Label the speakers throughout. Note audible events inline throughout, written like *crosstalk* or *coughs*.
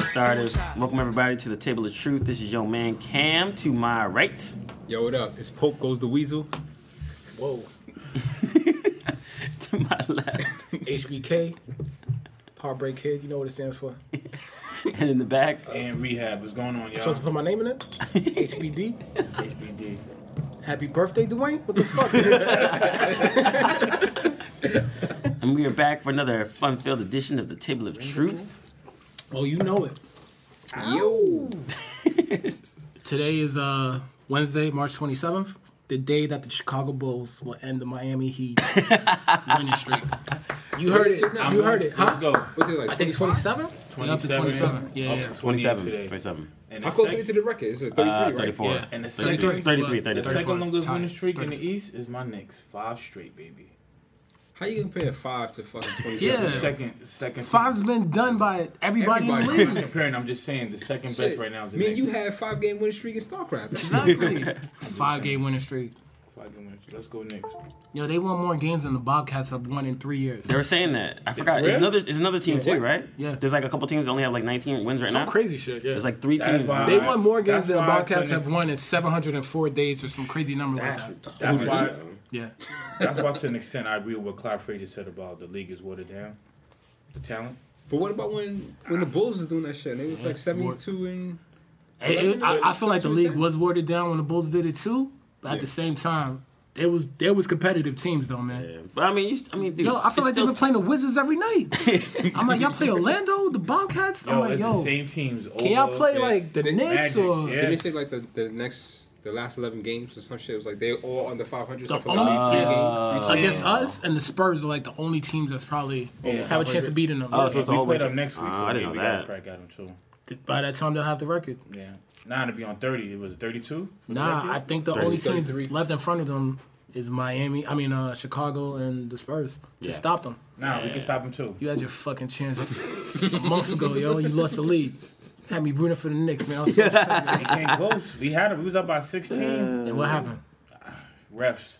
Speaker 1: starters. Welcome everybody to the Table of Truth. This is your man Cam to my right. *laughs*
Speaker 2: Yo, what up? It's Pope Goes the Weasel.
Speaker 3: Whoa.
Speaker 1: to my left.
Speaker 3: HBK. Heartbreak Kid. You know what it stands for.
Speaker 1: And in the back.
Speaker 4: and rehab. What's going on,
Speaker 3: i
Speaker 4: y'all?
Speaker 3: supposed to put my name in it. HBD.
Speaker 4: HBD.
Speaker 3: Happy birthday, Dwayne. What the fuck?
Speaker 1: And we are back for another fun filled edition of the Table of Truth.
Speaker 3: oh, you know it.
Speaker 2: Yo.
Speaker 3: Today is uh, Wednesday, March 27th, the day that the Chicago Bulls will end the Miami Heat winning streak. You heard it.
Speaker 2: I'm
Speaker 3: You heard it,
Speaker 4: Let's
Speaker 3: huh?
Speaker 4: go.
Speaker 2: What's it like?
Speaker 3: I think it's 27.
Speaker 4: Twenty-seven.
Speaker 3: up to 27. Yeah,
Speaker 4: Up
Speaker 3: yeah.
Speaker 4: to
Speaker 1: 27.
Speaker 4: 27 today.
Speaker 1: 27.
Speaker 4: And
Speaker 2: How
Speaker 4: the,
Speaker 2: close are
Speaker 4: sec-
Speaker 2: we to the record? It's like 33,
Speaker 1: Uh,
Speaker 2: right?
Speaker 1: 34.
Speaker 3: Yeah.
Speaker 4: and the second,
Speaker 1: 33, 33,
Speaker 4: the
Speaker 1: 33.
Speaker 4: second longest
Speaker 3: Tied.
Speaker 4: winning streak in the East is my Knicks. Five straight, baby.
Speaker 2: How you compare five to
Speaker 3: *laughs*
Speaker 2: fucking
Speaker 3: Yeah.
Speaker 2: twenty-seven?
Speaker 4: Second, second.
Speaker 3: Five's been done by everybody,
Speaker 2: Everybody.
Speaker 3: in
Speaker 4: *laughs*
Speaker 3: the
Speaker 4: I'm not
Speaker 3: league.
Speaker 4: comparing. I'm just saying the second best
Speaker 2: Shit.
Speaker 4: right now is the
Speaker 2: Me and
Speaker 4: Knicks.
Speaker 2: you had five game win streak in StarCraft. *laughs*
Speaker 3: Exactly. Five game winning streak.
Speaker 4: Five game winning streak. Let's go Knicks.
Speaker 3: Yo, they won more games than the Bobcats have won in three years.
Speaker 1: They were saying that. I forgot.
Speaker 4: Really?
Speaker 1: It's another it's another team
Speaker 3: Yeah.
Speaker 1: too, right?
Speaker 3: Yeah.
Speaker 1: There's like a couple teams that only have like 19 wins right
Speaker 3: Some
Speaker 1: now.
Speaker 3: crazy shit, yeah.
Speaker 1: There's like three
Speaker 4: That is
Speaker 1: teams.
Speaker 4: wild.
Speaker 3: They
Speaker 4: Alright,
Speaker 3: won more games
Speaker 4: that's
Speaker 3: than the
Speaker 4: why I
Speaker 3: Bobcats
Speaker 4: turned
Speaker 3: have won in 704 days or some crazy number like that.
Speaker 4: That's why.
Speaker 3: Yeah.
Speaker 4: That's why to an extent I agree with what Clyde Frazier said about the league is watered down. The talent.
Speaker 2: but what about when when the Bulls was doing that shit? And it was like seventy-two and
Speaker 3: It- it- I, I feel like the league was watered down when the Bulls did it too, but at the same time, there was there was competitive teams though, man.
Speaker 1: Yeah. But I mean, you, st- I mean, dude,
Speaker 3: Yo, I
Speaker 1: it's
Speaker 3: feel like they've
Speaker 1: still-
Speaker 3: been playing the Wizards
Speaker 1: *laughs*
Speaker 3: every night. I'm like, y'all play Orlando, the Bobcats. I'm
Speaker 4: Yo,
Speaker 3: like,
Speaker 4: it's the
Speaker 3: yo,
Speaker 4: same teams. Over
Speaker 3: can y'all play
Speaker 4: there.
Speaker 3: like the Knicks
Speaker 4: Magics,
Speaker 3: or
Speaker 4: yeah.
Speaker 2: Did they say like the, the next the last eleven games or some shit? It was like they all under five hundred.
Speaker 3: the
Speaker 2: for
Speaker 3: only
Speaker 2: like three
Speaker 3: yeah,
Speaker 1: Ah.
Speaker 2: games.
Speaker 3: against us and the Spurs are like the only teams that's probably
Speaker 4: Yeah.
Speaker 3: have a chance of beating them.
Speaker 1: Oh, so it's a
Speaker 4: we
Speaker 1: whole
Speaker 4: play
Speaker 1: bunch
Speaker 4: them
Speaker 1: of-
Speaker 4: next week.
Speaker 1: Ah,
Speaker 4: so
Speaker 1: I didn't
Speaker 4: yeah,
Speaker 1: know
Speaker 4: we
Speaker 1: that.
Speaker 4: Gotta crack at them too.
Speaker 3: By that time, they'll have the record.
Speaker 4: Yeah. Nah, to be on 30, it was 32?
Speaker 3: Nah, I think the only teams
Speaker 2: 33.
Speaker 3: left in front of them is Miami. I mean, uh, Chicago and the Spurs to
Speaker 1: Yeah.
Speaker 3: stop them.
Speaker 4: Nah, we can stop them too.
Speaker 3: You had your fucking chance months ago, yo. You lost the lead. Had me rooting for the Knicks, man.
Speaker 1: *laughs*
Speaker 3: I was so upset, man.
Speaker 4: It came close. We had it. We was up by 16.
Speaker 3: And what happened?
Speaker 4: Refs.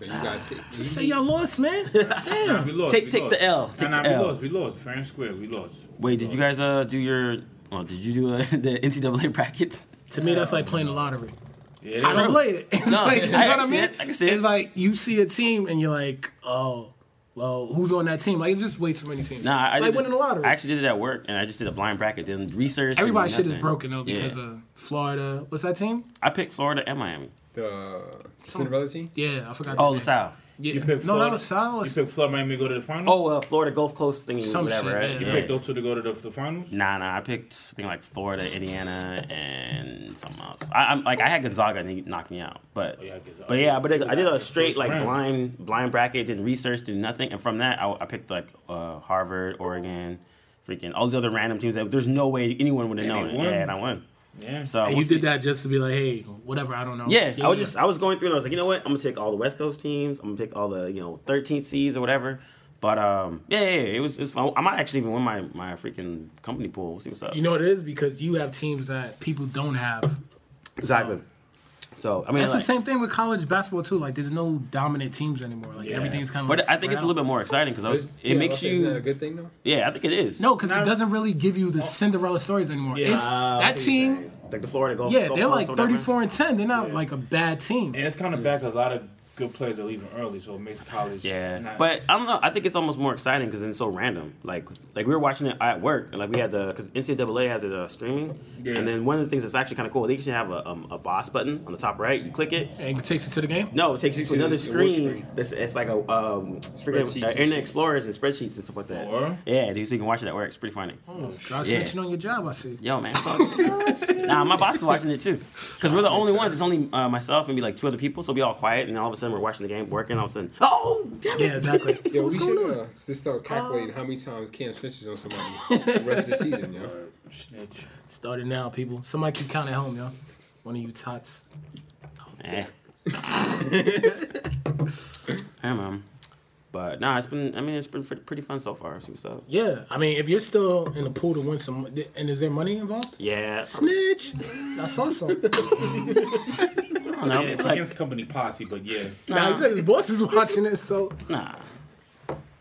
Speaker 2: You guys, you,
Speaker 3: Say y'all lost, man. Damn.
Speaker 4: We lost.
Speaker 1: Take-
Speaker 4: we
Speaker 1: take
Speaker 4: lost.
Speaker 1: the L, take
Speaker 4: nah, nah,
Speaker 1: the L.
Speaker 4: we lost. We lost. Fair and square. We lost.
Speaker 1: Wait, did you guys uh do your? Well, did you do uh, *laughs* the NCAA brackets?
Speaker 3: To me, that's like playing the lottery.
Speaker 4: Yeah.
Speaker 3: I don't play it. *laughs* It's
Speaker 1: No,
Speaker 3: like, you know
Speaker 1: I- I
Speaker 3: what I
Speaker 1: see
Speaker 3: mean?
Speaker 1: it. I can see it.
Speaker 3: It's like you see a team and you're like, oh, well, who's on that team? Like, it's just way too many teams.
Speaker 1: Nah, I
Speaker 3: it's
Speaker 1: did
Speaker 3: like
Speaker 1: it-
Speaker 3: winning the lottery.
Speaker 1: I actually did it at work, and I just did a blind bracket. Then research.
Speaker 3: Everybody's shit
Speaker 1: nothing.
Speaker 3: is broken, though,
Speaker 1: Yeah.
Speaker 3: because of Florida. What's that team?
Speaker 1: I picked Florida and Miami.
Speaker 2: the Cinderella team.
Speaker 3: Yeah, I forgot.
Speaker 1: Oh,
Speaker 3: the name.
Speaker 1: LaSalle.
Speaker 3: Yeah.
Speaker 4: You picked
Speaker 3: no,
Speaker 4: Florida.
Speaker 3: not LaSalle.
Speaker 4: You picked Florida Miami to go to the finals?
Speaker 1: Oh, uh, Florida Gulf Coast thingy,
Speaker 3: Some
Speaker 1: whatever.
Speaker 3: shit,
Speaker 1: right?
Speaker 3: yeah.
Speaker 4: You
Speaker 1: Yeah.
Speaker 4: picked those two to go to the, the finals?
Speaker 1: Nah, nah. I picked something like Florida, Indiana, and something else. I, I'm like I had Gonzaga and he knocked me out, but
Speaker 4: Oh, yeah, Gonzaga.
Speaker 1: but yeah, but it, I did
Speaker 4: Gonzaga
Speaker 1: a
Speaker 4: first
Speaker 1: straight like
Speaker 4: round.
Speaker 1: blind blind bracket, did research, did nothing, and from that I, I picked like uh, Harvard, Oregon, freaking all these other random teams that there's no way anyone would have
Speaker 4: And they
Speaker 1: known. it.
Speaker 4: won.
Speaker 1: Yeah, and I won.
Speaker 4: Yeah.
Speaker 1: So
Speaker 3: And
Speaker 1: we'll
Speaker 3: you
Speaker 1: see.
Speaker 3: did that just to be like, hey, whatever, I don't know.
Speaker 1: Yeah, I was just I was going through and I was like, you know what? I'm gonna take all the West Coast teams. I'm gonna pick all the you know 13th seeds or whatever. But um, yeah, yeah, yeah, it was it was fun. I might actually even win my my freaking company pool. We'll see what's up.
Speaker 3: You know what it is because you have teams that people don't have.
Speaker 1: exactly. So I mean,
Speaker 3: That's the
Speaker 1: like-
Speaker 3: same thing with college basketball too. Like, there's no dominant teams anymore. Like everything's kind of.
Speaker 1: But I think it's a little bit more exciting because it makes
Speaker 2: Is that a
Speaker 1: you.
Speaker 2: good thing though?
Speaker 1: Yeah, I think it is.
Speaker 3: No, because it doesn't really give you the Cinderella stories anymore. It's,
Speaker 1: Oh. Ah,
Speaker 3: that
Speaker 1: I see what you're
Speaker 3: team,
Speaker 1: saying. like the Florida Gulf.
Speaker 3: yeah,
Speaker 1: Gulf
Speaker 3: they're
Speaker 1: Coast
Speaker 3: like
Speaker 1: or whatever.
Speaker 3: 34 and 10. They're not like a bad team.
Speaker 4: And it's kind of back a lot of good players are leaving early, so it makes college.
Speaker 1: Yeah,
Speaker 4: not-
Speaker 1: but I don't know. I think it's almost more exciting because it's so random. Like, like we were watching it at work, and like we had the because NCAA has it uh, streaming,
Speaker 4: Yeah.
Speaker 1: and then one of the things that's actually kind of cool, they should have a, um, a boss button on the top right. You click it.
Speaker 3: And it takes it to the game.
Speaker 1: No, it takes you to
Speaker 2: to
Speaker 1: another
Speaker 2: the- the work
Speaker 1: screen.
Speaker 2: screen.
Speaker 1: That's it's like a um, freaking
Speaker 2: Spreadsheets
Speaker 1: uh,
Speaker 2: and
Speaker 1: Internet
Speaker 2: shit.
Speaker 1: Explorers and spreadsheets and stuff like that.
Speaker 4: Or-
Speaker 1: Yeah, dude, so you can watch it at work. It's pretty funny.
Speaker 3: Try snitching on your job, I see.
Speaker 1: Yo, man. fuck. nah, my boss is watching it too. Because we're the only ones. It's only uh, myself, maybe like two other people. So we all quiet. And all of a sudden we're watching the game, working. All of a sudden, oh, damn it.
Speaker 3: Yeah,
Speaker 1: *laughs*
Speaker 3: exactly.
Speaker 2: Yo,
Speaker 3: What's
Speaker 2: we
Speaker 3: going
Speaker 2: should uh,
Speaker 3: on?
Speaker 2: just start calculating how many times Cam snitches on somebody *laughs* the rest of the season, yo.
Speaker 4: Snitch.
Speaker 3: Starting now, people. Somebody can count at home, yo. One of you tots.
Speaker 1: Eh. yeah, man. But nah, it's been. I mean, it's been fr- pretty fun so far. See what's up.
Speaker 3: Yeah, I mean, if you're still in the pool to win some, and is there money involved?
Speaker 1: Yeah,
Speaker 3: Snitch. I saw
Speaker 1: *laughs*
Speaker 3: some.
Speaker 1: I don't know.
Speaker 4: Yeah, it's
Speaker 1: It's like,
Speaker 4: against company posse, but yeah.
Speaker 3: Now he said his boss is watching it, so
Speaker 1: nah.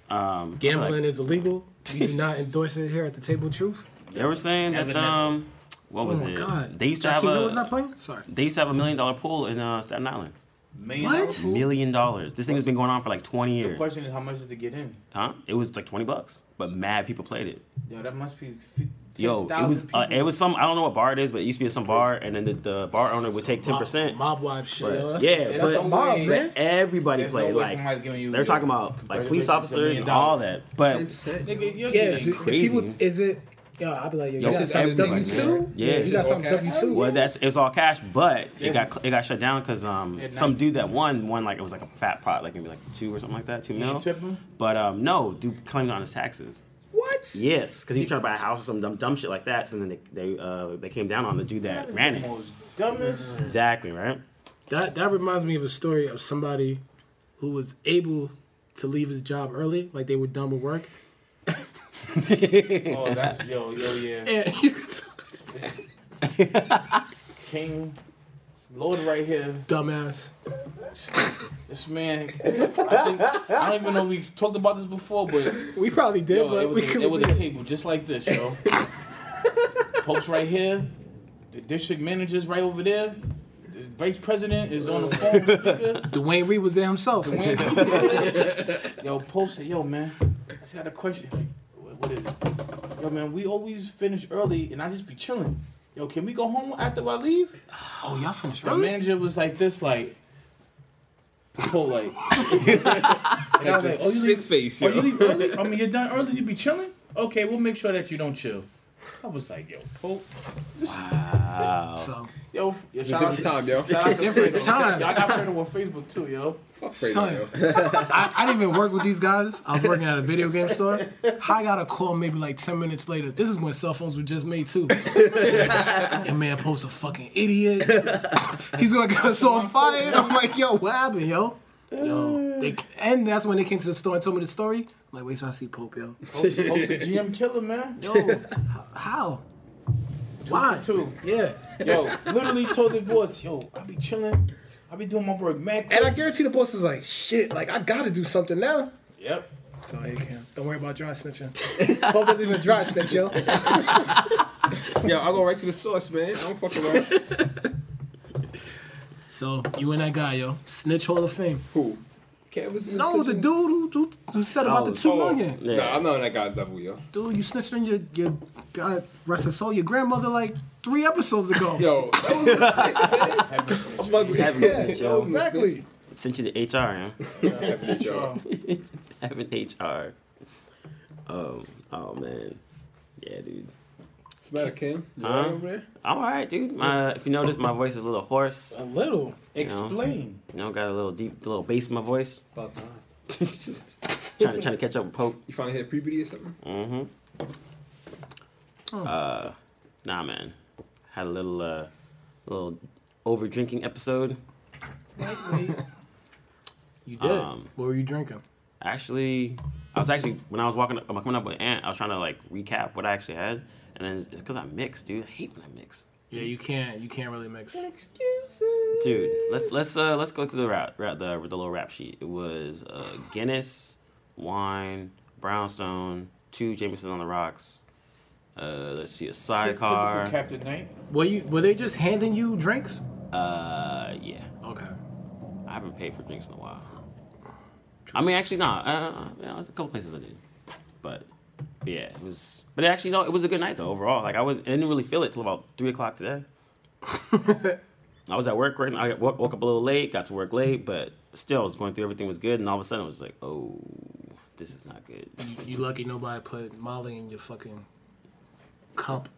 Speaker 1: Um, *laughs*
Speaker 3: gambling is illegal. We do not endorse it here at the Table of Truth.
Speaker 1: They were saying
Speaker 5: Evan
Speaker 1: that
Speaker 5: Neville.
Speaker 1: um, what was
Speaker 3: oh my
Speaker 1: it?
Speaker 3: god.
Speaker 1: They used to
Speaker 3: Joaquin
Speaker 1: have
Speaker 3: Noah's not
Speaker 1: a
Speaker 3: playing? Sorry.
Speaker 1: they used to have a million dollar pool in uh, Staten Island.
Speaker 5: Million
Speaker 3: What?
Speaker 5: dollar pool?
Speaker 1: Million dollars. This thing has been going on for like twenty
Speaker 5: The
Speaker 1: years.
Speaker 5: question is how much is to get in?
Speaker 1: Huh? It was like twenty bucks, but mad people played it.
Speaker 5: Yo, that must be fifty.
Speaker 1: Yo, it was uh, it was some I don't know what bar it is, but it used to be some bar, and then the, the bar owner would take ten percent.
Speaker 3: Mob, mob wife shit.
Speaker 1: But-
Speaker 3: yo, that's,
Speaker 1: yeah,
Speaker 3: that's
Speaker 1: but-
Speaker 3: a mob,
Speaker 5: But-
Speaker 3: man.
Speaker 1: Everybody
Speaker 5: There's no
Speaker 1: played
Speaker 5: way
Speaker 1: like
Speaker 5: somebody's giving you-
Speaker 1: they're talking about like police
Speaker 5: Congratulations, a
Speaker 1: officers
Speaker 5: million
Speaker 1: and all
Speaker 5: dollars.
Speaker 1: that, but
Speaker 5: Nigga, you're
Speaker 3: Yeah,
Speaker 5: getting
Speaker 3: dude,
Speaker 1: crazy.
Speaker 3: people is it yo, I'd be like, yo,
Speaker 1: Yo,
Speaker 3: you got something
Speaker 1: everything,
Speaker 3: W two?
Speaker 1: yeah. Yeah.
Speaker 3: You got something
Speaker 2: Okay.
Speaker 3: W two?
Speaker 1: Well, that's it was all cash, but it got it got shut down because um
Speaker 5: At
Speaker 1: some
Speaker 5: night.
Speaker 1: dude that won won like it was like a fat pot, like maybe like two or something like that, two mil.
Speaker 5: ain't tip him?
Speaker 1: But um no, dude claimed it on his taxes.
Speaker 3: What?
Speaker 1: Yes, because he was trying to buy a house or some dumb dumb shit like that. So then they they uh they came down on the dude that ran it.
Speaker 5: most
Speaker 1: *laughs*
Speaker 5: dumbest.
Speaker 1: Exactly right.
Speaker 3: That that reminds me of a story of somebody who was able to leave his job early, like they were done with work.
Speaker 5: Oh, that's yo, yo, yeah.
Speaker 3: And *laughs*
Speaker 5: King, Lord, right here.
Speaker 3: dumbass.
Speaker 5: This man, I, think, I don't even know if we talked about this before, but
Speaker 3: We probably did,
Speaker 5: yo,
Speaker 3: but
Speaker 5: it was,
Speaker 3: we
Speaker 5: a,
Speaker 3: could
Speaker 5: it was a table just like this, yo. Pope's right here. The district manager's right over there. The vice president is on the phone speaker.
Speaker 3: Dwayne Reed was there himself.
Speaker 5: Wayne Cook. yo, post it. Yo, man. I just got a question. What, what is it? Yo, man, we always finish early and I just be chilling. Yo, can we go home after I leave?
Speaker 3: Oh, y'all finished
Speaker 5: The manager was like this, like, to pull, *laughs* like. and I was like, oh, you
Speaker 2: Sick
Speaker 5: leave,
Speaker 2: face,
Speaker 4: Oh, you
Speaker 2: yo.
Speaker 4: leave early? I mean, you're done early. You be chilling? Okay, we'll make sure that you don't chill. I was like, yo, Pope.
Speaker 3: So
Speaker 5: yo, f- yo, shout out to
Speaker 2: different time, yo.
Speaker 5: Shout out to
Speaker 3: Different
Speaker 5: Fredo.
Speaker 3: time.
Speaker 5: Yo, I got Fredo on Facebook too,
Speaker 3: *laughs*
Speaker 5: yo.
Speaker 2: Fuck Fredo,
Speaker 3: Son.
Speaker 2: yo.
Speaker 3: *laughs* I, I didn't even work with these guys. I was working at a video game store. I got a call maybe like 10 minutes later. This is when cell phones were just made
Speaker 5: *laughs*
Speaker 3: too. and man, Pope's a fucking idiot. He's gonna get us all fired. I'm like, yo, what happened, yo? Yo, they, and that's when they came to the store and told me the story. I'm like, wait till I see Pope, yo.
Speaker 5: Pope's a GM killer, man.
Speaker 3: Yo, how? Why?
Speaker 5: Two.
Speaker 3: Yeah.
Speaker 5: Yo, literally told the boss, yo, I be chilling. I be doing my work, man.
Speaker 3: And I guarantee the boss was like, shit, like I gotta do something now.
Speaker 5: Yep.
Speaker 3: So hey, Cam, don't worry about dry snitching. *laughs* Pope doesn't even dry snitch, yo.
Speaker 2: Yo, I'll go right to the source, man. I don't fucking around. *laughs*
Speaker 3: So you and that guy, yo, snitch Hall of Fame.
Speaker 2: Who? Kev was
Speaker 3: No, the dude who, who, who said about
Speaker 1: Oh,
Speaker 3: the two
Speaker 2: oh.
Speaker 3: million.
Speaker 2: Nah, I'm not on that guy's level, yo.
Speaker 3: Dude, you snitched on your your God rest her soul, your grandmother like three episodes ago.
Speaker 2: Yo, that was a *laughs*
Speaker 3: I fuck
Speaker 1: *laughs*
Speaker 3: with-
Speaker 1: Heaven
Speaker 3: yeah,
Speaker 1: snitch, yo.
Speaker 3: *laughs* exactly.
Speaker 1: Sent you to *laughs* HR. Huh?
Speaker 2: snitch, yo.
Speaker 1: it's having HR. Oh, oh man, yeah, dude.
Speaker 2: What's the matter, Kim? You
Speaker 1: Huh?
Speaker 2: alright over there?
Speaker 1: I'm alright, dude. My, if you notice, my voice is a little hoarse.
Speaker 5: A little. Explain.
Speaker 1: You know, got a little deep, little bass in my voice. *laughs*
Speaker 2: About time.
Speaker 1: trying to trying to catch up with Pope.
Speaker 2: You finally hit puberty or something?
Speaker 1: Mm-hmm. Uh, nah, man. Had a little uh, little over drinking episode.
Speaker 3: You did.
Speaker 1: Um,
Speaker 3: what were you drinking?
Speaker 1: Actually, I was actually when I was walking, up, coming up with Aunt, I was trying to like recap what I actually had, and then it's because I mixed, dude. I hate when I mix.
Speaker 3: Yeah, you can't you can't really mix.
Speaker 1: Dude, let's let's uh let's go to the route, route the the little rap sheet. It was uh, Guinness, wine, brownstone, two Jameson on the rocks. Uh, let's see a
Speaker 5: Typical
Speaker 1: sidecar.
Speaker 5: Captain Knight.
Speaker 3: Were you were they just handing you drinks?
Speaker 1: Uh, yeah,
Speaker 3: Okay.
Speaker 1: I haven't paid for drinks in a while. I mean, actually, nah. Uh, yeah, there's a couple places I did, but but yeah, it was. But actually, no, it was a good night though overall. Like I was, I didn't really feel it till about three o'clock today.
Speaker 2: *laughs*
Speaker 1: I was at work right now. I woke, woke up a little late, got to work late, but still, I was going through everything was good, and all of a sudden, I was like, oh, this is not good.
Speaker 3: You, you lucky nobody put Molly in your fucking cup.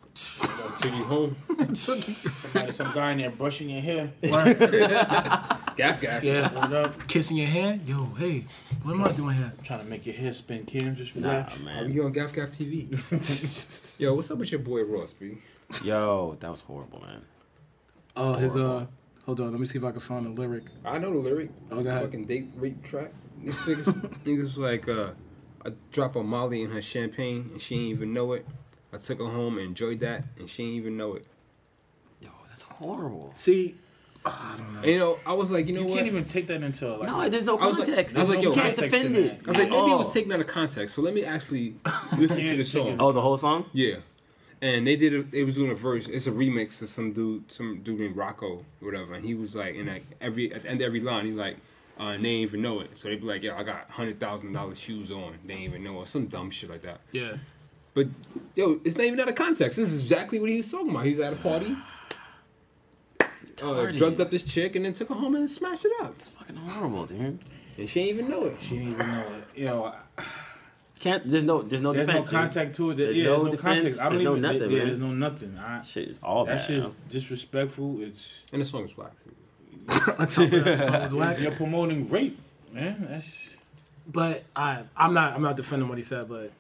Speaker 2: I'll take you home.
Speaker 5: Like some guy in there brushing your hair.
Speaker 2: Gaff, gaff.
Speaker 3: *laughs* Yeah.
Speaker 5: Hold up.
Speaker 3: Kissing your hand? Yo, hey, what am I doing here?
Speaker 5: I'm trying to make your hair spin, Kim. Just
Speaker 1: Nah,
Speaker 5: relax.
Speaker 2: Are we
Speaker 1: man.
Speaker 2: on Gaff Gaff TV? *laughs* Yo, what's up with your boy Ross, B?
Speaker 1: Yo, that was horrible, man.
Speaker 3: Oh, his uh hold on, let me see if I can find the lyric.
Speaker 2: I know the lyric.
Speaker 3: Oh, go ahead.
Speaker 2: Fucking date rape track. This
Speaker 3: *laughs*
Speaker 2: niggas, niggas like uh, I drop a Molly in her champagne and she ain't even know it. I took her home and enjoyed that and she ain't even know it.
Speaker 1: Yo, that's horrible.
Speaker 3: See,
Speaker 2: And, you know, I was like, you know
Speaker 4: You
Speaker 2: what?
Speaker 4: can't even take that into like.
Speaker 1: No, there's no
Speaker 2: I was like-
Speaker 1: context.
Speaker 2: I was like,
Speaker 1: you
Speaker 2: yo,
Speaker 1: can't
Speaker 4: context in
Speaker 1: defend
Speaker 4: that.
Speaker 1: it.
Speaker 2: I was like,
Speaker 1: at
Speaker 2: maybe it
Speaker 1: all.
Speaker 3: *laughs* Oh.
Speaker 2: was taken out of context. So let me actually listen to the song.
Speaker 1: Oh, the whole song?
Speaker 2: Yeah. And they did. A, they was doing a verse. It's a remix of some dude, some dude named Rocco, whatever. And he was like, and like every at the end of every line, he like, uh, and they ain't even know it. So they be like, yo, I got hundred thousand dollars shoes on. They ain't even know it. Some dumb shit like that.
Speaker 3: Yeah. *laughs*
Speaker 2: But yo, it's not even out of context. This is exactly what he was talking about. He was at a party, uh, drugged up this chick, and then took her home and smashed it up.
Speaker 1: It's fucking horrible, dude.
Speaker 2: And she ain't even know it.
Speaker 5: She didn't even know it. Yo, I-
Speaker 1: Can't. There's no. There's no
Speaker 4: There's
Speaker 1: defense.
Speaker 4: no
Speaker 1: dude.
Speaker 4: contact to it.
Speaker 1: There's
Speaker 4: yeah,
Speaker 1: no
Speaker 4: there's no
Speaker 1: defense,
Speaker 4: context. I don't
Speaker 1: there's no
Speaker 4: even,
Speaker 1: nothing,
Speaker 4: yeah,
Speaker 1: man.
Speaker 4: there's no nothing. I,
Speaker 1: Shit is all
Speaker 4: Oh, that
Speaker 1: bad.
Speaker 4: shit's
Speaker 1: yo.
Speaker 4: disrespectful. It's
Speaker 2: And the song was whack. too.
Speaker 3: Songs whack.
Speaker 4: you're promoting rape, man. That's
Speaker 3: But I, I'm not, I'm not defending what he said. But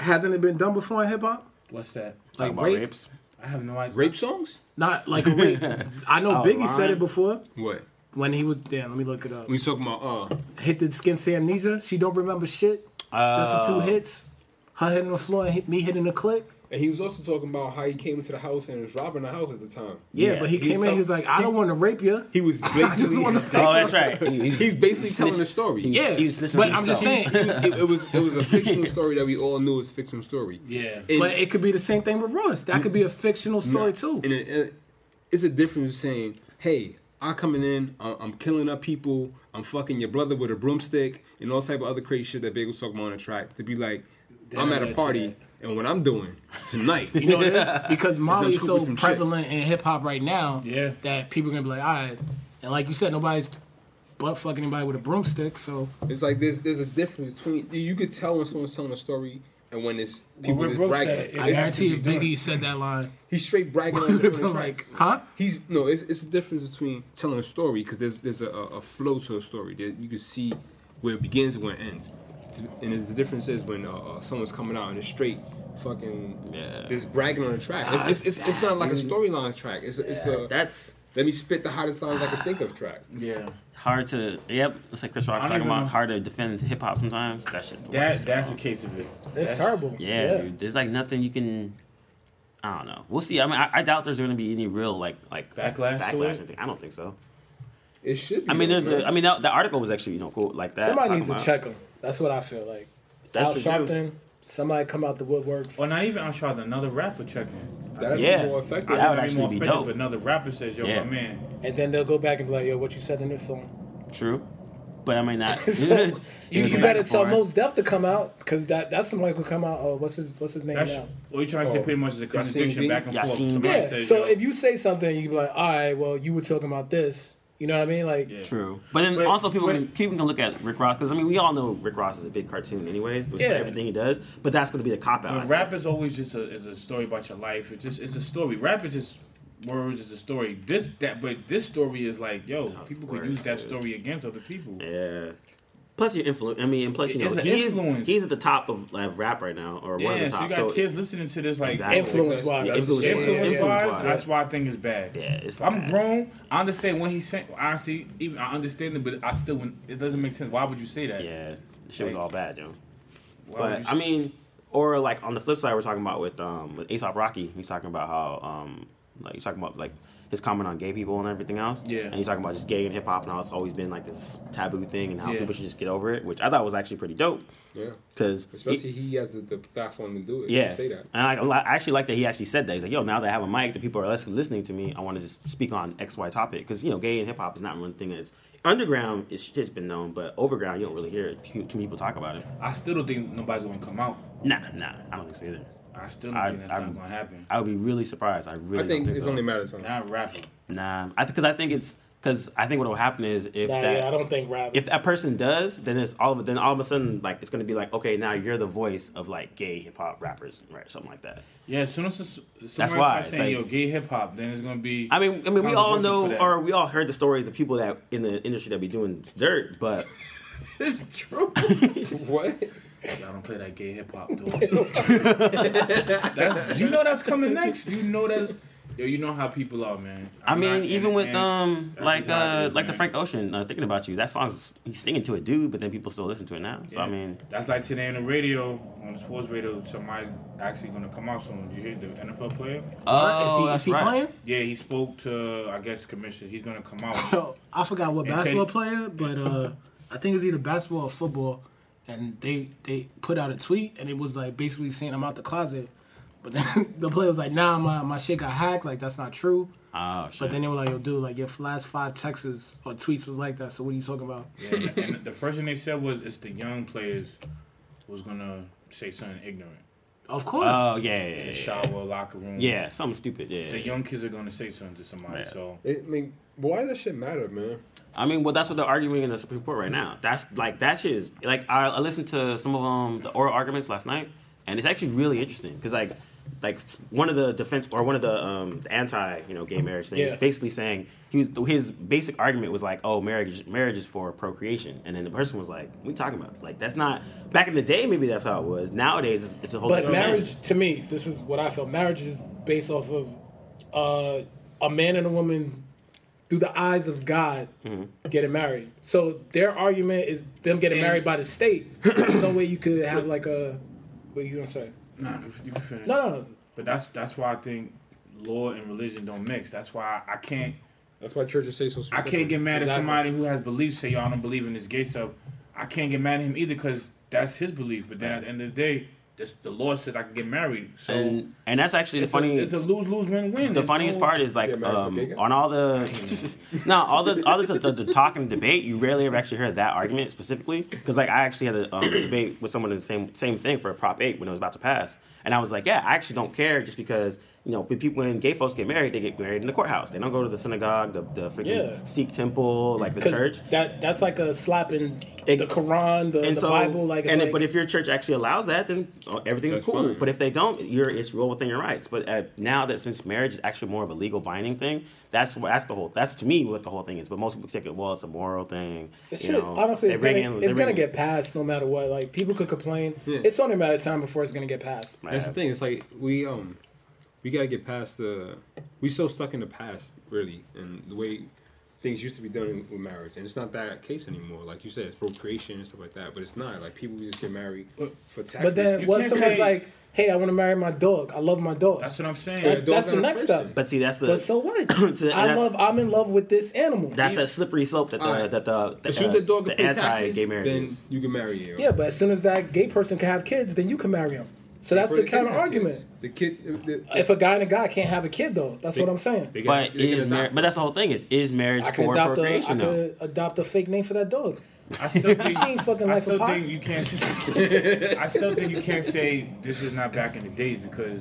Speaker 3: hasn't it been done before in hip hop?
Speaker 4: what's that?
Speaker 1: Talk
Speaker 3: Like
Speaker 1: about
Speaker 3: rape?
Speaker 1: rapes.
Speaker 4: I have no idea.
Speaker 2: Rape songs?
Speaker 3: Not like a rape. I know *laughs*
Speaker 1: Oh,
Speaker 3: Biggie said
Speaker 1: Lauren.
Speaker 3: it before
Speaker 2: What?
Speaker 3: when he was. Damn, let me look it up.
Speaker 2: We talking about uh
Speaker 3: Hit the skin say amnesia. She don't remember shit. Just the two hits. Her hitting the floor and hit, me hitting the clip.
Speaker 2: And he was also talking about how he came into the house and was robbing the house at the time.
Speaker 3: Yeah,
Speaker 1: Yeah,
Speaker 3: but he
Speaker 2: he
Speaker 3: came in.
Speaker 2: so-
Speaker 3: he was like, I don't want to rape you.
Speaker 2: He *laughs* was basically
Speaker 1: Oh, that's right. He-
Speaker 2: *laughs* he's basically telling
Speaker 1: snitched-
Speaker 2: the story.
Speaker 1: he-
Speaker 3: Yeah,
Speaker 1: he was snitching
Speaker 3: but
Speaker 1: on
Speaker 3: I'm just
Speaker 1: himself.
Speaker 3: saying.
Speaker 2: it, it was it was a fictional story that we all knew was a fictional story.
Speaker 4: Yeah. *laughs*
Speaker 2: And,
Speaker 3: But it could be the same thing with Royce. That could be a fictional story too.
Speaker 2: and it, it- it's a difference saying, "Hey, I'm coming in, I'm, I'm killing up people, I'm fucking your brother with a broomstick, and all type of other crazy shit that Big was talking about on the track." To be like, I'm at
Speaker 4: that's
Speaker 2: a
Speaker 4: it.
Speaker 2: party, and what I'm doing tonight.
Speaker 3: *laughs* You know what it is? Because Molly is
Speaker 2: scoop
Speaker 3: so
Speaker 2: with some shit.
Speaker 3: prevalent in hip hop right now
Speaker 4: Yeah.
Speaker 3: that people are gonna be like, all right. And like you said, nobody's butt fucking anybody with a broomstick, so
Speaker 2: It's like there's there's a difference between you could tell when someone's telling a story and when it's people
Speaker 4: Rick
Speaker 2: just
Speaker 4: Ross
Speaker 2: bragging.
Speaker 4: said
Speaker 3: I
Speaker 4: It has
Speaker 3: guarantee
Speaker 4: to
Speaker 3: if
Speaker 4: be
Speaker 3: Biggie said that line,
Speaker 2: He's straight
Speaker 3: *laughs*
Speaker 2: bragging
Speaker 3: we
Speaker 2: on
Speaker 3: would
Speaker 2: the
Speaker 3: have
Speaker 2: on
Speaker 3: been
Speaker 2: the track.
Speaker 3: like, huh?
Speaker 2: He's no, it's, it's a difference between telling a story because there's there's a, a a flow to a story that you can see where it begins and where it ends, It's- and it's, the difference is when uh, uh, someone's coming out and it's straight fucking
Speaker 1: Yeah.
Speaker 2: this bragging on a track. It's, it's, it's, it's not like a storyline track. It's a, it's a
Speaker 1: *laughs* That's
Speaker 2: let me spit the hottest lines I can think of track.
Speaker 4: Yeah.
Speaker 1: hard to. Yep, it's like Chris Rock
Speaker 4: I don't
Speaker 1: talking
Speaker 4: even
Speaker 1: about
Speaker 4: know.
Speaker 1: hard to defend hip hop sometimes. That's just the
Speaker 4: That
Speaker 1: worst,
Speaker 4: that's
Speaker 1: yo.
Speaker 4: the case of it.
Speaker 5: that's, terrible.
Speaker 1: Yeah, dude. There's like nothing you can. I don't know. We'll see. I mean, I, I doubt there's going to be any real like like
Speaker 4: Backlash to
Speaker 1: backlash.
Speaker 4: it?
Speaker 1: or anything. I don't think so.
Speaker 2: It should. Be
Speaker 1: I mean,
Speaker 2: though,
Speaker 1: there's
Speaker 2: man.
Speaker 1: a. I mean, that, the article was actually you know cool like that.
Speaker 3: Somebody
Speaker 1: talking
Speaker 3: needs to
Speaker 1: about-
Speaker 3: check him. That's what I feel like.
Speaker 1: That's
Speaker 3: Al
Speaker 1: the
Speaker 3: Sharpton, somebody come out the woodworks.
Speaker 4: Or not even Unshot, another rapper checking.
Speaker 2: That'd
Speaker 1: yeah.
Speaker 2: be more effective.
Speaker 1: That would
Speaker 4: I'd
Speaker 1: actually
Speaker 4: more
Speaker 1: be
Speaker 4: offended
Speaker 1: dope.
Speaker 4: If another rapper says, "Yo,
Speaker 1: Yeah.
Speaker 4: my man."
Speaker 3: And then they'll go back and be like, yo, what you said in this song?
Speaker 1: True, but I mean
Speaker 3: *laughs*
Speaker 1: not.
Speaker 3: So
Speaker 1: *laughs*
Speaker 3: you,
Speaker 4: Yeah,
Speaker 3: you better
Speaker 4: back
Speaker 3: tell
Speaker 4: for it.
Speaker 3: Most Def to come out, because that, that's somebody who could come out. Oh, what's his what's his name
Speaker 4: That's
Speaker 3: now?
Speaker 4: what you trying to say.
Speaker 2: Oh.
Speaker 4: Pretty much is a contradiction
Speaker 2: Yasin
Speaker 4: back and
Speaker 1: Yasin
Speaker 4: forth.
Speaker 1: B?
Speaker 4: Somebody
Speaker 3: Yeah.
Speaker 4: says,
Speaker 3: So
Speaker 4: yo,
Speaker 3: if you say something, you can be like, all right, well, you were talking about this. You know what I mean? Like,
Speaker 4: Yeah.
Speaker 1: True, but then
Speaker 4: But-
Speaker 1: also people
Speaker 4: but-
Speaker 1: can people can look at Rick Ross because I mean we all know Rick Ross is a big cartoon anyways, which
Speaker 3: Yeah.
Speaker 1: is everything he does. But that's going to be the cop out. I
Speaker 4: But
Speaker 1: think.
Speaker 4: rap is always just a is a story about your life. It's just it's a story. Rap is just words. It's a story. This that but this story is like yo, people could
Speaker 1: words,
Speaker 4: use that
Speaker 1: dude.
Speaker 4: story against other people.
Speaker 1: Yeah. Plus your influence. I mean, and plus you know
Speaker 4: It's an
Speaker 1: he is,
Speaker 4: influence.
Speaker 1: he's at the top of like, rap right now, or one of
Speaker 4: Yeah,
Speaker 1: the
Speaker 4: so you
Speaker 1: top.
Speaker 4: got
Speaker 1: So,
Speaker 4: kids listening to this like
Speaker 1: Exactly.
Speaker 3: Influence wise.
Speaker 1: Yeah,
Speaker 4: influence,
Speaker 1: influence-wise.
Speaker 4: wise.
Speaker 1: Influence-wise.
Speaker 4: That's why I think it's bad.
Speaker 1: Yeah, it's
Speaker 4: If I'm
Speaker 1: bad.
Speaker 4: grown. I understand what he's saying. Honestly, even I understand it, but I still wouldn't- it doesn't make sense. Why would you say that?
Speaker 1: yeah, the shit was all bad, yo.
Speaker 4: Why would
Speaker 1: But
Speaker 4: oh, you
Speaker 1: I mean, or like on the flip side, we're talking about with um with Aesop Rocky. He's talking about how um like he's talking about like his comment on gay people and everything else.
Speaker 4: Yeah.
Speaker 1: And he's talking about just gay and hip hop and how it's always been like this taboo thing and how
Speaker 4: Yeah.
Speaker 1: people should just get over it, which I thought was actually pretty dope
Speaker 2: yeah,
Speaker 1: because
Speaker 2: especially he has the, the platform to do it.
Speaker 1: Yeah,
Speaker 2: to say that.
Speaker 1: and I, I li- I actually like that he actually said that. He's like, "Yo, now that I have a mic, the people are less listening to me. I want to just speak on X, Y topic because you know, gay and hip hop is not one thing that's underground. It's just been known, but overground, you don't really hear it. too too many people talk about it.
Speaker 4: I still don't think nobody's gonna come out.
Speaker 1: Nah, nah, I don't think so either.
Speaker 4: I still don't
Speaker 1: I-
Speaker 4: think that's
Speaker 1: I'm-
Speaker 4: not gonna happen.
Speaker 1: I would be really surprised. I really
Speaker 2: I think
Speaker 1: don't think
Speaker 2: it's
Speaker 1: so.
Speaker 2: only a matter of time.
Speaker 4: Not rapper.
Speaker 1: nah, I because I think it's because I think what will happen is if
Speaker 3: Nah,
Speaker 1: that
Speaker 3: yeah, I don't think rap.
Speaker 1: if that person does, then it's all of then all of a sudden like it's gonna be like, okay, now you're the voice of like gay hip hop rappers, right? Something like that.
Speaker 4: Yeah, as soon as somebody
Speaker 1: why,
Speaker 4: starts
Speaker 1: it's
Speaker 4: saying
Speaker 1: like-
Speaker 4: yo gay hip hop, then it's gonna be.
Speaker 1: I mean, I mean, we all
Speaker 4: controversial for
Speaker 1: know
Speaker 4: that.
Speaker 1: or we all heard the stories of people that in the industry that be doing dirt, but
Speaker 4: it's true.
Speaker 2: What?
Speaker 4: Y'all don't play that gay hip
Speaker 1: *laughs*
Speaker 4: hop, dude. that's, you know that's coming next. You know that. Yo, you know how people are, man.
Speaker 1: I
Speaker 4: I'm
Speaker 1: mean,
Speaker 4: not-
Speaker 1: even
Speaker 4: and-
Speaker 1: with
Speaker 4: and
Speaker 1: um,
Speaker 4: that's
Speaker 1: like
Speaker 4: just how it
Speaker 1: uh,
Speaker 4: is,
Speaker 1: like the
Speaker 4: man.
Speaker 1: Frank Ocean, uh, thinking about you. That song's he's singing to a dude, but then people still listen to it now. So I
Speaker 4: Yeah.
Speaker 1: mean,
Speaker 4: that's like today on the radio, on the sports radio. Somebody's actually gonna come out soon. Did you hear the NFL player?
Speaker 1: Uh.
Speaker 3: is he, is he playing?
Speaker 4: Yeah, he spoke to I guess commissioner. He's gonna come
Speaker 1: *laughs*
Speaker 4: out.
Speaker 3: Yo, I forgot what
Speaker 4: And
Speaker 3: basketball
Speaker 4: Teddy-
Speaker 3: player, but uh, I think it was either basketball or football, and they they put out a tweet, and it was like basically saying I'm out the closet. But then *laughs* the player was like, nah, my, my shit got hacked. Like, that's not true.
Speaker 1: Oh shit.
Speaker 3: But then they were like, yo, dude, like, your last five texts or tweets was like that. So what are you talking about?
Speaker 4: Yeah, and and the first thing they said was it's the young players was gonna say something ignorant.
Speaker 3: Of course.
Speaker 1: oh yeah, yeah,
Speaker 4: In the
Speaker 1: yeah,
Speaker 4: shower, locker room.
Speaker 1: yeah. Yeah, something stupid. Yeah.
Speaker 4: The young kids are gonna say something to somebody.
Speaker 1: Yeah.
Speaker 4: So
Speaker 2: It, I mean, why does that shit matter, man?
Speaker 1: I mean, well, that's what they're arguing in the Supreme Court right now. That's like that shit is like I, I listened to some of um the oral arguments last night, and it's actually really interesting because like like s- one of the defense or one of the um the anti you know gay marriage things
Speaker 5: Yeah.
Speaker 1: basically saying he was his basic argument was like oh marriage marriage is for procreation, and then the person was like we talking about like that's not back in the day maybe that's how it was nowadays it's, it's a whole
Speaker 5: But
Speaker 1: different thing.
Speaker 5: marriage-
Speaker 3: marriage to me this is what i feel marriage is based off of uh, a man and a woman through the eyes of god
Speaker 1: Mm-hmm.
Speaker 3: getting married so their argument is them getting married by the state *clears throat* there's no way you could have like a what you gonna say
Speaker 4: nah, you you can finish.
Speaker 3: no no
Speaker 4: But that's that's why I think law and religion don't mix. That's why I can't
Speaker 2: That's why churches say so.
Speaker 4: I
Speaker 2: Specific.
Speaker 4: can't get mad at
Speaker 3: Exactly.
Speaker 4: somebody who has beliefs. Say y'all don't believe in this gay stuff. I can't get mad at him either because that's his belief. But then at the end of the day, this, the law says I can get married. So
Speaker 1: and and that's actually the
Speaker 4: it's, funny,
Speaker 1: funny
Speaker 4: a, it's a lose lose win win.
Speaker 1: The funniest part is like
Speaker 2: Yeah, marriage for gay
Speaker 1: um,
Speaker 2: guys?
Speaker 1: on all the *laughs* no all the all the, the, the talk and debate you rarely ever actually hear that argument specifically because like I actually had a um, debate with someone in the same same thing for a Prop Eight when it was about to pass and I was like yeah I actually don't care just because you know when people when gay folks get married they get married in the courthouse they don't go to the synagogue the the freaking
Speaker 3: Yeah.
Speaker 1: Sikh temple like the church
Speaker 3: because that that's like a slap in
Speaker 1: It-
Speaker 3: the quran the,
Speaker 1: and
Speaker 3: the
Speaker 1: so
Speaker 3: bible like, it's
Speaker 1: and
Speaker 3: like
Speaker 1: but if your church actually allows that then uh, everything's
Speaker 2: That's
Speaker 1: cool
Speaker 2: fine.
Speaker 1: but if they don't you're it's real within your rights but uh now that since marriage is actually more of a legal binding thing that's wh- that's the whole that's to me what the whole thing is but most people take it well it's a moral thing
Speaker 3: It
Speaker 1: you
Speaker 3: should,
Speaker 1: know,
Speaker 3: honestly,
Speaker 1: they
Speaker 3: it's
Speaker 1: bring
Speaker 3: gonna,
Speaker 1: in- they
Speaker 3: it's
Speaker 1: bring
Speaker 3: gonna
Speaker 1: in-
Speaker 3: get passed no matter what. Like people could complain.
Speaker 2: Yeah.
Speaker 3: It's only a matter of time before it's gonna get passed.
Speaker 1: Yeah.
Speaker 2: That's the thing. It's like we um we gotta get past the we so stuck in the past really and the way things used to be done in, with marriage and it's not that case anymore. Like you said, it's procreation and stuff like that, but it's not. Like people just get married for tax.
Speaker 3: But then
Speaker 2: reasons.
Speaker 3: once
Speaker 4: can't
Speaker 3: someone's
Speaker 4: say-
Speaker 3: like, "Hey, I want to marry my dog. I love my dog."
Speaker 4: That's what I'm saying.
Speaker 3: That's,
Speaker 2: Yeah,
Speaker 3: that's
Speaker 2: dogs
Speaker 3: the
Speaker 2: are
Speaker 3: next
Speaker 2: person.
Speaker 3: step.
Speaker 1: but see that's the
Speaker 3: But so what?
Speaker 1: *clears throat* So
Speaker 3: I
Speaker 1: that's-
Speaker 3: love. I'm in love with this animal.
Speaker 1: that's that slippery slope that the
Speaker 2: Alright.
Speaker 1: that the that,
Speaker 2: as soon
Speaker 1: uh,
Speaker 2: as the dog can
Speaker 1: the
Speaker 2: pay
Speaker 1: anti
Speaker 2: taxes,
Speaker 1: gay marriage
Speaker 2: then
Speaker 1: is.
Speaker 2: you can marry him.
Speaker 3: yeah, but as soon as that gay person can have kids, then you can marry him. So that's the counter argument.
Speaker 2: The kid, the, the,
Speaker 3: If a guy and a guy can't have a kid, though, that's what I'm saying.
Speaker 2: they got-
Speaker 1: But
Speaker 2: they
Speaker 1: is
Speaker 2: can
Speaker 1: mar-
Speaker 2: adopt-
Speaker 1: but that's the whole thing is is marriage
Speaker 3: I could
Speaker 1: for
Speaker 3: adopt a, I
Speaker 1: procreation though?
Speaker 3: could adopt a fake name for that dog.
Speaker 4: I
Speaker 3: *laughs*
Speaker 4: still think,
Speaker 3: seen fucking
Speaker 4: I
Speaker 3: Life of
Speaker 4: still
Speaker 3: Pi?
Speaker 4: think you can't. I still think you can't say this is not back in the days because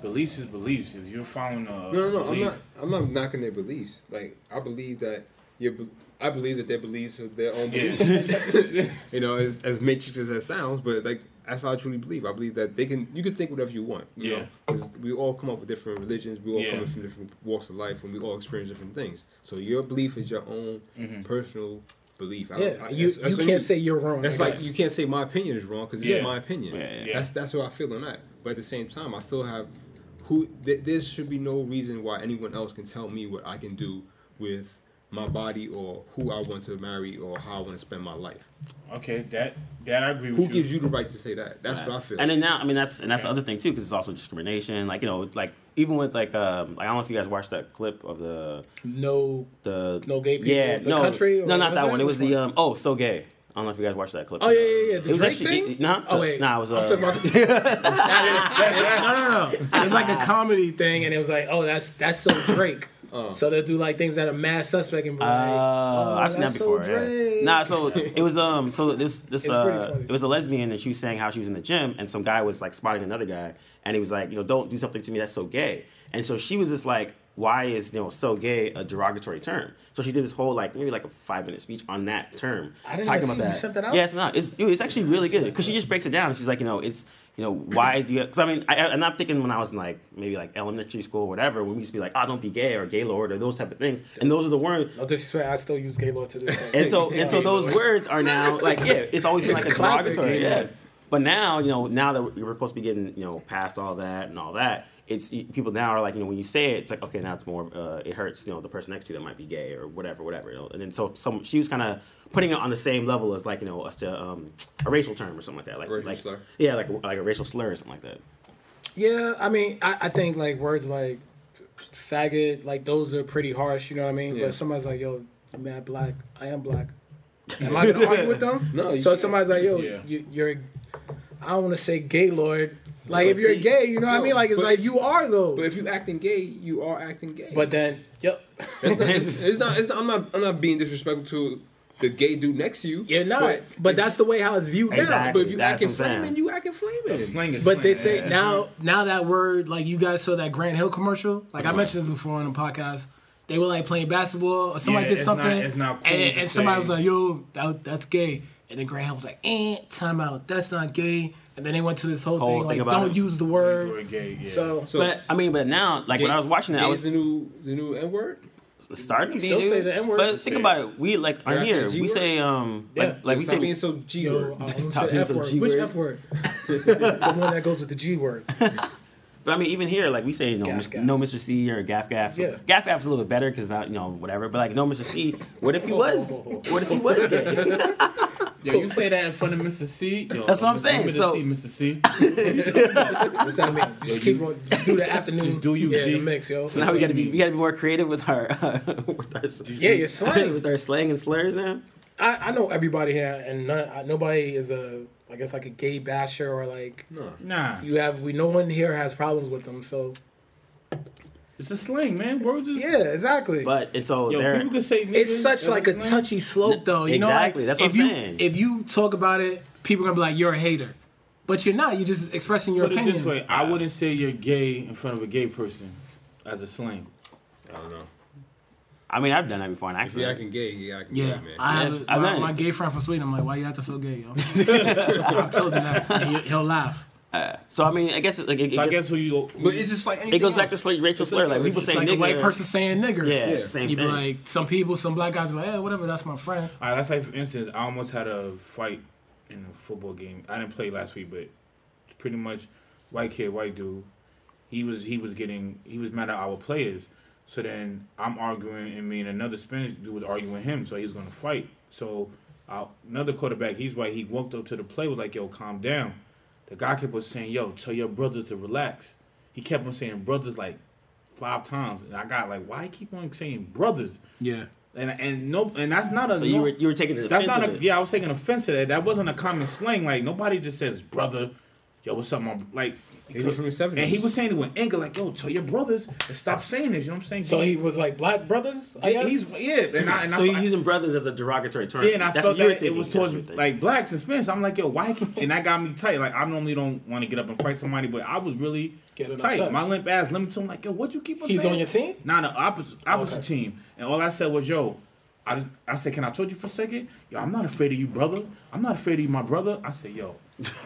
Speaker 4: beliefs is beliefs. If you're following
Speaker 2: No,
Speaker 4: a
Speaker 2: no, no. I'm
Speaker 4: belief,
Speaker 2: not. I'm not knocking their beliefs. Like I believe that your. be- I believe that their beliefs are their own beliefs. you know, as as matrix as that sounds, but like that's how I truly believe. I believe that they can. You can think whatever you want. You
Speaker 4: Yeah.
Speaker 2: know? 'Cause we all come up with different religions. We all
Speaker 4: Yeah.
Speaker 2: come from different walks of life, and we all experience different things. So your belief is your own
Speaker 4: Mm-hmm.
Speaker 2: personal belief. I-
Speaker 3: Yeah,
Speaker 2: I-
Speaker 3: you,
Speaker 2: that's- that's
Speaker 3: you
Speaker 2: what
Speaker 3: can't say you're wrong.
Speaker 2: that's
Speaker 3: I
Speaker 2: like
Speaker 3: guess.
Speaker 2: you can't say my opinion is wrong because it's
Speaker 4: Yeah.
Speaker 2: my opinion.
Speaker 1: Yeah, yeah.
Speaker 2: That's that's how I feel on that. But at the same time, I still have who. Th- there should be no reason why anyone else can tell me what I can do with my body or who I want to marry or how I want to spend my life.
Speaker 4: okay, that that I agree with
Speaker 2: Who
Speaker 4: you.
Speaker 2: gives you the right to say that? That's what I feel.
Speaker 1: And then now, I mean, that's and that's the other thing too, because it's also discrimination. Like you know, like even with like um, like I don't know if you guys watched that clip of the
Speaker 3: no.
Speaker 1: the
Speaker 3: No gay people,
Speaker 1: Yeah,
Speaker 3: the
Speaker 1: no,
Speaker 3: country, or
Speaker 1: no, not
Speaker 3: was
Speaker 1: that
Speaker 3: it?
Speaker 1: one. It was
Speaker 3: Which
Speaker 1: the um, oh, so gay. I don't know if you guys watched that clip.
Speaker 3: Oh yeah, yeah, yeah.
Speaker 1: It
Speaker 3: The
Speaker 1: was
Speaker 3: Drake
Speaker 1: actually
Speaker 3: thing.
Speaker 1: it- it- nah,
Speaker 3: oh wait,
Speaker 1: nah, it was uh, *laughs*
Speaker 3: no, no, no. It's like a comedy thing, and it was like, oh, that's that's so Drake. So they'll do like things that a mad suspect and be like,
Speaker 1: Uh,
Speaker 3: oh,
Speaker 1: I've seen that
Speaker 3: that's
Speaker 1: before.
Speaker 3: So
Speaker 1: yeah.
Speaker 3: Drake.
Speaker 1: Nah, so it was um, so this this
Speaker 3: It's pretty
Speaker 1: uh,
Speaker 3: funny.
Speaker 1: it was a lesbian and she was saying how she was in the gym and some guy was like spotting another guy and he was like, you know, don't do something to me that's so gay. And so she was just like, why is you know so gay a derogatory term? So she did this whole like maybe like a five minute speech on that term,
Speaker 3: I didn't
Speaker 1: talking
Speaker 3: even
Speaker 1: about
Speaker 3: see you
Speaker 1: that.
Speaker 3: sent that out?
Speaker 1: Yeah, it's not. It's dude, it's actually really good because she just breaks it down. and She's like, you know, it's you know why do you? Because I mean, I, I- and I'm thinking when I was in like maybe like elementary school, or whatever, when we used to be like, oh, don't be gay or gaylord or those type of things, and those are the words.
Speaker 3: No disrespect, I still use Gaylord to this day.
Speaker 1: And so and so those words are now like yeah, it's always been like a
Speaker 3: classic,
Speaker 1: derogatory.
Speaker 3: yeah.
Speaker 1: Yeah. But now, you know, now that we're supposed to be getting, you know, past all that and all that, it's people now are like, you know, when you say it, it's like, okay, now it's more, uh, it hurts, you know, the person next to you that might be gay or whatever, whatever. You know? And then so some, she was kind of putting it on the same level as like, you know, us to um, a racial term or something like that, like,
Speaker 2: Racial
Speaker 1: like
Speaker 2: slur.
Speaker 1: yeah, like like a racial slur or something
Speaker 2: *laughs*
Speaker 1: like that.
Speaker 3: Yeah, I mean, I, I think like words like faggot, like those are pretty harsh. You know what I mean?
Speaker 2: Yeah.
Speaker 3: But somebody's like, yo, I'm not black. I am black.
Speaker 2: *laughs*
Speaker 3: Am I gonna argue with them?
Speaker 2: No, you
Speaker 3: So
Speaker 2: can't.
Speaker 3: somebody's like, yo,
Speaker 4: Yeah.
Speaker 3: you, you're, I don't want to say gaylord. Like if you're gay, you know what I mean? Like it's
Speaker 2: But-
Speaker 3: like you are though.
Speaker 2: But if you acting gay, you are acting gay.
Speaker 5: But then, yep.
Speaker 2: it's not. It's not. I'm not. I'm not being disrespectful to the gay dude next to you.
Speaker 3: You're not.
Speaker 2: But,
Speaker 3: But, that's the way how it's viewed
Speaker 1: Exactly.
Speaker 2: but if you
Speaker 1: That's
Speaker 2: acting
Speaker 1: what I'm saying.
Speaker 2: flaming, you acting flaming.
Speaker 4: Sling is
Speaker 3: now. But they
Speaker 4: slang,
Speaker 3: say
Speaker 4: yeah.
Speaker 3: now now that word like you guys saw that Grant Hill commercial. Like I mentioned this before on the podcast. They were like playing basketball or somebody
Speaker 4: Yeah,
Speaker 3: did
Speaker 4: it's not-
Speaker 3: something.
Speaker 4: it's not cool
Speaker 3: and,
Speaker 4: to
Speaker 3: and somebody was
Speaker 4: say-
Speaker 3: like, yo, that, that's gay. And then Grant Hill was like, eh, time out. That's not gay. And then they went to this whole,
Speaker 1: Whole
Speaker 3: thing,
Speaker 1: thing
Speaker 3: like
Speaker 1: about
Speaker 3: don't
Speaker 1: it.
Speaker 3: use the
Speaker 4: Or
Speaker 3: word.
Speaker 4: gay, yeah.
Speaker 3: So,
Speaker 2: So
Speaker 1: But I mean, but now, like when I was watching it,
Speaker 2: gay
Speaker 1: I
Speaker 2: is
Speaker 1: was
Speaker 2: the new the new N word.
Speaker 1: starting to be,
Speaker 3: still say
Speaker 1: dude.
Speaker 3: the N-word.
Speaker 1: But think
Speaker 4: Shit.
Speaker 1: about it. We like
Speaker 2: Did
Speaker 1: on
Speaker 2: I say
Speaker 1: here.
Speaker 2: the
Speaker 1: We
Speaker 2: G-word?
Speaker 1: say um
Speaker 5: Yeah.
Speaker 1: like like we
Speaker 2: Stop being
Speaker 1: say
Speaker 2: so G
Speaker 3: yo,
Speaker 2: word.
Speaker 3: I almost
Speaker 1: Stop
Speaker 3: said
Speaker 1: using
Speaker 3: F
Speaker 1: the
Speaker 3: word.
Speaker 1: G
Speaker 3: Which
Speaker 1: word.
Speaker 3: F word?
Speaker 1: *laughs*
Speaker 3: the one that goes with the G word.
Speaker 1: But I mean, even here, like we say, no,
Speaker 3: Gaff
Speaker 1: Mis-
Speaker 3: gaff.
Speaker 1: no, Mr. C or Gaff Gaff. So
Speaker 3: Yeah.
Speaker 1: Gaff Gaff's a little bit better because not, you know, whatever. But like, no, Mr. C. What if he was?
Speaker 3: *laughs*
Speaker 1: what if he was? Gay?
Speaker 4: Yo, you say that in front of Mr. C. Yo,
Speaker 1: That's what I'm
Speaker 4: Mr.
Speaker 1: saying,
Speaker 4: Mr.
Speaker 1: so-
Speaker 4: C, Mr.
Speaker 1: *laughs*
Speaker 4: C.
Speaker 3: That's what I mean. Just keep on. Just do the afternoon.
Speaker 4: Just do you,
Speaker 3: yeah,
Speaker 4: G.
Speaker 3: the mix, yo.
Speaker 1: So now we gotta be, we gotta be more creative with our, *laughs* uh, with our,
Speaker 3: yeah, your
Speaker 1: *laughs*
Speaker 3: slang.
Speaker 1: with our slang and slurs now.
Speaker 3: I, I know everybody here, and none, I, nobody is a, I guess like a gay basher or like
Speaker 4: Nah,
Speaker 3: you have. We no one here has problems with them. So
Speaker 4: it's a slang, man. Words is
Speaker 3: yeah, exactly.
Speaker 1: But and so
Speaker 4: Yo,
Speaker 1: there,
Speaker 4: people can say nigga.
Speaker 3: it's such
Speaker 4: that's
Speaker 3: like a
Speaker 4: slang.
Speaker 3: touchy slope, though. You know, like,
Speaker 1: Exactly, that's what
Speaker 3: if
Speaker 1: I'm
Speaker 3: you,
Speaker 1: saying.
Speaker 3: If you talk about it, people are gonna be like, "You're a hater," but you're not. You're just expressing your
Speaker 4: Put it
Speaker 3: opinion.
Speaker 4: this way, I wouldn't say you're gay in front of a gay person as a slang.
Speaker 2: I don't know.
Speaker 1: I mean, I've done that before, and
Speaker 2: If you
Speaker 1: actually,
Speaker 2: acting gay, you acting
Speaker 3: Yeah,
Speaker 2: gay, man.
Speaker 3: I have
Speaker 1: Yeah,
Speaker 3: a,
Speaker 1: I
Speaker 3: my,
Speaker 1: bet.
Speaker 3: my gay friend from Sweden. I'm like, why you have to
Speaker 1: *laughs*
Speaker 3: feel gay, yo? I've told him that. and he, will laugh.
Speaker 1: so I mean, I guess it, like, it,
Speaker 4: So
Speaker 1: it
Speaker 4: I
Speaker 1: gets-
Speaker 4: guess who you.
Speaker 2: but it's just like
Speaker 1: it
Speaker 2: anything
Speaker 1: goes back to
Speaker 2: else.
Speaker 1: slur, Rachel
Speaker 2: It's
Speaker 1: slur. Like
Speaker 2: like-
Speaker 1: people say
Speaker 2: it's
Speaker 3: It's like
Speaker 1: nigga.
Speaker 3: a white person saying nigger.
Speaker 1: Yeah,
Speaker 2: Yeah.
Speaker 1: same
Speaker 3: You'd be
Speaker 1: thing.
Speaker 3: like, some people, some black guys, be like, yeah, whatever, that's my friend.
Speaker 4: All right, that's like for instance, I almost had a fight in a football game. I didn't play last week, but it's pretty much white kid, white dude. He was he was getting he was mad at our players. So then I'm arguing, and me and another Spanish dude was arguing with him. So he was gonna fight. So uh, another quarterback, he's white. He walked up to the play was like, "Yo, calm down." The guy kept on saying, "Yo, tell your brothers to relax." He kept on saying "brothers" like five times, and I got like, "Why you keep on saying brothers?"
Speaker 3: Yeah.
Speaker 4: And and no, and that's not a
Speaker 1: So you
Speaker 4: no-
Speaker 1: were you were taking the
Speaker 4: that's
Speaker 1: offense
Speaker 4: not
Speaker 1: to
Speaker 4: a,
Speaker 1: it.
Speaker 4: yeah. I was taking offense to that. That wasn't a common slang. Like nobody just says brother, yo, what's up, my br-" like.
Speaker 2: He was from the 70s.
Speaker 4: And he was saying it with anger, like yo, tell your brothers to stop saying this. You know what I'm saying?
Speaker 3: So he was like, black brothers? I
Speaker 4: yeah,
Speaker 3: guess?
Speaker 4: he's yeah, and I, and
Speaker 1: So
Speaker 4: I,
Speaker 1: you're using brothers as a derogatory term.
Speaker 4: yeah, and I
Speaker 1: That's
Speaker 4: felt
Speaker 1: what you were
Speaker 4: that it
Speaker 1: thinking.
Speaker 4: was
Speaker 1: That's what
Speaker 4: towards
Speaker 1: you're thinking.
Speaker 4: like blacks and Spanish. I'm like yo, why? can't- And that got me tight. Like I normally don't want to get up and fight somebody, but I was really
Speaker 3: Getting
Speaker 4: tight.
Speaker 3: upset.
Speaker 4: My limp ass limp to him, like yo, what you keep on
Speaker 3: He's
Speaker 4: saying?
Speaker 3: on your team?
Speaker 4: Nah, the opposite opposite
Speaker 3: Okay.
Speaker 4: team. And all I said was, yo, I just I said, can I told you for a second? Yo, I'm not afraid of you, brother. I'm not afraid of you, my brother. I said, yo,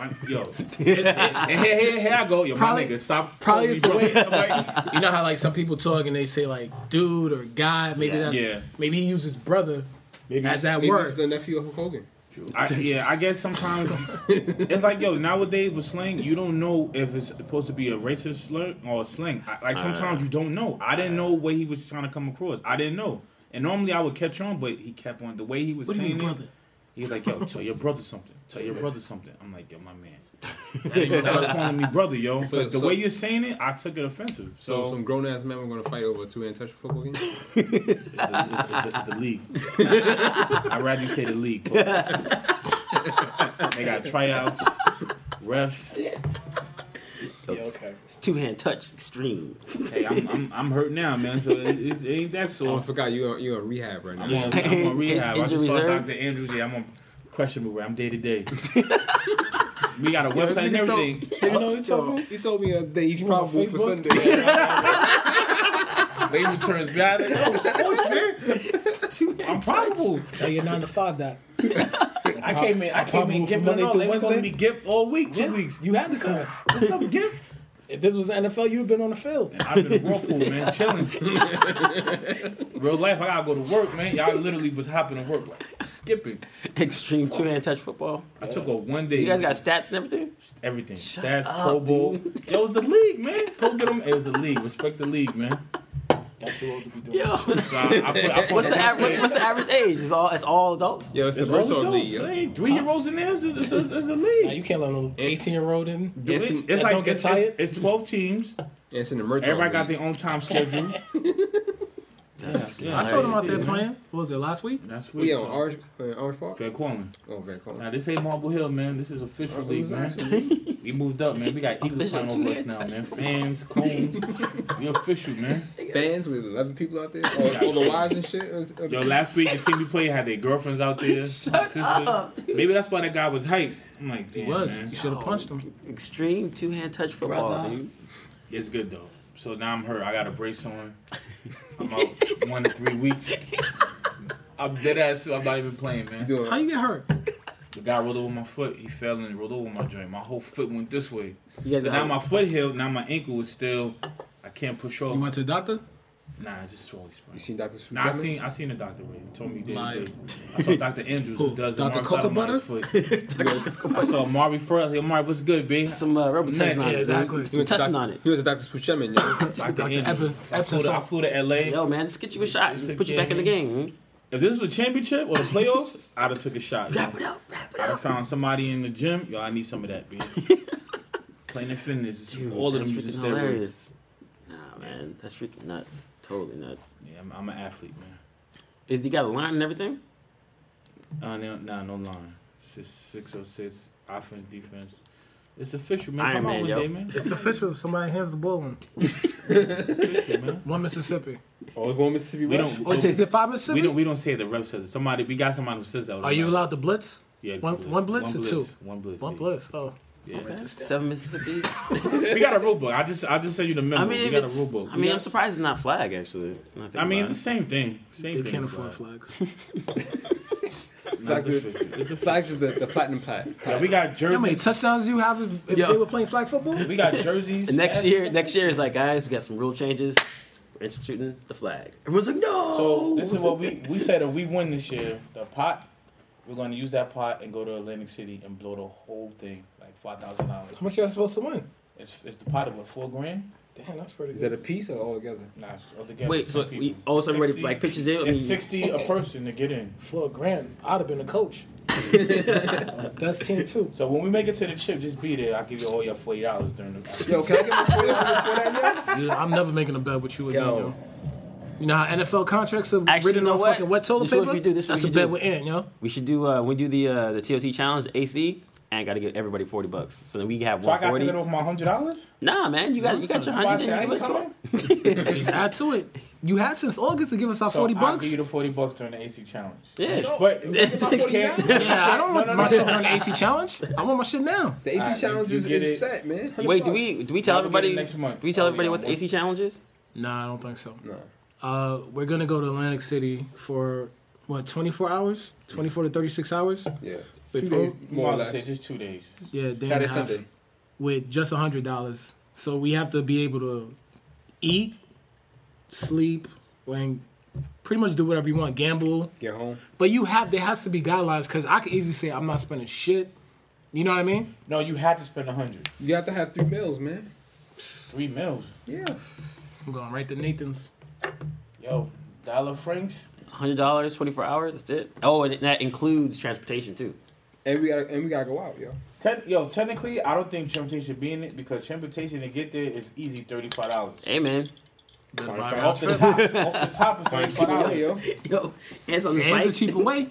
Speaker 4: I- yo.
Speaker 3: *laughs*
Speaker 4: It's- it- and here, here, here I go, yo,
Speaker 3: Probably-
Speaker 4: my nigga, stop.
Speaker 3: probably
Speaker 4: calling
Speaker 3: it's
Speaker 4: me
Speaker 3: the
Speaker 4: brother. *laughs* Like,
Speaker 3: You know how like some people talk and they say like dude or guy, maybe
Speaker 1: Yeah.
Speaker 3: that's
Speaker 4: Yeah.
Speaker 3: maybe he uses brother as that
Speaker 2: Maybe
Speaker 3: word.
Speaker 2: it's the nephew of Hulk Hogan.
Speaker 4: I, yeah, I guess sometimes it's like yo. Nowadays with slang, you don't know if it's supposed to be a racist slur or a slang. I, like sometimes you don't know. I didn't know what he was trying to come across. I didn't know. And normally I would catch on, but he kept on the way he was
Speaker 3: what do you
Speaker 4: saying
Speaker 3: mean,
Speaker 4: it,
Speaker 3: brother?
Speaker 4: He was like, yo, tell your brother something. Tell your brother something. I'm like, yo, my man. And you start calling me brother, yo.
Speaker 2: So-
Speaker 4: But the
Speaker 2: so-
Speaker 4: way you're saying it, I took it offensive.
Speaker 2: So,
Speaker 4: So,
Speaker 2: some grown ass men were gonna fight over a two hand touch
Speaker 1: *laughs*
Speaker 2: football game.
Speaker 4: it's the, it's the- the league. I'd rather you say the league. bro. they got tryouts, refs.
Speaker 3: okay.
Speaker 1: It's two hand touch extreme.
Speaker 4: Hey, I'm, I'm, I'm hurt now, man. So it, it, it ain't that
Speaker 2: Oh, I
Speaker 4: sore.
Speaker 2: forgot you are you on rehab right
Speaker 4: I'm
Speaker 2: now.
Speaker 4: on, I'm on rehab. I
Speaker 1: Injury
Speaker 4: just saw
Speaker 1: reserve?
Speaker 4: Dr. Andrew J. I'm on questionable. where I'm day to day. We got a website and
Speaker 2: nigga told-
Speaker 4: everything.
Speaker 2: You know, he told me he told me uh, that he's probable for Sunday.
Speaker 4: *laughs* Baby returns
Speaker 2: *laughs*
Speaker 4: bad. Yo, sports, man.
Speaker 1: Two hand
Speaker 4: I'm probable.
Speaker 3: Tell your nine to five *laughs* that.
Speaker 4: I came in. I came
Speaker 3: probably
Speaker 4: in
Speaker 3: will
Speaker 4: Gip
Speaker 3: from Monday
Speaker 4: Monday through
Speaker 3: through
Speaker 4: They was calling
Speaker 3: Wednesday.
Speaker 4: me Gip all week, two weeks.
Speaker 3: You had to come in.
Speaker 4: What's up, Gip?
Speaker 3: If this was the NFL, you'd have been on the field.
Speaker 4: I've been in Whirlpool, man, chilling.
Speaker 3: *laughs*
Speaker 4: Real life, I gotta go to work, man. Y'all literally was hopping to work, like skipping.
Speaker 1: Extreme two hand touch football.
Speaker 4: I took a one day.
Speaker 1: You guys got stats and
Speaker 4: *laughs*
Speaker 1: everything?
Speaker 4: everything. Stats, Pro Bowl. Yo, it was the league, man. Pro get them. It was the league. Respect the league, man.
Speaker 5: Got too old to be doing.
Speaker 1: Yo,
Speaker 4: So I, I put, I put
Speaker 1: what's the average? What's the average age? It's all it's all adults.
Speaker 2: Yo, it's the
Speaker 4: It's all
Speaker 2: Virtual
Speaker 4: adults,
Speaker 2: League. yo.
Speaker 4: man. Three year olds in there is is- is- is a
Speaker 3: Now,
Speaker 4: league.
Speaker 3: you can't let an 18 year old in.
Speaker 2: It's, in,
Speaker 3: That
Speaker 4: It's like
Speaker 3: don't get
Speaker 4: it's, it's,
Speaker 3: tired?
Speaker 2: *laughs*
Speaker 4: it's twelve teams.
Speaker 2: it's in the Murtaugh
Speaker 4: Everybody
Speaker 3: *laughs*
Speaker 4: got
Speaker 2: League.
Speaker 4: their own time schedule.
Speaker 1: That's
Speaker 4: Yeah,
Speaker 3: I saw them out there
Speaker 4: Yeah.
Speaker 3: playing. What was it last week?
Speaker 4: That's
Speaker 2: We
Speaker 4: what.
Speaker 2: on Orange, uh, Orange Park?
Speaker 4: Fair calling.
Speaker 2: Oh, very cool.
Speaker 4: Now this ain't Marble Hill, man. This is official
Speaker 2: Oh,
Speaker 4: league,
Speaker 2: who's
Speaker 4: man. we moved up, man. We got Eagles
Speaker 1: Official
Speaker 4: playing
Speaker 1: two
Speaker 4: over us now, man. Fans,
Speaker 1: *laughs*
Speaker 4: cones, we official, man.
Speaker 2: Fans with 11 people out there? All, all the wives and shit? Is- is-
Speaker 4: Yo, last week the team we played had their girlfriends
Speaker 1: *laughs*
Speaker 4: out there. Shut
Speaker 1: up,
Speaker 4: Maybe that's why that guy was hyped. I'm like, damn,
Speaker 3: He was.
Speaker 4: man. Oh.
Speaker 3: You should have punched him.
Speaker 1: Extreme two hand touch football,
Speaker 5: Brother.
Speaker 1: dude.
Speaker 4: It's good though. So now I'm hurt. I got a brace on.
Speaker 1: *laughs*
Speaker 4: I'm out one to three weeks. I'm dead ass too. I'm not even playing, man.
Speaker 2: Doing,
Speaker 3: How you get hurt?
Speaker 4: The guy rolled over my foot. He fell and rolled over my joint. My whole foot went this way.
Speaker 1: You guys
Speaker 4: So
Speaker 1: got
Speaker 4: now my foot healed. Now my ankle is still. I can't push off.
Speaker 3: You went to the doctor?
Speaker 4: Nah, it's just swollen sprain.
Speaker 2: you seen Dr. Sue
Speaker 4: Nah, I
Speaker 2: Drummond?
Speaker 4: seen I seen a doctor. Ray. He told me he did.
Speaker 3: Liar.
Speaker 4: it.
Speaker 1: *laughs*
Speaker 4: I saw Doctor Andrews
Speaker 3: Who?
Speaker 4: who does the
Speaker 3: Dr.
Speaker 4: arms out of my
Speaker 3: Cocobutter?
Speaker 4: foot. I saw Mari Furley. Mari, what's good, B?
Speaker 1: some uh, rubber testing on
Speaker 4: Yeah,
Speaker 1: it.
Speaker 3: exactly.
Speaker 1: dude.
Speaker 2: He
Speaker 1: Some
Speaker 2: went to
Speaker 1: testing
Speaker 2: doc-
Speaker 1: on it.
Speaker 2: He was a Dr. Spuchemin,
Speaker 4: *laughs*
Speaker 2: yo.
Speaker 4: Dr.
Speaker 3: Epi-
Speaker 4: Andrews. I flew, to, I
Speaker 3: Epsom.
Speaker 4: flew to LA.
Speaker 1: Yo, man, let's get you a shot.
Speaker 4: It's
Speaker 1: Put you back in the game.
Speaker 4: If this was a championship or the
Speaker 1: *laughs*
Speaker 4: playoffs, I'd have took a shot. yo.
Speaker 1: Wrap it up, wrap it
Speaker 4: I'd
Speaker 1: up.
Speaker 4: have found somebody in the gym. Yo, I need some of
Speaker 1: *laughs*
Speaker 4: that, B. Playing and fitness, it's
Speaker 1: Dude,
Speaker 4: all of them
Speaker 1: that's
Speaker 4: using
Speaker 1: freaking
Speaker 4: steroids.
Speaker 1: hilarious. Nah, man, that's freaking nuts. Totally nuts.
Speaker 4: Yeah, I'm, I'm an athlete, man.
Speaker 1: Is he got a line and everything?
Speaker 4: Uh, no, nah, no line. Six, six or six, offense, defense. It's official, man.
Speaker 1: Iron
Speaker 4: Come
Speaker 1: Man,
Speaker 4: on one
Speaker 1: yo.
Speaker 4: day, man.
Speaker 3: It's official. Somebody hands the ball on.
Speaker 4: Official, man.
Speaker 3: One Mississippi.
Speaker 2: Always want Mississippi
Speaker 4: We
Speaker 2: Rush.
Speaker 4: don't.
Speaker 3: Oh, is it five Mississippi?
Speaker 4: we don't. We don't say the ref says it. Somebody. We got somebody who says that.
Speaker 3: Are you allowed to blitz?
Speaker 4: Yeah,
Speaker 3: one- one blitz or two?
Speaker 4: One blitz.
Speaker 3: One
Speaker 4: yeah.
Speaker 3: blitz. Oh,
Speaker 4: Yeah.
Speaker 1: Okay. Seven Mississippi's.
Speaker 4: *coughs* *laughs* we got a rule book. I just. I just send you the memo.
Speaker 1: I mean,
Speaker 4: we
Speaker 1: if
Speaker 4: got a
Speaker 1: it's,
Speaker 4: rule book.
Speaker 1: I
Speaker 4: We
Speaker 1: mean,
Speaker 4: got-
Speaker 1: I'm surprised it's not flag actually. when think
Speaker 4: I mean,
Speaker 1: about
Speaker 4: it's the same thing. Same
Speaker 3: they
Speaker 4: thing.
Speaker 3: can't
Speaker 4: as
Speaker 3: afford
Speaker 4: flag.
Speaker 3: flags.
Speaker 4: No,
Speaker 2: Flags
Speaker 4: it's
Speaker 2: is,
Speaker 4: official. It's official.
Speaker 2: flags is the, the platinum plaque.
Speaker 4: Yeah, we got
Speaker 3: How many
Speaker 4: jerseys.
Speaker 3: touchdowns do you have if, if
Speaker 1: Yo.
Speaker 3: they were playing
Speaker 1: *laughs*
Speaker 3: flag football?
Speaker 4: We got jerseys.
Speaker 1: And next year, next year is like, guys, we got some rule changes. We're instituting the flag. Everyone's like, no.
Speaker 4: So this is what we we said if we *laughs* win this year, the pot, we're gonna use that pot and go to Atlantic City and blow the whole thing like five thousand dollars.
Speaker 3: much y'all supposed to win?
Speaker 4: It's it's the pot of what four grand?
Speaker 3: Damn, that's pretty
Speaker 2: Is that a piece or all
Speaker 4: *laughs*
Speaker 2: together?
Speaker 4: Nah, it's all together.
Speaker 1: Wait, so
Speaker 4: 10
Speaker 1: we,
Speaker 4: people.
Speaker 1: oh, so everybody
Speaker 4: 60
Speaker 1: like pitches in. I
Speaker 4: It's
Speaker 1: mean,
Speaker 4: sixty a person to get in.
Speaker 3: For a grand, I'd have been
Speaker 1: *laughs*
Speaker 3: a coach. Best team too.
Speaker 4: So when we make it to the chip, just be there. I'll give you all your forty dollars during the.
Speaker 2: Yo, can I get my foot out before that,
Speaker 3: Dude, I'm never making a bet with you again,
Speaker 1: Yo.
Speaker 3: yo. You know how NFL contracts are
Speaker 1: Actually,
Speaker 3: written
Speaker 1: you know
Speaker 3: on
Speaker 1: what?
Speaker 3: fucking wet toilet
Speaker 1: This is
Speaker 3: paper?
Speaker 1: what we do, this is what
Speaker 3: That's
Speaker 1: we
Speaker 3: a bet
Speaker 1: do.
Speaker 3: we're in, yo.
Speaker 1: we should do uh, we do the uh, the TOT challenge, the AC, and got to get everybody forty bucks. So then we have
Speaker 4: So I
Speaker 1: one
Speaker 4: got to
Speaker 1: forty.
Speaker 4: get over my hundred dollars.
Speaker 1: Nah, man, you got you got your
Speaker 4: I
Speaker 1: hundred.
Speaker 4: said I ain't coming.
Speaker 3: Just add to it. You had since August to give us our
Speaker 4: So
Speaker 3: 40
Speaker 4: I'll
Speaker 3: bucks.
Speaker 4: give you the forty bucks during the AC challenge.
Speaker 1: Yeah.
Speaker 4: But
Speaker 3: yeah, I don't want
Speaker 4: No, no,
Speaker 3: my
Speaker 4: no.
Speaker 3: shit during the AC challenge. I want my shit now.
Speaker 2: The AC
Speaker 4: Alright,
Speaker 2: challenge
Speaker 4: you
Speaker 2: is,
Speaker 4: get
Speaker 2: is
Speaker 4: it.
Speaker 2: set, man.
Speaker 1: Wait, do we do we tell
Speaker 4: Y'all will get
Speaker 1: everybody
Speaker 4: it next month.
Speaker 1: Do we tell
Speaker 4: Oh,
Speaker 1: everybody
Speaker 4: yeah,
Speaker 1: what the
Speaker 4: once-
Speaker 1: AC challenge is?
Speaker 3: Nah, I don't think so.
Speaker 2: No.
Speaker 3: Uh, we're gonna go to Atlantic City for what 24 hours, 24 to 36 hours.
Speaker 2: Yeah.
Speaker 3: With
Speaker 2: Two
Speaker 3: o-
Speaker 2: days, more or
Speaker 4: Mom
Speaker 2: less.
Speaker 4: said just two days.
Speaker 3: yeah, day and
Speaker 2: Saturday,
Speaker 3: a half
Speaker 2: Sunday.
Speaker 3: with just hundred dollars. So we have to be able to eat, sleep, and pretty much do whatever you want, gamble.
Speaker 2: Get home.
Speaker 3: But you have there has to be guidelines because I could easily say I'm not spending shit. You know what I mean?
Speaker 4: No, you had to spend a hundred.
Speaker 2: You have to have three meals, man.
Speaker 4: Three meals.
Speaker 2: Yeah.
Speaker 3: I'm going right to Nathan's.
Speaker 4: Yo, dollar francs.
Speaker 1: Hundred dollars, twenty four hours. That's it. Oh, and that includes transportation too.
Speaker 2: And we gotta and we gotta go out, yo.
Speaker 4: Ten, yo, technically, I don't think transportation should be in it because transportation to get there is easy thirty five dollars.
Speaker 1: Hey, man. *laughs*
Speaker 3: Better buy a round
Speaker 4: Off
Speaker 2: *laughs*
Speaker 4: the
Speaker 3: trip.
Speaker 4: top, off the top is thirty
Speaker 5: Oh,
Speaker 4: five
Speaker 2: Yeah,
Speaker 4: dollars.
Speaker 2: yo.
Speaker 1: Yo, hands on this
Speaker 3: And
Speaker 1: bike.
Speaker 3: it's a cheaper way.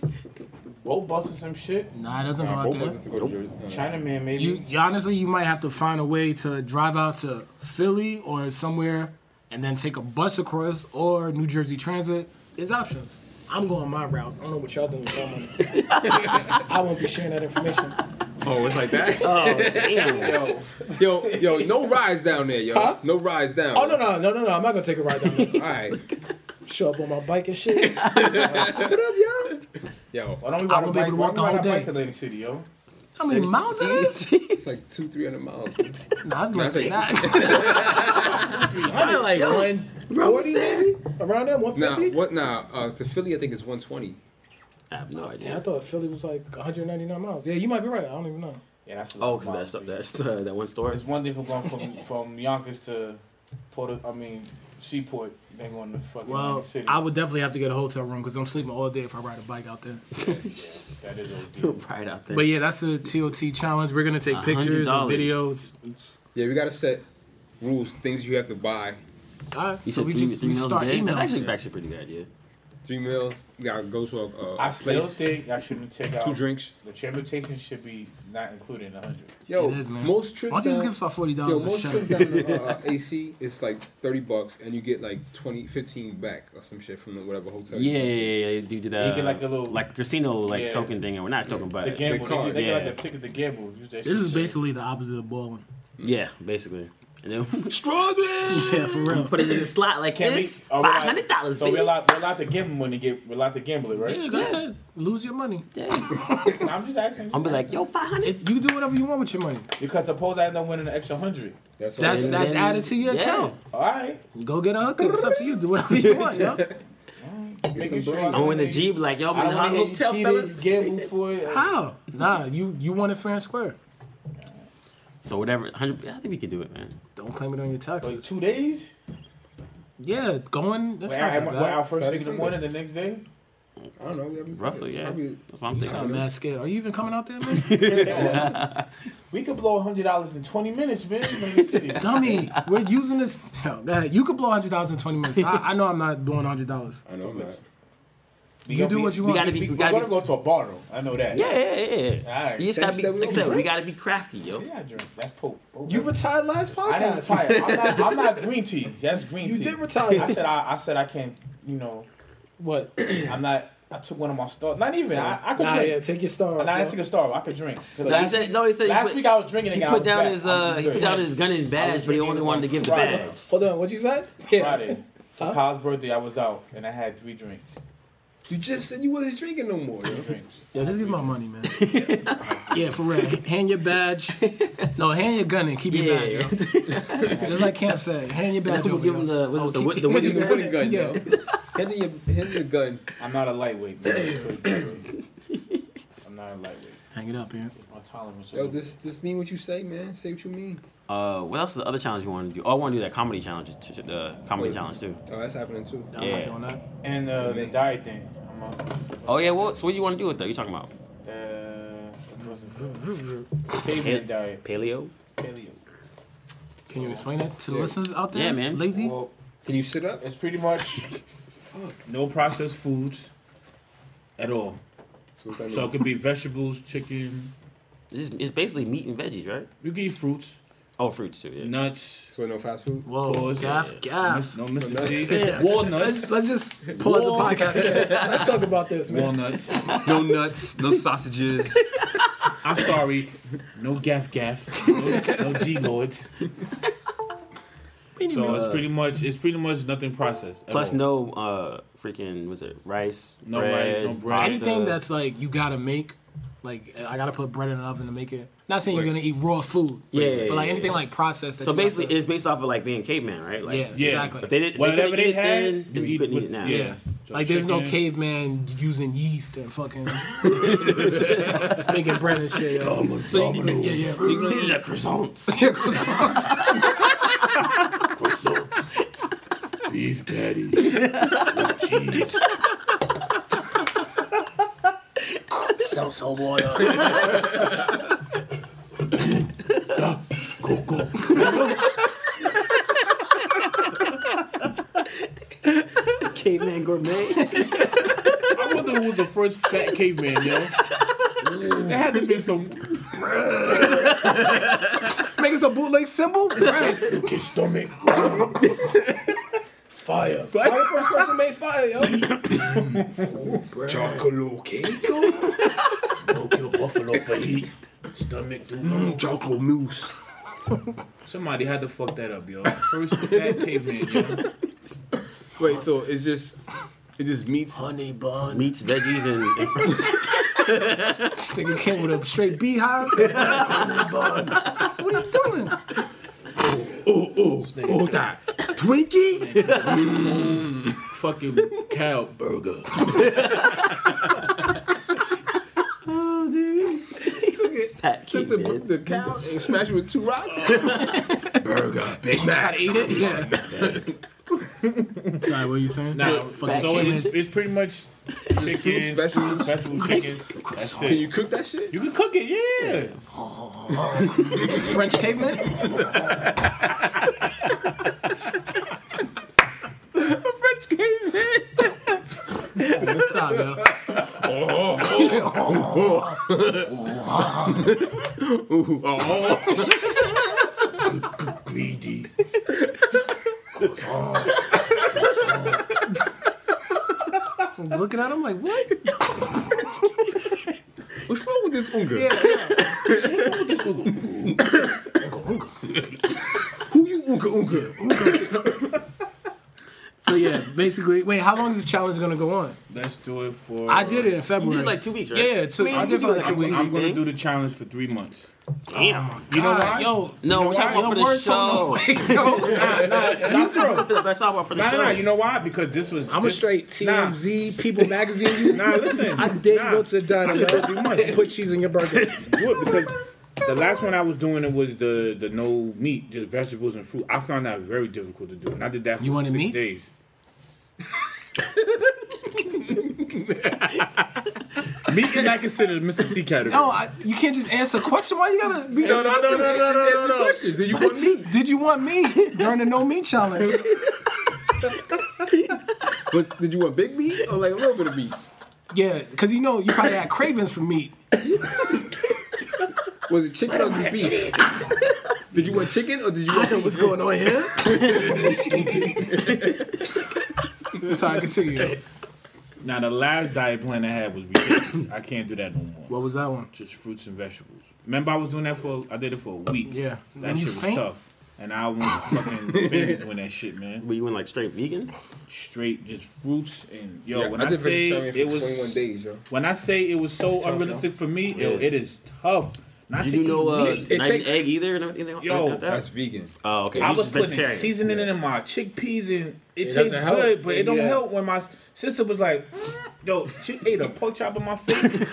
Speaker 4: Road bus or some shit.
Speaker 3: Nah, it doesn't go
Speaker 2: Nah,
Speaker 3: out
Speaker 2: both
Speaker 3: there.
Speaker 2: of us to go to Jersey. Uh,
Speaker 4: Chinaman maybe.
Speaker 3: You, you honestly, you might have to find a way to drive out to Philly or somewhere, and then take a bus across or New Jersey Transit. There's options. I'm going my route. I don't know what y'all doing. With y'all money. *laughs* I won't be sharing that information.
Speaker 2: Oh, it's like *laughs* that.
Speaker 1: *laughs* Oh, damn.
Speaker 4: yo,
Speaker 2: yo, yo, no rides down there, yo. No rides down.
Speaker 3: Oh no no no no no! I'm not gonna take a ride down there.
Speaker 2: All right. *laughs*
Speaker 3: Show up on my bike and shit.
Speaker 2: What up, yo? Yo,
Speaker 4: why
Speaker 3: I
Speaker 4: don't we ride a
Speaker 3: won't be able to
Speaker 4: bike? Why
Speaker 3: walk
Speaker 4: don't we
Speaker 3: the
Speaker 4: ride a
Speaker 3: whole
Speaker 4: bike
Speaker 3: day.
Speaker 4: to Atlantic City, yo?
Speaker 3: How many miles it is?
Speaker 2: it's like two, three hundred miles. man.
Speaker 3: Nah, it's less than
Speaker 2: That's
Speaker 3: that.
Speaker 4: I'm like,
Speaker 3: One
Speaker 1: Roads, baby.
Speaker 3: around there, one
Speaker 2: Nah,
Speaker 3: fifty.
Speaker 2: what? Nah, uh, to Philly, I think it's one twenty.
Speaker 1: I have no idea.
Speaker 3: Yeah, I thought Philly was like 199 miles. Yeah, you might be right. I don't even know.
Speaker 4: yeah, that's a lot
Speaker 1: Oh,
Speaker 4: of
Speaker 1: because that
Speaker 4: miles,
Speaker 1: stuff,
Speaker 4: dude.
Speaker 1: that's uh, that one store.
Speaker 4: It's one thing for going from from Yonkers to Port. I mean, Seaport. Then going to fucking
Speaker 3: Well,
Speaker 4: Atlantic City.
Speaker 3: I would definitely have to get a hotel room because I'm sleeping all day if I ride a bike out there.
Speaker 4: that is
Speaker 1: *laughs*
Speaker 4: OD.
Speaker 1: right out there.
Speaker 3: But yeah, that's the TOT challenge. We're gonna take pictures and
Speaker 1: $100.
Speaker 3: videos.
Speaker 2: Yeah, we gotta set rules, things you have to buy
Speaker 3: All right.
Speaker 1: You
Speaker 3: so
Speaker 1: said
Speaker 3: we
Speaker 1: three,
Speaker 3: just
Speaker 1: three
Speaker 3: we
Speaker 1: meals
Speaker 3: start
Speaker 1: a day. That's
Speaker 3: emailing
Speaker 1: actually
Speaker 3: shit.
Speaker 1: actually a pretty good idea.
Speaker 2: Three meals. You gotta go to a, a
Speaker 5: I still
Speaker 2: place.
Speaker 5: think uh, I shouldn't take out
Speaker 2: Two drinks.
Speaker 5: The transportation should be not included in the hundred.
Speaker 2: Yo,
Speaker 3: It is, man.
Speaker 2: most trips.
Speaker 3: Why don't you just
Speaker 2: down-
Speaker 3: give us our forty
Speaker 2: Yo,
Speaker 3: dollars and
Speaker 2: most
Speaker 3: shut
Speaker 2: trips
Speaker 3: up?
Speaker 2: down to uh, uh, AC is like 30 bucks and you get like 20, 15 back or some shit from the whatever hotel. you
Speaker 1: Yeah, yeah,
Speaker 2: go to.
Speaker 1: yeah. yeah. You do that.
Speaker 5: Oh, You get like a little-
Speaker 1: like casino like
Speaker 5: Yeah.
Speaker 1: token thing, or not token,
Speaker 5: The
Speaker 1: but
Speaker 5: gamble, they,
Speaker 2: card,
Speaker 5: get- they get
Speaker 1: yeah.
Speaker 5: like a ticket to gamble. Use
Speaker 3: This
Speaker 5: that shit.
Speaker 3: is basically the opposite of balling.
Speaker 1: yeah, basically. And then *laughs* struggling.
Speaker 3: Yeah, for real.
Speaker 1: Put it in the slot like
Speaker 5: Can we-
Speaker 1: this.
Speaker 5: are we allowed-
Speaker 1: Five hundred dollars.
Speaker 5: So we allowed we allowed to give them when they get we allowed to gamble it,
Speaker 3: Yeah,
Speaker 5: right?
Speaker 3: go ahead. Lose your money.
Speaker 5: Nah, I'm just asking.
Speaker 1: I'm be like, yo, five hundred.
Speaker 3: It, you can do whatever you want with your money.
Speaker 5: because suppose I end up winning an extra hundred.
Speaker 2: That's,
Speaker 3: That's
Speaker 2: all.
Speaker 3: that's added to your
Speaker 1: Yeah.
Speaker 3: account.
Speaker 5: All right,
Speaker 3: Go get a hooker. It's up to you. Do whatever you want, yo.
Speaker 5: making
Speaker 2: some
Speaker 5: sure
Speaker 2: brains.
Speaker 5: I
Speaker 1: I'm
Speaker 5: don't
Speaker 1: in the
Speaker 5: think-
Speaker 1: Jeep, like yo,
Speaker 5: I
Speaker 1: I'm in
Speaker 5: don't
Speaker 1: the hot
Speaker 5: want to get
Speaker 1: hotel,
Speaker 5: cheated,
Speaker 1: fellas.
Speaker 5: gambled for it.
Speaker 3: How? Nah, you you want it fair and square.
Speaker 1: So whatever, hundred. I think we could do it, man.
Speaker 3: Don't claim it on your
Speaker 5: Like
Speaker 3: taxes.
Speaker 5: two days?
Speaker 3: Yeah, going. That's
Speaker 5: Wait,
Speaker 3: not
Speaker 5: I,
Speaker 3: that
Speaker 5: went
Speaker 3: bad.
Speaker 5: out first
Speaker 2: Saturday,
Speaker 5: thing in
Speaker 2: Sunday.
Speaker 5: the morning the next day?
Speaker 2: I don't know. We haven't said
Speaker 1: Roughly,
Speaker 2: it.
Speaker 1: yeah.
Speaker 2: Probably-
Speaker 1: That's what I'm
Speaker 3: You sound
Speaker 1: thinking.
Speaker 3: mad scared. Are you even coming out there, man? *laughs*
Speaker 5: We could blow hundred dollars in twenty minutes, man. in
Speaker 1: *laughs*
Speaker 5: the city.
Speaker 3: Dummy, we're using this. Yo, go ahead. You could blow hundred dollars in twenty minutes. I, I know I'm not blowing hundred dollars.
Speaker 2: I know. man.
Speaker 5: We
Speaker 3: You
Speaker 5: gonna
Speaker 3: do
Speaker 5: be-
Speaker 3: what you
Speaker 1: We
Speaker 3: want.
Speaker 1: gotta be.
Speaker 5: We,
Speaker 1: We
Speaker 5: are
Speaker 1: gotta
Speaker 5: gonna
Speaker 1: be.
Speaker 5: go to a bar though. I know that.
Speaker 1: Yeah, yeah, yeah. yeah.
Speaker 5: All right.
Speaker 1: You just gotta be.
Speaker 2: That's that we
Speaker 1: Like I said,
Speaker 2: always
Speaker 1: we
Speaker 2: do.
Speaker 1: gotta be crafty, yo.
Speaker 5: See, I drink. That's Pope. Pope.
Speaker 3: you retired last
Speaker 5: I didn't
Speaker 3: podcast.
Speaker 5: retire. I'm not,
Speaker 1: *laughs*
Speaker 5: I'm not green tea. That's green
Speaker 3: You
Speaker 5: tea.
Speaker 3: did retire.
Speaker 5: I said I, I said I can't. You know,
Speaker 3: What?
Speaker 5: I'm not. I took one of my stars. Not even. I, I could
Speaker 3: Nah,
Speaker 5: drink.
Speaker 3: yeah, take your star.
Speaker 5: And I
Speaker 3: off,
Speaker 5: didn't take a star. I could drink.
Speaker 1: No, he said. No, he said. he
Speaker 5: last
Speaker 1: put-
Speaker 5: week I was drinking.
Speaker 1: He
Speaker 5: again, I
Speaker 1: put
Speaker 5: was
Speaker 1: down
Speaker 5: back.
Speaker 1: his
Speaker 5: I'm
Speaker 1: uh, he
Speaker 5: good.
Speaker 1: put down his gun and
Speaker 5: I was
Speaker 1: badge, but he
Speaker 5: drinking
Speaker 1: only
Speaker 5: on
Speaker 1: wanted to give the
Speaker 5: Friday.
Speaker 1: badge.
Speaker 3: yo. Hold on, what you said? Yeah.
Speaker 5: Friday.
Speaker 1: *laughs*
Speaker 5: For
Speaker 3: Huh?
Speaker 5: Kyle's birthday, I was out and I had three drinks.
Speaker 2: You just said you wasn't drinking no more. Yo.
Speaker 5: *laughs* Drinks.
Speaker 3: Yo, just give my money, man. yeah, for real. Hand your badge. No, hand your gun and keep your
Speaker 1: Yeah,
Speaker 3: badge. Yo. Just like Camp said, hand your
Speaker 1: *laughs*
Speaker 3: badge.
Speaker 1: we'll
Speaker 3: over,
Speaker 1: give
Speaker 3: yo.
Speaker 1: him the what's
Speaker 3: Oh,
Speaker 1: it, the
Speaker 3: keep-
Speaker 1: wi- the
Speaker 2: Hand
Speaker 1: wi-
Speaker 2: him the wooden gun,
Speaker 3: Yeah.
Speaker 2: yo. *laughs* Hand him your, hand him your gun.
Speaker 5: I'm not a lightweight.
Speaker 1: *coughs*
Speaker 5: Man. I'm not a lightweight.
Speaker 3: Hang it up here.
Speaker 5: My tolerance.
Speaker 2: Yo, this this mean what you say, man. Say what you mean.
Speaker 1: Uh, what else is the other challenge you want to do? Oh, I want to do that comedy challenge, t- t- the comedy challenge too.
Speaker 2: Oh, that's happening too.
Speaker 3: Nah, I'm
Speaker 1: Yeah.
Speaker 3: not doing that.
Speaker 5: and uh, the diet thing. I'm a,
Speaker 1: Oh yeah, what? So what do you want to do with that? You talking about
Speaker 5: uh, what was it? Caveman diet.
Speaker 1: paleo?
Speaker 5: Paleo.
Speaker 3: Can you explain it to the
Speaker 2: Yeah.
Speaker 3: listeners out there?
Speaker 1: Yeah, man.
Speaker 3: Lazy.
Speaker 5: Well,
Speaker 2: Can you sit up?
Speaker 5: it's
Speaker 1: *laughs*
Speaker 5: pretty much
Speaker 4: No processed foods at all.
Speaker 2: So what's that
Speaker 4: So
Speaker 2: mean?
Speaker 4: it could be vegetables, chicken.
Speaker 1: This is, it's basically meat and veggies, right?
Speaker 4: You can eat fruits,
Speaker 1: Oh, fruits too. Yeah.
Speaker 4: nuts.
Speaker 2: So no fast food.
Speaker 3: Whoa,
Speaker 4: Pause.
Speaker 3: gaff, gaff.
Speaker 4: No Mr.
Speaker 3: Damn.
Speaker 4: C. Walnuts.
Speaker 3: Let's, let's just pause
Speaker 4: Whoa.
Speaker 3: the podcast. Let's talk about this, man.
Speaker 4: Walnuts.
Speaker 2: No nuts. No sausages.
Speaker 4: *laughs* I'm sorry. No gaff gaff. No, no G *laughs* lords. So it's pretty much it's pretty much nothing processed. at
Speaker 1: Plus
Speaker 4: all.
Speaker 1: no uh freaking was it rice?
Speaker 4: No
Speaker 1: bread,
Speaker 4: rice, no bread.
Speaker 1: pasta.
Speaker 3: Anything that's like you gotta make, like I gotta put bread in the oven to make it. Not saying you're gonna eat raw food.
Speaker 1: Yeah, yeah,
Speaker 3: But like
Speaker 1: yeah,
Speaker 3: anything
Speaker 1: yeah.
Speaker 3: like processed. That
Speaker 1: so
Speaker 3: you have
Speaker 1: basically
Speaker 3: to-
Speaker 1: it's based off of like being caveman, right? Like,
Speaker 3: yeah,
Speaker 4: Yeah.
Speaker 3: exactly.
Speaker 1: If they didn't,
Speaker 4: Whatever
Speaker 1: they,
Speaker 4: they
Speaker 1: couldn't eat
Speaker 4: had,
Speaker 1: it then, then
Speaker 4: you
Speaker 1: you,
Speaker 4: eat
Speaker 1: couldn't
Speaker 4: with-
Speaker 1: eat it now.
Speaker 3: yeah.
Speaker 4: So
Speaker 3: like there's no *laughs*
Speaker 4: chicken-
Speaker 3: caveman using yeast and
Speaker 1: *laughs*
Speaker 3: fucking making bread and shit. Yo.
Speaker 1: So you,
Speaker 3: yeah, yeah.
Speaker 1: these are croissants.
Speaker 3: *laughs*
Speaker 4: beef patty with cheese.
Speaker 3: so so water.
Speaker 4: Coco.
Speaker 1: caveman gourmet.
Speaker 4: I wonder who was the first fat caveman, yo. There had to be some.
Speaker 3: Make us a bootleg symbol. Right.
Speaker 4: Look his stomach.
Speaker 6: Fire.
Speaker 3: Why the first person made fire, yo?
Speaker 6: Chocolate cake.
Speaker 4: Don't kill buffalo for heat. Stomach too.
Speaker 6: Chocolate mousse.
Speaker 4: Somebody had to fuck that up, yo. First fat caveman, yo.
Speaker 2: Wait. So it's just it just meats.
Speaker 6: Honey bun.
Speaker 1: Meats, veggies, and, and fruits.
Speaker 3: This nigga came with a straight beehive. what are you doing?
Speaker 6: Oh, that. Twinkie.
Speaker 4: Fucking cow burger.
Speaker 1: fat
Speaker 2: Took the,
Speaker 1: caveman.
Speaker 2: the cow and smashed it with two rocks.
Speaker 6: Burger. Big
Speaker 3: Try
Speaker 6: Mac.
Speaker 3: to eat it? Yeah. Sorry, what are you saying?
Speaker 4: Nah, so
Speaker 3: Fucking
Speaker 4: it's,
Speaker 3: caveman.
Speaker 4: it's pretty much chicken,
Speaker 2: vegetables.
Speaker 4: vegetable chicken. That's
Speaker 2: Can
Speaker 4: it.
Speaker 2: you cook that shit?
Speaker 4: You can cook it, yeah.
Speaker 3: French caveman?
Speaker 2: Ooh, oh,
Speaker 6: Greedy.
Speaker 3: I'm looking at him like, what?
Speaker 2: what's wrong with this unga?
Speaker 6: Who you ooga ooga?
Speaker 3: So yeah, basically, wait, how long is this challenge gonna go on?
Speaker 4: Let's do it for.
Speaker 3: I did it in
Speaker 1: You
Speaker 3: February.
Speaker 1: did like two weeks, right?
Speaker 3: Yeah, it took.
Speaker 1: mean,
Speaker 3: I
Speaker 1: you
Speaker 3: did
Speaker 1: do
Speaker 3: for like
Speaker 1: like
Speaker 3: two
Speaker 1: a
Speaker 3: weeks.
Speaker 4: I'm gonna
Speaker 1: Anything?
Speaker 4: do the challenge for three months.
Speaker 1: Damn.
Speaker 4: You know why?
Speaker 3: yo,
Speaker 1: No, we're
Speaker 4: why?
Speaker 1: talking about for
Speaker 3: Yo,
Speaker 1: the
Speaker 3: word
Speaker 1: show.
Speaker 4: Nah, bro.
Speaker 1: That's not about for the
Speaker 4: Nah,
Speaker 1: show.
Speaker 4: nah, you know why? Because this was.
Speaker 3: I'm a
Speaker 4: this-
Speaker 3: straight
Speaker 4: Nah.
Speaker 3: TMZ People Magazine. You
Speaker 4: Nah, listen.
Speaker 3: I did
Speaker 4: nah,
Speaker 3: go to the
Speaker 4: I did it
Speaker 3: diner
Speaker 4: three
Speaker 3: and
Speaker 4: months.
Speaker 3: put cheese in your burger.
Speaker 4: Do it because the last one I was doing it was the the no meat, just vegetables and fruit. I found that very difficult to do, and I did that for
Speaker 3: You wanted
Speaker 4: six
Speaker 3: meat?
Speaker 4: days. meat is not considered Mr. C category.
Speaker 3: No, I, you can't just answer a question. Why you gotta? Be,
Speaker 2: No, no, no, no, no, no, no, no. Do you want me?
Speaker 3: Did you want me during the no meat challenge?
Speaker 2: But did you want big meat or like a little bit of meat?
Speaker 3: Yeah, because you know you probably had cravings for meat.
Speaker 2: Was it chicken or was it beef? Did you want chicken or did you want
Speaker 3: know what's going on here. *laughs* Sorry, continue.
Speaker 4: Now the last diet plan I had was ridiculous. I can't do that no more.
Speaker 3: What was that one?
Speaker 4: just fruits and vegetables. Remember, I was doing that for I did it for a week.
Speaker 3: Yeah.
Speaker 4: that
Speaker 3: And you
Speaker 4: shit was
Speaker 3: faint?
Speaker 4: tough, and I was fucking faint doing that shit, man.
Speaker 1: But you went like straight vegan?
Speaker 4: Straight just fruits and yo.
Speaker 2: Yeah,
Speaker 4: when
Speaker 2: I
Speaker 4: I,
Speaker 2: did
Speaker 4: say
Speaker 2: vegetarian for
Speaker 4: it was
Speaker 2: 21 days, yo.
Speaker 4: when I say it was so
Speaker 3: tough,
Speaker 4: unrealistic for me, yo,
Speaker 1: Yeah.
Speaker 4: it is tough. Not
Speaker 1: You
Speaker 4: to
Speaker 1: do know
Speaker 4: eat
Speaker 1: uh,
Speaker 4: meat.
Speaker 1: not eat
Speaker 2: takes-
Speaker 1: egg either and everything
Speaker 4: Yo,
Speaker 1: like that?
Speaker 2: That's vegan.
Speaker 1: oh, okay.
Speaker 4: I
Speaker 1: You're
Speaker 4: was
Speaker 1: just
Speaker 4: putting
Speaker 1: vegetarian.
Speaker 4: seasoning in my chickpeas and it, tastes
Speaker 2: doesn't help.
Speaker 4: good, but it don't
Speaker 2: Yeah.
Speaker 4: help when my sister was like, "Mm." "Yo, she ate a pork chop in my face."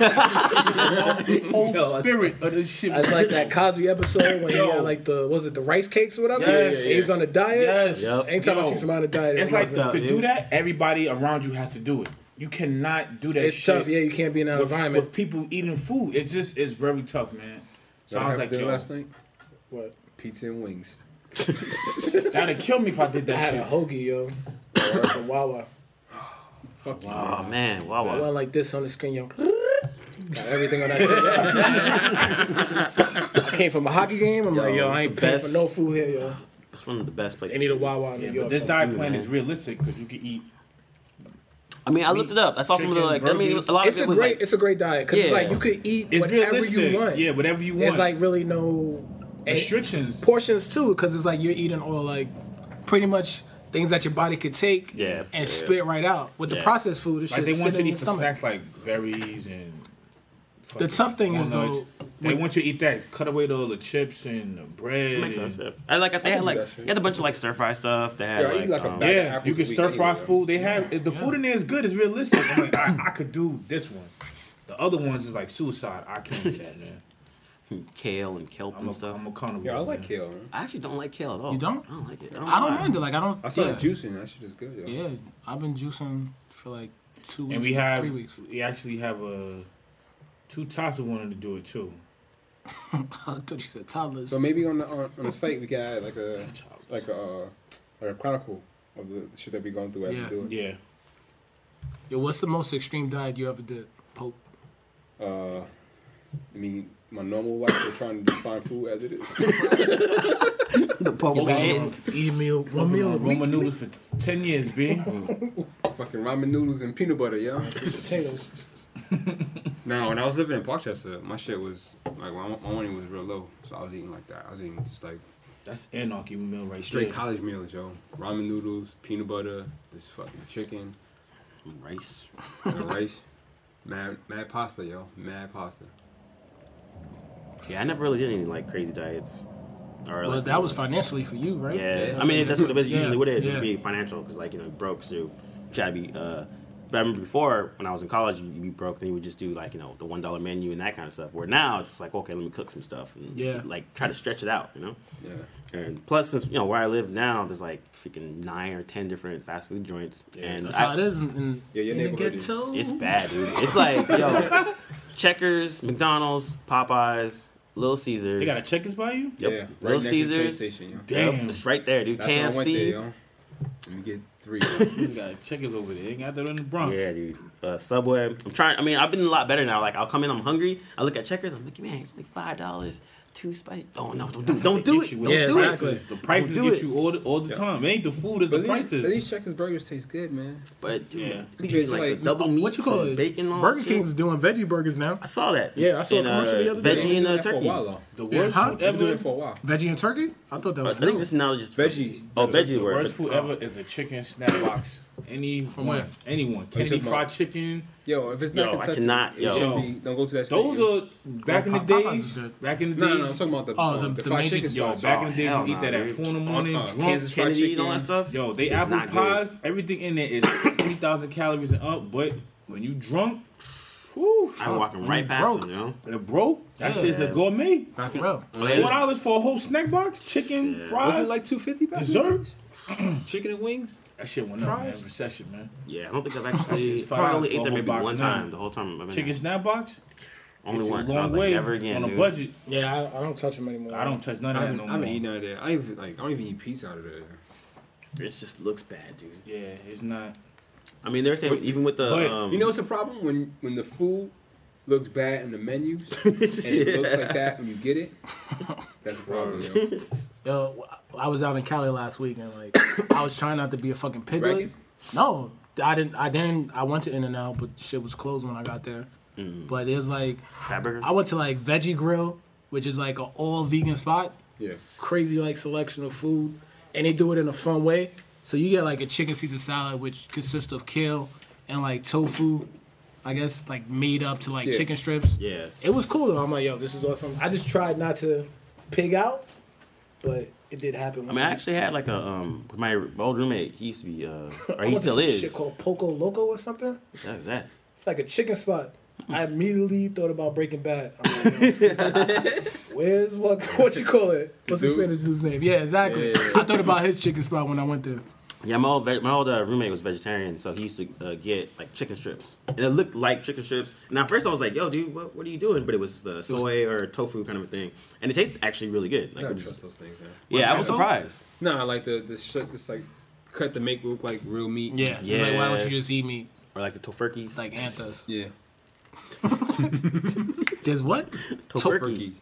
Speaker 4: Whole
Speaker 3: Yo, I-
Speaker 4: spirit of this shit.
Speaker 3: It's like that Cosby episode when he
Speaker 4: Yo.
Speaker 3: had like the was it the rice cakes or whatever?
Speaker 4: Yes.
Speaker 3: He was on a diet.
Speaker 4: Yes.
Speaker 1: Yep.
Speaker 3: Anytime I
Speaker 4: Yo.
Speaker 3: see somebody on a diet,
Speaker 4: It's like
Speaker 1: fucked
Speaker 4: to,
Speaker 1: up,
Speaker 4: to
Speaker 1: dude.
Speaker 4: do that, everybody around you has to do it. You cannot do that.
Speaker 3: it's
Speaker 4: shit
Speaker 3: tough. Yeah, you can't be in that
Speaker 4: with,
Speaker 3: environment.
Speaker 4: with people eating food. It's just it's very tough, man. So I was like, yo,
Speaker 2: last night?
Speaker 3: What?
Speaker 2: Pizza and wings.
Speaker 4: that'd kill me if I
Speaker 3: *laughs*
Speaker 4: did
Speaker 3: I
Speaker 4: that
Speaker 3: had
Speaker 4: shit.
Speaker 3: a hoagie, yo. From Wawa.
Speaker 2: Fuck
Speaker 1: Oh, man.
Speaker 3: I
Speaker 1: Wow,
Speaker 3: went like this on the screen, yo. Got everything on that
Speaker 2: *laughs*
Speaker 3: shit. I came from a hockey game. I'm like, yo, I ain't
Speaker 1: it's the
Speaker 3: paying
Speaker 1: best.
Speaker 3: for no food here, yo.
Speaker 1: That's one of the best places.
Speaker 3: They need a Wawa in New
Speaker 4: Yeah,
Speaker 3: York.
Speaker 4: but this
Speaker 3: though.
Speaker 4: diet
Speaker 1: do,
Speaker 4: plan
Speaker 1: man.
Speaker 4: is realistic because you can eat.
Speaker 1: I mean, I looked it up. I saw some of the, like,
Speaker 4: chicken,
Speaker 1: I mean,
Speaker 4: burgers.
Speaker 1: a lot
Speaker 3: it's
Speaker 1: of
Speaker 3: a
Speaker 1: it was
Speaker 3: great,
Speaker 1: like,
Speaker 3: it's a great diet because it's
Speaker 1: Yeah.
Speaker 3: like you could eat
Speaker 4: It's
Speaker 3: whatever
Speaker 4: realistic.
Speaker 3: you want.
Speaker 4: Yeah, whatever you want.
Speaker 3: There's like really no eh,
Speaker 4: restrictions.
Speaker 3: portions too, because it's like you're eating all like pretty much things that your body could take
Speaker 1: Yeah,
Speaker 3: and
Speaker 1: yeah.
Speaker 3: spit right out. With the
Speaker 1: Yeah.
Speaker 3: processed food, it's
Speaker 4: Like
Speaker 3: just
Speaker 4: they
Speaker 3: sitting
Speaker 4: want you to
Speaker 3: in
Speaker 4: eat
Speaker 3: your
Speaker 4: for
Speaker 3: stomach.
Speaker 4: snacks like berries and. fucking
Speaker 3: tough thing is,
Speaker 4: walnuts.
Speaker 3: though,
Speaker 4: they want you to eat that. Cut away all the chips and the bread.
Speaker 1: makes sense.
Speaker 4: and-
Speaker 1: Yeah. I like they had
Speaker 2: do
Speaker 1: like
Speaker 2: that shit.
Speaker 1: they had a bunch of like stir fry stuff. They
Speaker 2: Yeah, I
Speaker 1: had
Speaker 2: eat
Speaker 1: like,
Speaker 2: like a
Speaker 1: um,
Speaker 2: bag.
Speaker 4: Yeah,
Speaker 2: Apples
Speaker 4: you can
Speaker 2: we
Speaker 4: stir fry
Speaker 2: anywhere.
Speaker 4: food. They have if the food in there is good. It's realistic. I'm like, I, I could do this one. The other ones is like suicide. I can't do that,
Speaker 3: *laughs*
Speaker 4: man.
Speaker 1: kale and kelp
Speaker 4: I'm
Speaker 1: and
Speaker 4: a,
Speaker 1: stuff.
Speaker 4: I'm a carnivore.
Speaker 2: Yeah, I
Speaker 4: man.
Speaker 2: like kale. Man.
Speaker 1: I actually don't like kale at all.
Speaker 3: You don't?
Speaker 1: I don't like it.
Speaker 3: I don't
Speaker 1: know why.
Speaker 3: mind it. Like I don't.
Speaker 2: I started
Speaker 3: yeah.
Speaker 2: juicing. That shit is good. Yo.
Speaker 3: Yeah, I've been juicing for like two weeks,
Speaker 4: And we have
Speaker 3: three weeks. *laughs*
Speaker 4: we actually have a two Tata wanted to do it too.
Speaker 3: I thought you said toddlers.
Speaker 2: So maybe on the on, on the site we got like a like a uh, like a chronicle of the shit that we going through after
Speaker 3: Yeah.
Speaker 2: doing.
Speaker 4: Yeah,
Speaker 3: Yo, what's the most extreme diet you ever did, Pope?
Speaker 2: Uh, I mean, my normal life, we're trying to find food as it is.
Speaker 1: But we did.
Speaker 3: Eat a meal, one meal a week.
Speaker 4: Roman noodles for ten years,
Speaker 3: *laughs*
Speaker 4: b.
Speaker 2: Fucking ramen noodles and peanut butter, yo.
Speaker 3: potatoes.
Speaker 2: Now, when I was living in Parkchester, my shit was like my, my money was real low, so I was eating like that. I was eating just like
Speaker 4: That's anarchy meal right
Speaker 2: straight
Speaker 4: there.
Speaker 2: college meals, yo. Ramen noodles, peanut butter, this fucking chicken,
Speaker 1: rice.
Speaker 2: *laughs* and rice, mad mad pasta, yo, mad pasta.
Speaker 1: Yeah, I never really did any like crazy diets. Or,
Speaker 3: Well,
Speaker 1: like,
Speaker 3: that was
Speaker 1: meals.
Speaker 3: financially for you, right?
Speaker 1: Yeah, I mean that's what it was
Speaker 3: Yeah.
Speaker 1: usually what it is,
Speaker 3: Yeah.
Speaker 1: just being financial because like you know you're broke, so you try to be. Uh, but I remember before when I was in college, you- you'd be broke, then you would just do like you know the one dollar menu and that kind of stuff. Where now it's like okay, let me cook some stuff and
Speaker 3: Yeah.
Speaker 1: like try to stretch it out, you know.
Speaker 2: Yeah.
Speaker 1: And plus, since you know where I live now, there's like freaking nine or ten different fast food joints, and
Speaker 3: That's
Speaker 1: I-
Speaker 3: how it is in, in,
Speaker 2: Yeah, your
Speaker 3: in the
Speaker 2: neighborhood is-
Speaker 3: ghetto.
Speaker 1: it's bad, dude. It's like
Speaker 3: *laughs*
Speaker 1: yo, Checkers, McDonald's, Popeyes, Little Caesars.
Speaker 4: They got a checkers by you?
Speaker 1: Yep.
Speaker 2: Yeah,
Speaker 1: Little
Speaker 2: next to the train
Speaker 1: Caesars.
Speaker 2: station, yo.
Speaker 1: Yep,
Speaker 4: Damn.
Speaker 1: it's right there, dude.
Speaker 2: That's when I went
Speaker 1: KFC.
Speaker 2: there, yo. And we get *laughs* Three.
Speaker 4: He's got chickens over there. He got that in the Bronx.
Speaker 1: Yeah, dude. Uh, Subway. I'm trying. I mean, I've been a lot better now. Like, I'll come in, I'm hungry. I look at checkers. I'm like, man, it's like five dollars, two spicy. Oh no, don't do it. Don't do it. Don't
Speaker 3: Yeah,
Speaker 1: do it.
Speaker 3: exactly.
Speaker 4: The prices
Speaker 1: Don't do
Speaker 4: get
Speaker 1: it.
Speaker 4: you all the, all the time. It ain't the food, it's
Speaker 2: But
Speaker 4: the
Speaker 2: at least, at
Speaker 4: prices.
Speaker 2: least Checkers burgers taste good, man.
Speaker 1: But dude,
Speaker 4: Yeah.
Speaker 1: we drink, like,
Speaker 2: Like,
Speaker 1: the double meat,
Speaker 3: What you call it?
Speaker 1: bacon. and all
Speaker 3: Burger
Speaker 1: that
Speaker 3: King's
Speaker 1: shit.
Speaker 3: doing veggie burgers now.
Speaker 1: I saw that.
Speaker 3: Yeah, I saw a
Speaker 1: And, uh,
Speaker 3: commercial the other day.
Speaker 1: Veggie and uh, turkey.
Speaker 2: For a while, though.
Speaker 4: the worst
Speaker 3: how-
Speaker 4: food
Speaker 2: They've been doing
Speaker 4: ever.
Speaker 2: it for a while.
Speaker 3: Veggie and turkey? I thought that
Speaker 1: I
Speaker 3: was.
Speaker 1: think this is now just
Speaker 2: Veggies.
Speaker 1: Oh, veggie
Speaker 4: the
Speaker 1: word.
Speaker 4: worst food ever is a chicken *laughs* snack box. Any from
Speaker 3: where?
Speaker 4: Anyone. Kennedy
Speaker 2: talking about-
Speaker 4: fried chicken.
Speaker 2: Yo, if it's
Speaker 1: Yo,
Speaker 2: not
Speaker 1: I
Speaker 2: Kentucky,
Speaker 1: cannot-
Speaker 2: it
Speaker 1: yo.
Speaker 2: should be- don't go to that.
Speaker 4: Those
Speaker 2: stadium.
Speaker 4: are back in the
Speaker 3: Pop- Popeyes is
Speaker 4: days.
Speaker 3: good.
Speaker 4: Back in the
Speaker 2: No, no, no, I'm
Speaker 4: days.
Speaker 2: talking about the
Speaker 3: Oh,
Speaker 2: um,
Speaker 3: the-
Speaker 2: the,
Speaker 3: the
Speaker 2: fried
Speaker 3: major-
Speaker 2: chicken.
Speaker 4: Yo,
Speaker 2: spots.
Speaker 4: back in the days,
Speaker 1: hell
Speaker 4: you
Speaker 1: nah,
Speaker 4: eat that at
Speaker 1: dude.
Speaker 4: four in the
Speaker 1: Uh,
Speaker 4: morning,
Speaker 2: uh,
Speaker 4: drunk.
Speaker 1: Kansas fried
Speaker 2: Kennedy
Speaker 1: chicken and all that stuff.
Speaker 4: Yo, they
Speaker 1: Shit's
Speaker 4: apple
Speaker 1: not good.
Speaker 4: pies, everything in there is twenty thousand calories and up. But when you drunk, whew,
Speaker 1: I'm walking right
Speaker 3: you
Speaker 1: past
Speaker 3: broke.
Speaker 1: them, yo.
Speaker 4: it broke. Uh, That shit's a gourmet.
Speaker 3: Back row.
Speaker 4: Four dollars for a whole snack box, chicken,
Speaker 2: Was
Speaker 4: fries,
Speaker 2: it like two fifty back? then?
Speaker 4: dessert.
Speaker 2: chicken and wings.
Speaker 4: That shit went up, man.
Speaker 3: Fries?
Speaker 4: Recession, man.
Speaker 1: Yeah, I don't think I've actually
Speaker 4: Shit's five
Speaker 1: probably only
Speaker 4: dollars
Speaker 1: ate
Speaker 4: for a
Speaker 1: them
Speaker 4: whole
Speaker 1: maybe
Speaker 4: box
Speaker 1: one
Speaker 4: now.
Speaker 1: time the whole time. I've been
Speaker 4: Chicken snack box.
Speaker 1: there. only
Speaker 4: It's a
Speaker 1: once. and I
Speaker 4: long
Speaker 1: was like,
Speaker 4: way
Speaker 1: never again,
Speaker 4: on
Speaker 1: dude.
Speaker 4: a budget.
Speaker 3: Yeah, I, I don't touch them anymore.
Speaker 4: I don't touch none
Speaker 2: I
Speaker 4: of that
Speaker 2: haven't,
Speaker 4: no
Speaker 2: I haven't
Speaker 4: more.
Speaker 2: eaten out of there. I even like I don't even eat pizza out of there.
Speaker 1: It just looks bad, dude.
Speaker 4: Yeah, it's not.
Speaker 1: I mean, they're saying even with the
Speaker 4: But,
Speaker 1: um,
Speaker 2: You know what's the problem when when the food looks bad in
Speaker 1: *laughs*
Speaker 2: the menus and it looks like that when you get it. That's the problem. Yo.
Speaker 1: *laughs*
Speaker 3: Yo, I was out in Cali last week and like I was trying not to be a fucking piglet.
Speaker 2: Reagan?
Speaker 3: No, I didn't. I didn't. I went to In and Out, but shit was closed when I got there.
Speaker 1: Mm.
Speaker 3: But it was like
Speaker 1: fat burger.
Speaker 3: I went to like Veggie Grill, which is like an all vegan spot.
Speaker 2: Yeah.
Speaker 3: Crazy like selection of food, and they do it in a fun way. So you get like a chicken Caesar salad, which consists of kale and like tofu, I guess like made up to like
Speaker 2: Yeah.
Speaker 3: chicken strips.
Speaker 1: Yeah,
Speaker 3: It was cool though. I'm like, yo, this is awesome. I just tried not to pig out, but it did happen.
Speaker 1: I mean, I actually had like a um, with my old roommate. He used to
Speaker 4: *laughs*
Speaker 1: be, uh, or he still
Speaker 3: Shit
Speaker 1: is.
Speaker 3: called Poco Loco or something.
Speaker 1: That was that.
Speaker 3: It's like a chicken spot.
Speaker 1: Hmm.
Speaker 3: I immediately thought about Breaking Bad. I'm
Speaker 1: *laughs*
Speaker 3: like, Where's what? *laughs* What you call it? What's the
Speaker 2: Dude.
Speaker 3: Spanish dude's name? Yeah, exactly.
Speaker 2: Yeah, yeah, yeah.
Speaker 3: I thought about his chicken spot when I went there.
Speaker 1: Yeah, my old ve- my old uh, roommate was vegetarian, so he used to uh, get like chicken strips, and it looked like chicken strips. And at first, I was like, "Yo, dude, what, what are you doing?" But it was the soy or tofu kind of a thing, and it tastes actually really good.
Speaker 2: I
Speaker 1: Like, it
Speaker 2: don't
Speaker 1: was-
Speaker 2: trust those things. Man.
Speaker 1: yeah, I was
Speaker 3: Tofu?
Speaker 1: surprised.
Speaker 2: No, I like the the shit that's like cut to make look like real meat.
Speaker 3: Yeah,
Speaker 1: Yeah.
Speaker 3: Like, why don't you just eat me
Speaker 1: Or like the tofurkeys,
Speaker 3: like anthos?
Speaker 2: Yeah.
Speaker 3: There's what
Speaker 1: tofurkey.
Speaker 2: Turkey.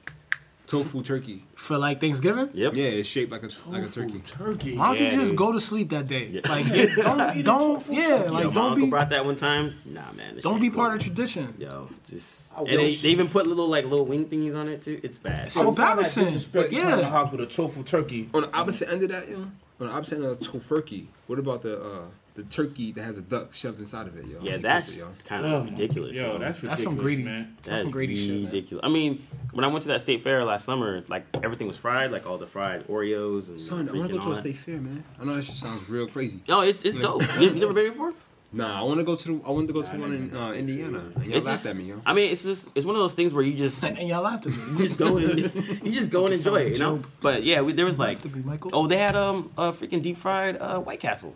Speaker 2: Tofu turkey.
Speaker 3: for like Thanksgiving?
Speaker 1: Yep.
Speaker 2: Yeah, it's shaped like a like a turkey.
Speaker 5: turkey.
Speaker 3: Why don't
Speaker 1: Yeah,
Speaker 3: you just
Speaker 1: dude.
Speaker 3: go to sleep that day?
Speaker 1: Yeah. *laughs*
Speaker 3: Like, yeah, don't, don't, yeah,
Speaker 1: Yo,
Speaker 3: like
Speaker 1: my
Speaker 3: don't
Speaker 1: uncle
Speaker 3: be,
Speaker 1: brought that one time. Nah, man. this
Speaker 3: don't
Speaker 1: shit
Speaker 3: be
Speaker 1: ain't
Speaker 3: part
Speaker 1: cool.
Speaker 3: of tradition.
Speaker 1: Yo, just
Speaker 5: I
Speaker 1: and they,
Speaker 5: wish.
Speaker 1: they even put little like little wing thingies on it too. It's bad.
Speaker 3: So- Embarrassing,
Speaker 5: disrespect
Speaker 3: but
Speaker 5: yeah. the
Speaker 3: yeah.
Speaker 5: house with a tofu turkey.
Speaker 2: On the opposite end of that, yo. On the opposite end of tofurkey, what about the uh the turkey that has a duck shoved inside of it, yo? I
Speaker 1: yeah,
Speaker 2: hate
Speaker 1: that's
Speaker 2: that, yo.
Speaker 1: kind
Speaker 4: Oh
Speaker 1: of
Speaker 4: my-
Speaker 1: ridiculous.
Speaker 4: Yo, that's ridiculous,
Speaker 3: That's some greedy-
Speaker 4: man.
Speaker 1: That's
Speaker 3: Some greedy shit, man.
Speaker 1: ridiculous. I mean, when I went to that state fair last summer, like everything was fried, like all the fried Oreos and
Speaker 2: Son, I
Speaker 1: freaking
Speaker 2: want to go to
Speaker 1: all
Speaker 2: a
Speaker 1: that.
Speaker 2: state fair, man. I know that shit sounds real crazy.
Speaker 1: No, it's it's dope. you, you never been
Speaker 2: *laughs*
Speaker 1: before?
Speaker 2: Nah, I want to go to the I want to go to the one in uh, Indiana. And y'all
Speaker 1: it's
Speaker 2: laughed
Speaker 1: just,
Speaker 2: at me, yo.
Speaker 1: I mean, it's just it's one of those things where you
Speaker 3: *laughs*
Speaker 1: just
Speaker 3: And,
Speaker 1: *laughs* you
Speaker 3: and y'all laughed at me.
Speaker 1: just go and you just go and enjoy it, you know. But yeah, we, there was like
Speaker 3: to be Michael.
Speaker 1: oh they had um a freaking deep fried uh, White Castle,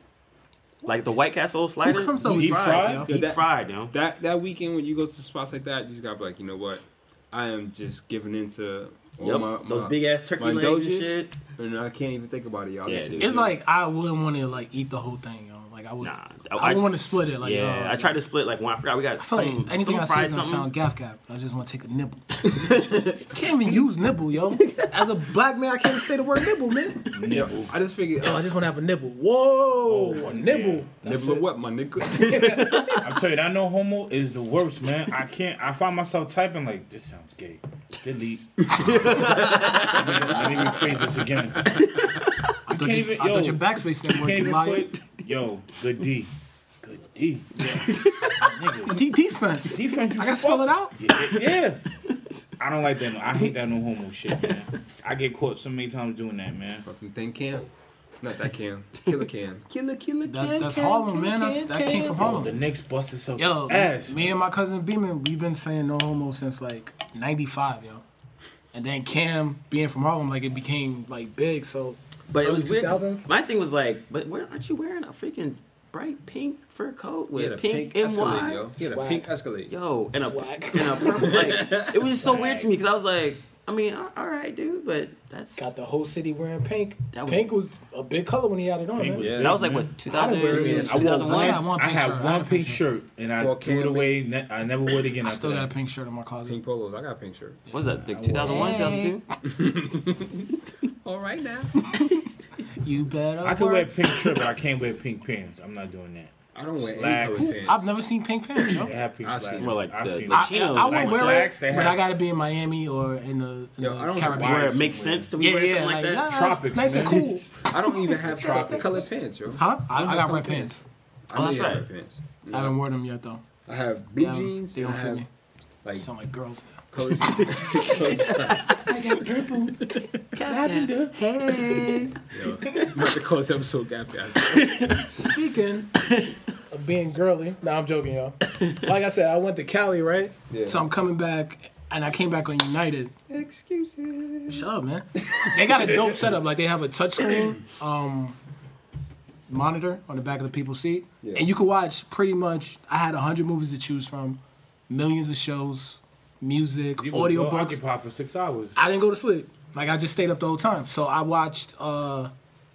Speaker 1: like the White Castle slider.
Speaker 3: Who comes up with
Speaker 4: Deep
Speaker 3: fries?
Speaker 4: fried?
Speaker 3: yo?
Speaker 1: Deep
Speaker 2: That-
Speaker 1: fried, you know.
Speaker 2: That that weekend when you go to spots like that, you just gotta be like, you know what? I am just giving into all
Speaker 1: Yep,
Speaker 2: Oh, my,
Speaker 1: those
Speaker 2: my-
Speaker 1: big ass turkey
Speaker 2: my
Speaker 1: legs and
Speaker 2: indulgence,
Speaker 1: shit.
Speaker 2: And I can't even think about it, y'all.
Speaker 1: Yeah,
Speaker 2: Just-
Speaker 1: dude.
Speaker 3: It's like I wouldn't want to like eat the whole thing, yo. Like I would,
Speaker 1: Nah,
Speaker 3: I,
Speaker 1: I-
Speaker 3: would want to split it. Like
Speaker 1: yeah,
Speaker 3: yo,
Speaker 1: I tried to split like one. I forgot we got
Speaker 3: I feel
Speaker 1: some,
Speaker 3: like
Speaker 1: some
Speaker 3: anything I say
Speaker 1: fried
Speaker 3: is gonna
Speaker 1: something.
Speaker 3: sound gaff gaff. I just want to take
Speaker 1: *laughs*
Speaker 3: a nibble. can't even use nibble, yo. As a black man, I can't even say the word nibble, man.
Speaker 2: Yo, I just figured,
Speaker 3: Yo, I
Speaker 2: uh,
Speaker 3: just want to have a nibble. Whoa, a nibble.
Speaker 2: nibble of what, my *laughs* nigga?
Speaker 4: I tell you, that no homo is the worst, man. I can't. I find myself typing like, this sounds gay. Delete.
Speaker 3: *laughs*
Speaker 4: Let me rephrase this again. I
Speaker 3: I thought,
Speaker 4: can't
Speaker 3: you,
Speaker 4: even-
Speaker 3: I thought
Speaker 4: yo,
Speaker 3: your backspace didn't work.
Speaker 4: can't
Speaker 3: You
Speaker 4: even
Speaker 3: liar.
Speaker 4: quit. Yo, good D. Good D. Nigga,
Speaker 3: D- defense.
Speaker 4: defense, you
Speaker 3: I gotta spell
Speaker 4: fuck-
Speaker 3: it out.
Speaker 4: Yeah, yeah. I don't like that. No, I hate that no homo shit, man. I get caught so many times doing that, man.
Speaker 1: Oh.
Speaker 2: Fucking thing cam. Not that cam. Killer cam.
Speaker 1: Killer, killer,
Speaker 3: That's, that's Harlem, man. That's, that came from
Speaker 4: Oh, The
Speaker 3: Harlem.
Speaker 4: Knicks busted some
Speaker 3: Yo,
Speaker 4: ass.
Speaker 3: me and my cousin Beeman, we've been saying no homo since like '95, yo. And then Cam being from Harlem, like it became like big. So
Speaker 1: But it
Speaker 3: Early
Speaker 1: was weird. 'cause
Speaker 3: 2000s?
Speaker 1: My thing was like, but where aren't you wearing a freaking bright pink fur coat
Speaker 2: He
Speaker 1: with
Speaker 2: had a
Speaker 1: pink,
Speaker 2: pink Escalade,
Speaker 1: NY?
Speaker 2: yo. He had a
Speaker 3: Swag.
Speaker 2: pink Escalade.
Speaker 1: Yo, and a
Speaker 3: Swag.
Speaker 1: *laughs*
Speaker 2: *laughs*
Speaker 1: and a purple. Like it was just so weird to me because I was like, I mean, all all right, dude, but that's
Speaker 3: Got the whole city wearing pink.
Speaker 1: That was-
Speaker 3: pink was a big color when he had it on. Man.
Speaker 4: was
Speaker 1: that was like what 2000,
Speaker 3: wear it.
Speaker 4: I wore
Speaker 1: 2001?
Speaker 4: one.
Speaker 3: I want
Speaker 4: I
Speaker 3: pink
Speaker 4: had
Speaker 3: shirt. I
Speaker 4: one
Speaker 3: had a pink
Speaker 4: pink shirt, and I
Speaker 2: For
Speaker 4: threw it
Speaker 2: Cam
Speaker 4: away. Ne- I never wore it again.
Speaker 3: I
Speaker 4: after
Speaker 3: still got
Speaker 4: that.
Speaker 3: a pink shirt in my closet.
Speaker 2: Pink polos. I got pink shirt.
Speaker 1: What was that? Like 2001, 2002?
Speaker 2: All right now.
Speaker 3: You better.
Speaker 4: I could wear
Speaker 3: work.
Speaker 4: pink shirt, but I can't wear pink pants. I'm not doing that.
Speaker 2: I don't wear
Speaker 4: Slacks.
Speaker 2: any colored pants.
Speaker 3: I've never seen pink pants, yo.
Speaker 4: They have pink
Speaker 2: I've
Speaker 4: slacks.
Speaker 2: seen
Speaker 1: Well, like
Speaker 4: I've
Speaker 1: the-
Speaker 4: seen
Speaker 1: the
Speaker 4: it.
Speaker 3: I,
Speaker 1: chinos,
Speaker 3: I, I
Speaker 1: like
Speaker 3: would wear
Speaker 4: slacks,
Speaker 3: it,
Speaker 4: they
Speaker 3: but
Speaker 4: have-
Speaker 3: I gotta be in Miami or in the, in
Speaker 2: Yo,
Speaker 3: the
Speaker 2: I don't
Speaker 3: Caribbean.
Speaker 2: know
Speaker 1: Where it makes sense to me,
Speaker 3: yeah,
Speaker 1: or
Speaker 3: yeah,
Speaker 1: something like that.
Speaker 3: yeah,
Speaker 4: Tropics,
Speaker 3: nice and
Speaker 4: man.
Speaker 3: cool.
Speaker 2: I don't
Speaker 1: *laughs*
Speaker 2: even have tropic colored pants, yo.
Speaker 3: Huh? I, I got red
Speaker 2: Colored
Speaker 3: pants.
Speaker 2: I
Speaker 1: Oh,
Speaker 2: need
Speaker 1: that's
Speaker 2: red
Speaker 1: right.
Speaker 2: pants.
Speaker 3: I haven't worn them yet though.
Speaker 2: I have blue
Speaker 3: They don't-
Speaker 2: jeans.
Speaker 3: they
Speaker 2: and
Speaker 3: don't
Speaker 2: I
Speaker 3: fit
Speaker 2: have,
Speaker 3: me.
Speaker 2: Like
Speaker 3: Sound like girls.
Speaker 2: colored.
Speaker 1: Hey.
Speaker 2: yo, I'm about to call this episode Gap Gap.
Speaker 3: Speaking of being girly, no, I'm joking, *laughs* y'all. Like I said, I went to Cali, right?
Speaker 2: Yeah.
Speaker 3: So I'm coming back, and I came back on United.
Speaker 2: Excuses.
Speaker 3: Shut up, man. They got a dope setup. Like they have a touchscreen um, monitor on the back of the people's seat,
Speaker 2: Yeah.
Speaker 3: and you can watch pretty much. I had hundred movies to choose from, millions of shows, music,
Speaker 4: You were
Speaker 3: audio
Speaker 4: well
Speaker 3: books.
Speaker 4: occupied for six hours.
Speaker 3: I didn't go to sleep. Like I just stayed up the whole time. So I watched uh,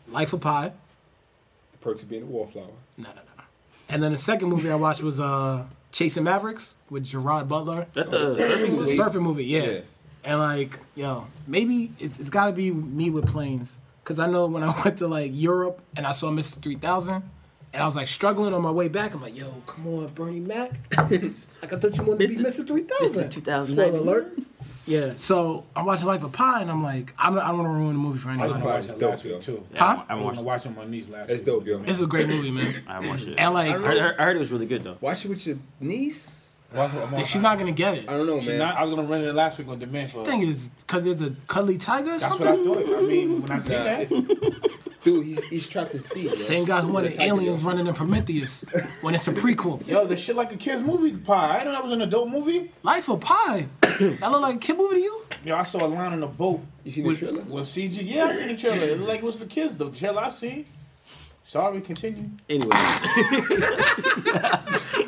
Speaker 3: Life of Pi.
Speaker 2: The perks of being a wallflower.
Speaker 3: No, no, no, no. And then the second movie I watched was uh, Chasing Mavericks with Gerard Butler.
Speaker 1: That the surfing
Speaker 3: The
Speaker 1: movie?
Speaker 3: surfing movie, yeah.
Speaker 2: Yeah.
Speaker 3: And like, yo, maybe it's, it's got to be me with planes, cause I know when I *laughs* went to like Europe and I saw Mr. Three Thousand, and I was like struggling on my way back. I'm like, yo, come on, Bernie Mac. like I thought you wanted to be Mr. Three Thousand.
Speaker 1: Mr. 2000.
Speaker 3: Spoiler alert. Yeah. So I'm watching Life of Pi, and I'm like, I'm not, I don't want to ruin the movie for
Speaker 4: I was
Speaker 3: anybody.
Speaker 4: gonna watch that
Speaker 2: dope,
Speaker 4: last
Speaker 2: yo.
Speaker 4: week too.
Speaker 1: Yeah,
Speaker 3: Huh?
Speaker 1: I haven't
Speaker 4: I was
Speaker 1: watched
Speaker 4: gonna
Speaker 1: it.
Speaker 4: watch it on my knees last
Speaker 2: That's
Speaker 4: week.
Speaker 2: dope, yo.
Speaker 3: It's a great movie, man.
Speaker 1: I haven't watched it.
Speaker 3: And
Speaker 1: I
Speaker 3: like,
Speaker 1: heard, I heard- I heard it was really good, though.
Speaker 2: Watch it with your niece.
Speaker 4: Watch it- I'm on-
Speaker 3: she's not gonna get it.
Speaker 2: I don't know,
Speaker 5: She's
Speaker 2: man.
Speaker 5: not, I was gonna rent it last week on demand for.
Speaker 3: thing is, cause it's a cuddly tiger. Or
Speaker 5: that's
Speaker 3: something?
Speaker 5: what I thought. I mean, when I seen
Speaker 2: Nah.
Speaker 5: that,
Speaker 2: Dude, he's he's trapped in sea. Yo.
Speaker 3: Same guy who wanted
Speaker 2: Tiger, yo.
Speaker 3: aliens running in Prometheus when it's a prequel.
Speaker 5: yo, this shit like a kids movie pie. I didn't know that was an adult movie.
Speaker 3: Life of Pi. *coughs* That look like a kid movie to you?
Speaker 5: Yo, I saw a line on the boat
Speaker 2: You seen the trailer?
Speaker 5: with CG. Yeah, I seen the trailer. It looked like it was for kids though. The trailer I seen. Sorry, continue.
Speaker 1: Anyway,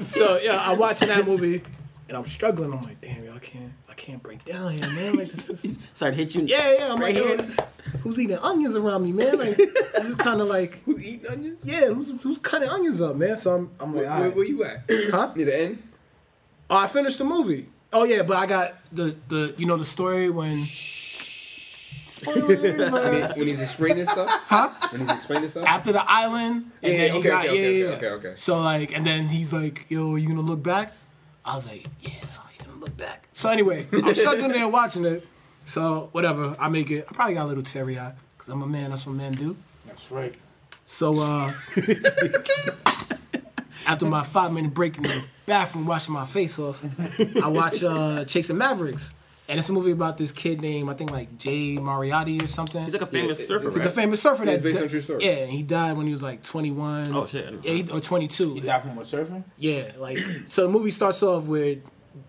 Speaker 3: So yeah, I'm watching that movie and I'm struggling. I'm like, damn, y'all can't, I can't break down here, man. Like this is,
Speaker 1: sorry to hit you.
Speaker 3: *laughs* yeah, yeah. I'm
Speaker 1: Right
Speaker 3: like, yo,
Speaker 1: here.
Speaker 3: who's eating onions around me, man? Like this is kind of like,
Speaker 2: Who's eating onions?
Speaker 3: yeah, who's who's cutting onions up, man? So I'm, I'm like,
Speaker 2: Where,
Speaker 3: all
Speaker 2: where,
Speaker 3: right.
Speaker 2: where you at?
Speaker 3: Huh?
Speaker 2: Near the end.
Speaker 3: Oh, I finished the movie. Oh yeah, but I got the the you know the story when. Spoiler *laughs* alert.
Speaker 2: When, he, when he's explaining stuff. Huh? When he's explaining stuff.
Speaker 3: after the island, and
Speaker 2: Yeah,
Speaker 3: then
Speaker 2: yeah,
Speaker 3: he
Speaker 2: okay,
Speaker 3: got
Speaker 2: okay, okay,
Speaker 3: yeah, yeah,
Speaker 2: okay,
Speaker 3: yeah.
Speaker 2: okay.
Speaker 3: So like, and then he's like, "Yo, you gonna look back?" I was like, "Yeah, you gonna look back." So anyway, I'm stuck in there watching it. So whatever, I make it. I probably got a little teary eye because I'm a man. That's what men do.
Speaker 5: That's right.
Speaker 1: *laughs*
Speaker 3: So uh, after my five minute break in the bathroom washing my face off, I watch uh, Chasing Mavericks, and it's a movie about this kid named I think like Jay Mariotti or something.
Speaker 1: He's like a famous
Speaker 2: Yeah,
Speaker 1: surfer,
Speaker 2: it's
Speaker 3: He's a
Speaker 1: right?
Speaker 3: famous surfer
Speaker 2: Yeah,
Speaker 3: that
Speaker 2: it's based on true story.
Speaker 3: Yeah, and he died when he was like 21.
Speaker 1: Oh, shit, I didn't
Speaker 3: Yeah, he, or 22.
Speaker 5: You died from a surfing.
Speaker 3: Yeah, like *clears throat* so the movie starts off with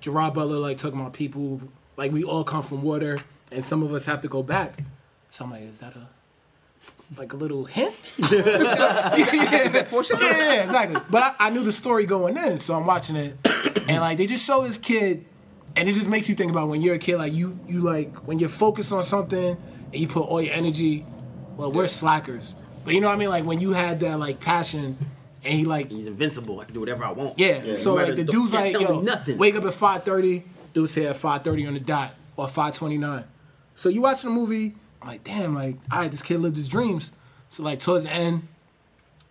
Speaker 3: Gerard Butler like talking about people like we all come from water and some of us have to go back. So I'm like, is that a like a little hint? *laughs* is that foreshadowing? Yeah, yeah, exactly. But I, I knew the story going in, so I'm watching *clears throat* it, and like they just show this kid, and it just makes you think about when you're a kid, like you you like when you're focused on something and you put all your energy. Well, we're slackers, but you know what I mean. Like when you had that like passion, and he like
Speaker 1: He's invincible. I can do whatever I want.
Speaker 3: yeah. So
Speaker 1: No
Speaker 3: like
Speaker 1: matter-
Speaker 3: the
Speaker 1: don't-
Speaker 3: dude's
Speaker 1: can't
Speaker 3: like,
Speaker 1: tell me
Speaker 3: yo,
Speaker 1: nothing.
Speaker 3: wake up at five thirty. Dude's here at five thirty on the dot or five twenty nine. So you watching the movie? I'm like, damn, like, all right, this kid lived his dreams. So like towards the end,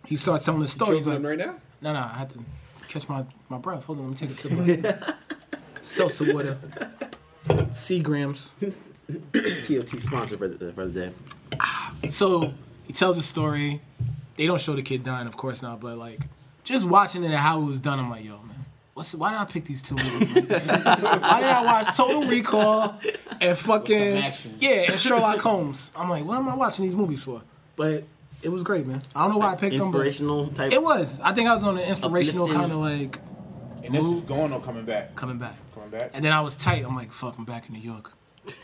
Speaker 3: he starts telling the story. He's
Speaker 2: Choking
Speaker 3: like,
Speaker 2: him right now.
Speaker 3: no, no, I had to catch my, my breath. Hold on, let me take a
Speaker 1: *laughs*
Speaker 3: sip of that. Seltzer water. Seagrams.
Speaker 1: TOT sponsor for the, for the day.
Speaker 3: So he tells a story. They don't show the kid dying, of course not, but like just watching it and how it was done, I'm like, yo, man, what's why did I pick these two movies? man? why did I watch Total Recall and fucking
Speaker 5: action.
Speaker 3: yeah and Sherlock Holmes? I'm like, what am I watching these movies for? But it was great, man. I don't know why I picked them. but
Speaker 1: Inspirational type.
Speaker 3: It was. I think I was on an inspirational
Speaker 1: Uplifting.
Speaker 3: kind of like
Speaker 5: And this is going or coming back.
Speaker 3: coming back.
Speaker 5: Coming back.
Speaker 3: And then I was tight. I'm like, fuck, I'm back in New York.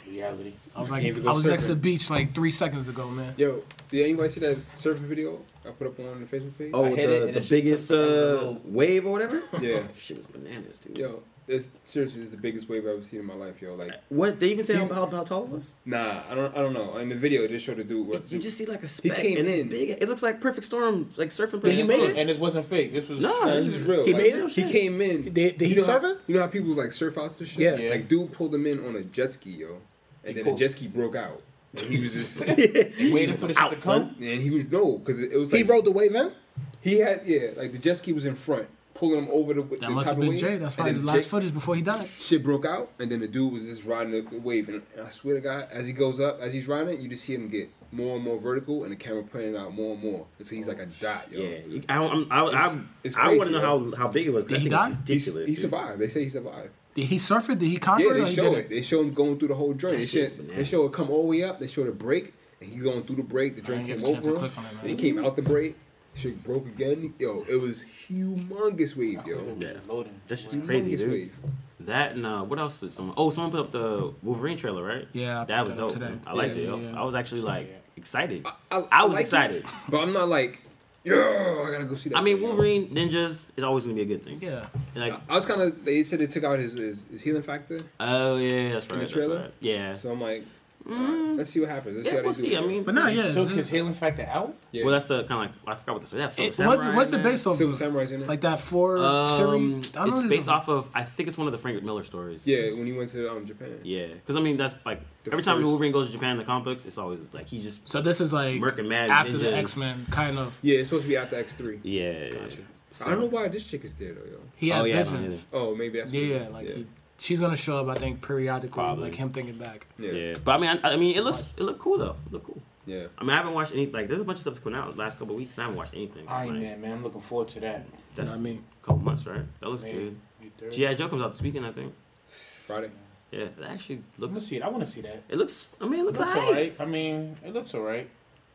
Speaker 5: Reality.
Speaker 3: I was
Speaker 2: Can't
Speaker 3: like,
Speaker 2: even
Speaker 3: I
Speaker 2: go
Speaker 3: was next to
Speaker 2: surfing.
Speaker 3: the beach like three seconds ago, man.
Speaker 2: Yo, did anybody see that surfing video? I put up on the Facebook page.
Speaker 7: Oh,
Speaker 6: I hit it
Speaker 7: the,
Speaker 6: and
Speaker 7: the
Speaker 6: it shoots
Speaker 7: biggest
Speaker 6: up the
Speaker 7: uh,
Speaker 6: little-
Speaker 7: wave or
Speaker 3: *laughs*
Speaker 7: whatever?
Speaker 2: Yeah.
Speaker 1: Shit was bananas, dude.
Speaker 2: Yo, it's seriously it's the biggest wave I've ever seen in my life, yo. Like,
Speaker 1: What they even say how, how, how tall it was?
Speaker 2: nah, I don't, I don't know. In the video, it just showed the dude. What,
Speaker 1: You just see like a speck,
Speaker 2: came
Speaker 1: and
Speaker 2: in.
Speaker 1: it's big. It looks like perfect storm, like surfing.
Speaker 3: Did he
Speaker 1: perfect
Speaker 3: make
Speaker 1: storm.
Speaker 3: it?
Speaker 5: And this wasn't fake. This was
Speaker 1: No,
Speaker 2: Nah,
Speaker 1: this
Speaker 2: this is real.
Speaker 3: He
Speaker 2: Like,
Speaker 3: made it?
Speaker 2: He came in.
Speaker 3: Did- did he
Speaker 2: you know
Speaker 3: surf
Speaker 2: how-
Speaker 3: it?
Speaker 2: You know how people like surf out to shit?
Speaker 3: Yeah.
Speaker 5: Yeah.
Speaker 2: Like dude pulled him in on a jet ski, yo, and then
Speaker 5: pulled-
Speaker 2: the jet ski broke out. And he was
Speaker 3: *laughs*
Speaker 2: just, *laughs*
Speaker 5: waiting for this shit to
Speaker 1: Out, son.
Speaker 5: come.
Speaker 2: and he was no, because it, it was
Speaker 3: He
Speaker 2: like
Speaker 3: rode the wave in.
Speaker 2: He had yeah, like the jet ski was in front, pulling him over the. the
Speaker 3: That must
Speaker 2: top
Speaker 3: have
Speaker 2: of
Speaker 3: been
Speaker 2: wave,
Speaker 3: Jay. That's
Speaker 2: and
Speaker 3: probably
Speaker 2: then
Speaker 3: the last
Speaker 2: Jay-
Speaker 3: footage before he died.
Speaker 2: Shit broke out, and then the dude was just riding the- the wave, and I swear to God, as he goes up, as he's riding it, you just see him get more and more vertical, and the camera panning out more and more until he's like a dot, yo.
Speaker 1: Yeah, I don't, I'm, I,
Speaker 2: It's-
Speaker 1: I'm,
Speaker 2: it's
Speaker 1: I want
Speaker 2: crazy,
Speaker 1: to know
Speaker 2: yo.
Speaker 1: how, how big it was. 'cause
Speaker 3: Did he
Speaker 1: I think
Speaker 3: die?
Speaker 1: it's
Speaker 2: He,
Speaker 1: Ridiculous.
Speaker 2: he
Speaker 1: dude.
Speaker 2: survived. They say he survived.
Speaker 3: Did he surf it? Did he conquer
Speaker 2: Yeah,
Speaker 3: it? Or
Speaker 2: they
Speaker 3: he
Speaker 2: show
Speaker 3: did
Speaker 2: it. They show him going through the whole journey. They
Speaker 1: That shit
Speaker 2: show,
Speaker 1: was
Speaker 2: they show it come all the way up. They show the break, and he's going through the break. The drink
Speaker 3: I didn't
Speaker 2: came
Speaker 3: get a chance
Speaker 2: over
Speaker 3: to
Speaker 2: him.
Speaker 3: click on it,
Speaker 2: and he came out the break. Shit broke again. Yo, it was humongous wave, yo.
Speaker 1: Yeah.
Speaker 5: Loading.
Speaker 1: That's just
Speaker 5: Wow.
Speaker 1: crazy,
Speaker 2: Humongous
Speaker 1: dude.
Speaker 2: wave.
Speaker 1: That and uh, what else did someone? Oh, someone put up the Wolverine trailer, right?
Speaker 3: Yeah, I
Speaker 1: that was
Speaker 3: put that up
Speaker 1: dope.
Speaker 3: today.
Speaker 1: I liked
Speaker 3: Yeah,
Speaker 1: it. Yo.
Speaker 3: yeah, yeah.
Speaker 1: I was actually like excited. I,
Speaker 2: I-
Speaker 1: was
Speaker 2: like it,
Speaker 1: excited.
Speaker 2: but I'm not like, yo, I gotta go see that.
Speaker 1: I mean,
Speaker 2: thing, yo."
Speaker 1: Wolverine ninjas is always gonna be a good thing.
Speaker 3: Yeah.
Speaker 1: And, like,
Speaker 2: I was kind of. They said they took out his, his, his healing factor,
Speaker 1: oh yeah, that's right. That's
Speaker 2: trailer?
Speaker 1: right. Yeah.
Speaker 2: so I'm like, alright, let's see what happens. Let's
Speaker 1: Mm.
Speaker 2: see
Speaker 1: yeah,
Speaker 2: how
Speaker 1: we'll
Speaker 2: they do
Speaker 1: see.
Speaker 2: it.
Speaker 1: I mean,
Speaker 3: But nah, yeah.
Speaker 5: Took
Speaker 3: it's-
Speaker 5: his healing factor out.
Speaker 2: yeah.
Speaker 1: well, that's the kind of like I forgot what the story. That's so
Speaker 3: it's- what's, it- what's it
Speaker 1: Samurai, man.
Speaker 3: based off?
Speaker 2: Silver
Speaker 3: of?
Speaker 2: Samurai's in it.
Speaker 3: Oh, Like that four
Speaker 1: Um,
Speaker 3: series? I don't
Speaker 1: it's
Speaker 3: know.
Speaker 1: based off of I think it's one of the Frank Miller stories.
Speaker 2: yeah, when he went to um, Japan.
Speaker 1: Yeah, because I mean that's like
Speaker 2: The
Speaker 1: every time
Speaker 2: first-
Speaker 1: Wolverine goes to Japan in the comic books, it's always like he's just
Speaker 3: So this is like
Speaker 1: Merc and Mad
Speaker 3: after the
Speaker 1: Ninjas.
Speaker 3: X Men kind of.
Speaker 2: Yeah, it's supposed to be after X3.
Speaker 1: yeah.
Speaker 2: I don't know why this chick is there though, yo.
Speaker 3: He had
Speaker 1: oh yeah, I don't
Speaker 3: visions.
Speaker 2: Oh, maybe that's
Speaker 3: Yeah,
Speaker 2: what-
Speaker 3: yeah, like He, she's gonna show up. I think periodically,
Speaker 1: Probably.
Speaker 3: like him thinking back.
Speaker 1: either.
Speaker 2: yeah,
Speaker 1: yeah. But I mean, I, I mean, it looks it looked cool though. It looked cool.
Speaker 2: yeah.
Speaker 1: I mean, I haven't watched any like. There's a bunch of stuff that's coming out the last couple of weeks, and I haven't watched anything.
Speaker 5: Iron
Speaker 1: like,
Speaker 5: Man, man. I'm looking forward to that.
Speaker 1: That's
Speaker 3: You know what I mean?
Speaker 1: a couple months, right? That looks
Speaker 5: Man, you
Speaker 1: good.
Speaker 5: dirty.
Speaker 1: GI Joe comes out this weekend, I think.
Speaker 2: Friday.
Speaker 1: Yeah, it actually
Speaker 5: I'm gonna
Speaker 1: looks.
Speaker 5: see it. I want to see that.
Speaker 1: It looks. I mean, it
Speaker 5: It
Speaker 1: looks
Speaker 5: looks
Speaker 1: alright.
Speaker 5: alright. I mean, it looks alright.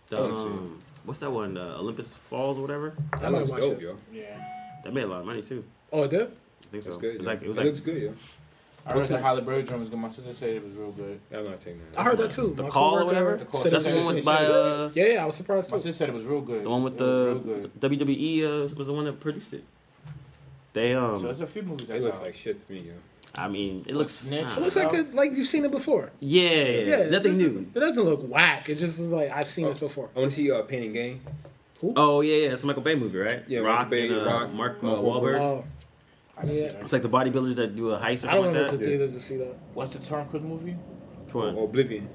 Speaker 1: The, um, what's that one? Uh, Olympus Falls or whatever.
Speaker 2: That looks
Speaker 3: watch
Speaker 2: dope,
Speaker 3: it.
Speaker 2: yo.
Speaker 5: Yeah.
Speaker 1: That made a lot of money too.
Speaker 3: Oh, it did.
Speaker 1: I think so.
Speaker 2: It's good.
Speaker 1: It was
Speaker 2: yo.
Speaker 1: like it was
Speaker 2: It
Speaker 1: like
Speaker 2: looks good, yo.
Speaker 5: I heard the Holly Berry drum was good. My sister said it was real good.
Speaker 2: I'm not taking
Speaker 3: I
Speaker 2: that.
Speaker 3: heard that too.
Speaker 1: The
Speaker 3: My
Speaker 1: Call or
Speaker 3: coworker
Speaker 1: whatever?
Speaker 5: The Call.
Speaker 3: said
Speaker 1: that's the
Speaker 3: it
Speaker 1: one
Speaker 3: was-
Speaker 1: with by uh,
Speaker 3: Yeah, yeah, I was surprised
Speaker 5: My
Speaker 3: too.
Speaker 5: sister said it was real good.
Speaker 1: the one with
Speaker 5: It was real
Speaker 1: the
Speaker 5: good.
Speaker 1: WWE uh, was the one that produced it. They um,
Speaker 5: So there's a few movies
Speaker 2: It
Speaker 5: that's
Speaker 2: looks
Speaker 5: out.
Speaker 2: like shit to me, yo.
Speaker 1: I mean, it looks.
Speaker 5: Snitch.
Speaker 1: nah.
Speaker 3: It looks like a, like you've seen it before.
Speaker 1: yeah, yeah,
Speaker 3: Yeah,
Speaker 1: nothing
Speaker 3: it-
Speaker 1: new.
Speaker 3: It doesn't look whack. It just is like I've seen this before.
Speaker 2: I want to see uh, Pain and Gain.
Speaker 1: Oh yeah, yeah, it's a Michael Bay movie, right?
Speaker 2: Yeah,
Speaker 1: Rock,
Speaker 2: Michael Bay,
Speaker 1: and, uh,
Speaker 2: Rock,
Speaker 1: Mark
Speaker 2: uh,
Speaker 1: Wahlberg.
Speaker 3: Oh,
Speaker 5: I didn't
Speaker 3: Yeah.
Speaker 5: see that.
Speaker 1: It's like the bodybuilders that do a heist or
Speaker 3: I don't
Speaker 1: something
Speaker 3: want to
Speaker 1: like
Speaker 3: visit
Speaker 1: that.
Speaker 3: theaters to see that.
Speaker 5: What's the Tom Cruise movie?
Speaker 1: Which one?
Speaker 2: Or Oblivion.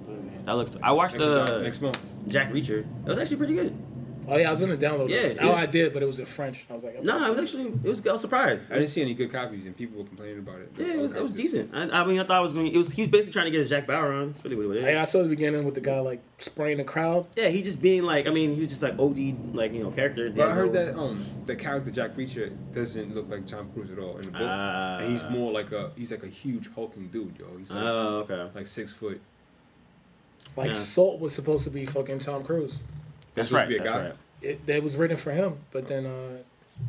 Speaker 1: That looks. I watched
Speaker 2: Next, uh,
Speaker 1: uh,
Speaker 2: next month.
Speaker 1: Jack Reacher. It was actually pretty good.
Speaker 3: Oh yeah, I was gonna download
Speaker 1: Yeah,
Speaker 3: it.
Speaker 1: it
Speaker 3: Oh,
Speaker 1: is.
Speaker 3: I did, but it was in French. I was like,
Speaker 1: No, it was actually. It was. I was surprised.
Speaker 2: I didn't see any good copies, and people were complaining about it.
Speaker 1: yeah, it was. It was
Speaker 2: Copies.
Speaker 1: decent. I, I mean, I thought it was going. It was. He was basically trying to get his Jack Bauer on. That's really what it is.
Speaker 3: Hey, I saw the beginning with the guy like spraying the crowd.
Speaker 1: Yeah, he just being like. I mean, he was just like OD, like you know, character.
Speaker 2: But I heard
Speaker 1: Daniel.
Speaker 2: that um the character Jack Reacher doesn't look like Tom Cruise at all in the book.
Speaker 1: Ah.
Speaker 2: And he's more like a he's like a huge hulking dude, yo. He's like,
Speaker 1: Oh, okay.
Speaker 2: like six foot.
Speaker 3: Like
Speaker 1: Yeah.
Speaker 3: Salt was supposed to be fucking Tom Cruise.
Speaker 1: That's
Speaker 2: supposed to
Speaker 1: right.
Speaker 2: be
Speaker 1: That's
Speaker 2: a guy.
Speaker 1: right.
Speaker 3: It that was written for him, but then uh,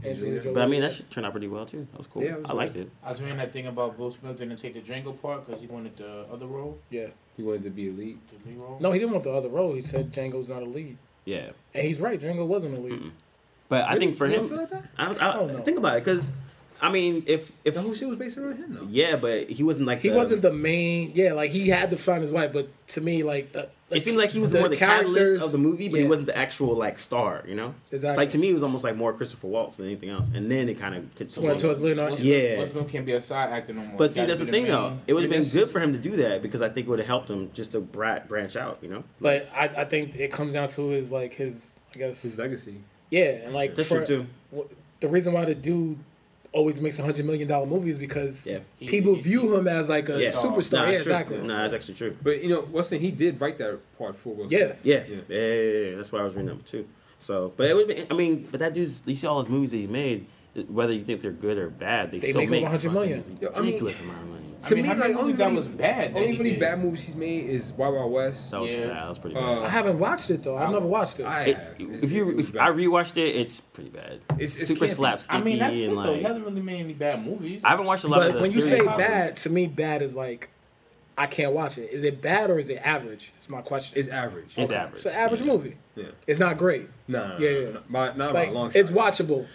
Speaker 3: Angelina Jolie.
Speaker 1: But I mean, that should turn out pretty well too. That was cool.
Speaker 2: Yeah, it was
Speaker 1: I liked it.
Speaker 5: I was reading that thing about Will Smith didn't take the Django part because he wanted the other role,
Speaker 3: yeah.
Speaker 2: He wanted to be elite.
Speaker 5: the lead role.
Speaker 3: No, he didn't want the other role. He said Django's not a lead,
Speaker 1: Yeah,
Speaker 3: and he's right. Django wasn't a lead.
Speaker 1: but I think for
Speaker 2: You don't
Speaker 1: him,
Speaker 2: feel like that?
Speaker 1: I, don't- I,
Speaker 3: I don't know.
Speaker 1: think about it because, I mean, if if
Speaker 2: The whole shit was based around him though.
Speaker 1: yeah, but he wasn't like
Speaker 3: He
Speaker 1: the-
Speaker 3: wasn't the main. Yeah, like he had to find his wife, but to me, like the,
Speaker 1: It seemed like he was the, more the catalyst
Speaker 3: characters-
Speaker 1: of the movie, but he
Speaker 3: yeah.
Speaker 1: wasn't the actual like star. You know,
Speaker 3: Exactly.
Speaker 1: like to me, it was almost like more Christopher Waltz than anything else. And then it kind
Speaker 3: Went
Speaker 1: of
Speaker 3: towards Leonardo.
Speaker 5: Will Smith-
Speaker 1: Yeah.
Speaker 5: Will Smith can't be a side actor no more.
Speaker 1: But
Speaker 5: He
Speaker 1: see,
Speaker 5: gotta
Speaker 1: that's
Speaker 5: be
Speaker 1: the thing though.
Speaker 5: main-
Speaker 1: It would have been
Speaker 2: that's-
Speaker 1: good for him to do that because I think it would have helped him just to bra- branch out. You know,
Speaker 3: But I, I think it comes down to his like his I guess
Speaker 2: His legacy.
Speaker 3: yeah, and like
Speaker 1: that's
Speaker 3: for-
Speaker 1: true too.
Speaker 3: w- The reason why the dude always makes a hundred million dollar movie is because
Speaker 1: Yeah.
Speaker 3: people
Speaker 5: He- he-
Speaker 3: view him as like a
Speaker 1: Yeah.
Speaker 3: superstar.
Speaker 1: Nah,
Speaker 3: yeah,
Speaker 1: it's true.
Speaker 3: exactly.
Speaker 1: Nah, that's actually true.
Speaker 2: But you know, what's the he did write that part for Will
Speaker 3: Yeah.
Speaker 2: Smith.
Speaker 1: Yeah.
Speaker 2: Yeah.
Speaker 1: Yeah. Yeah, yeah, yeah. That's why I was reading number two. So, but it would be, I mean, but that dude's, you see all his movies that he's made, whether you think they're good or bad, they,
Speaker 3: They
Speaker 1: still
Speaker 3: make
Speaker 1: make
Speaker 3: over 100 million.
Speaker 1: fucking
Speaker 2: Yo, I mean-
Speaker 1: ridiculous amount of money.
Speaker 5: I mean, how many movies that
Speaker 2: really-
Speaker 5: was bad that
Speaker 2: Only
Speaker 5: he
Speaker 2: really
Speaker 5: did?
Speaker 2: bad movies he's made is Wild Wild West.
Speaker 1: That was
Speaker 5: Yeah.
Speaker 1: bad. That was pretty
Speaker 2: Uh,
Speaker 1: bad.
Speaker 3: I haven't watched it though. I've never watched it.
Speaker 2: I
Speaker 1: It-
Speaker 2: have.
Speaker 1: if you,
Speaker 2: It was
Speaker 1: if
Speaker 2: bad.
Speaker 1: I rewatched it, it's pretty bad.
Speaker 2: It's- it's
Speaker 1: super
Speaker 2: campy.
Speaker 1: slapsticky
Speaker 5: I mean, that's it
Speaker 1: and
Speaker 5: though. He
Speaker 1: like.
Speaker 5: hasn't really made any bad movies.
Speaker 1: I haven't watched a lot
Speaker 3: but
Speaker 1: of the
Speaker 3: when you
Speaker 1: serious
Speaker 3: say
Speaker 1: movies.
Speaker 3: bad, to me, bad is like
Speaker 7: I can't watch it. Is it bad or is it average? It's my question.
Speaker 2: It's average.
Speaker 1: It's average.
Speaker 7: It's an average movie.
Speaker 2: Yeah.
Speaker 7: It's not great.
Speaker 2: No, no, no,
Speaker 7: Yeah,
Speaker 2: no,
Speaker 7: yeah.
Speaker 2: no, by- not by
Speaker 7: Like
Speaker 2: a long shot.
Speaker 7: it's watchable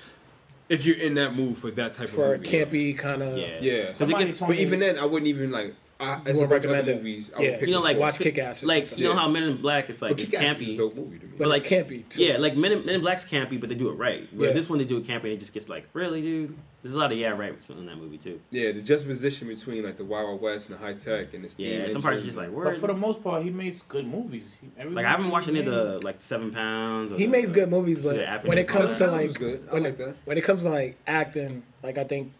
Speaker 2: if you're in that mood for that type
Speaker 7: for a
Speaker 2: of movie, yeah.
Speaker 7: campy kind of.
Speaker 1: Yeah.
Speaker 2: Yeah.
Speaker 1: Because it gets,
Speaker 5: Somebody
Speaker 2: But even then, I wouldn't even like. I, as
Speaker 7: wouldn't
Speaker 2: a bunch of
Speaker 7: recommend
Speaker 2: other
Speaker 7: it.
Speaker 2: movies, I
Speaker 7: Yeah.
Speaker 2: would pick
Speaker 7: You
Speaker 1: you know,
Speaker 2: it
Speaker 1: like
Speaker 2: for.
Speaker 7: Watch Kick-Ass or
Speaker 1: Like
Speaker 7: something.
Speaker 1: you know
Speaker 2: Yeah.
Speaker 1: how Men in Black, it's like
Speaker 2: But
Speaker 1: it's
Speaker 2: Kick-Ass is a
Speaker 1: campy.
Speaker 2: dope movie to me.
Speaker 7: But
Speaker 1: But
Speaker 7: it's
Speaker 1: like-
Speaker 7: campy. Too.
Speaker 1: Yeah, like Men in, Men in Black's campy, but they do it right. Where
Speaker 7: Yeah.
Speaker 1: this one they do it campy, and it just gets like, really, dude. There's a lot of yeah right in that movie too.
Speaker 2: yeah, the juxtaposition between like the Wild Wild West and the high tech and the steam
Speaker 1: Yeah, some parts are just like,
Speaker 5: But
Speaker 1: word.
Speaker 5: for the most part, he makes good movies. He- every
Speaker 1: Like I
Speaker 5: movie
Speaker 1: haven't
Speaker 5: he
Speaker 1: watched any of
Speaker 5: made-
Speaker 1: the like Seven Pounds. Or
Speaker 7: He
Speaker 1: the-
Speaker 7: makes good movies,
Speaker 1: so
Speaker 7: but
Speaker 1: the acting
Speaker 7: when it
Speaker 1: is
Speaker 7: comes to
Speaker 1: sometimes
Speaker 7: like
Speaker 2: good. I
Speaker 7: when
Speaker 2: like
Speaker 7: it,
Speaker 2: that.
Speaker 7: when it comes to like acting, like I think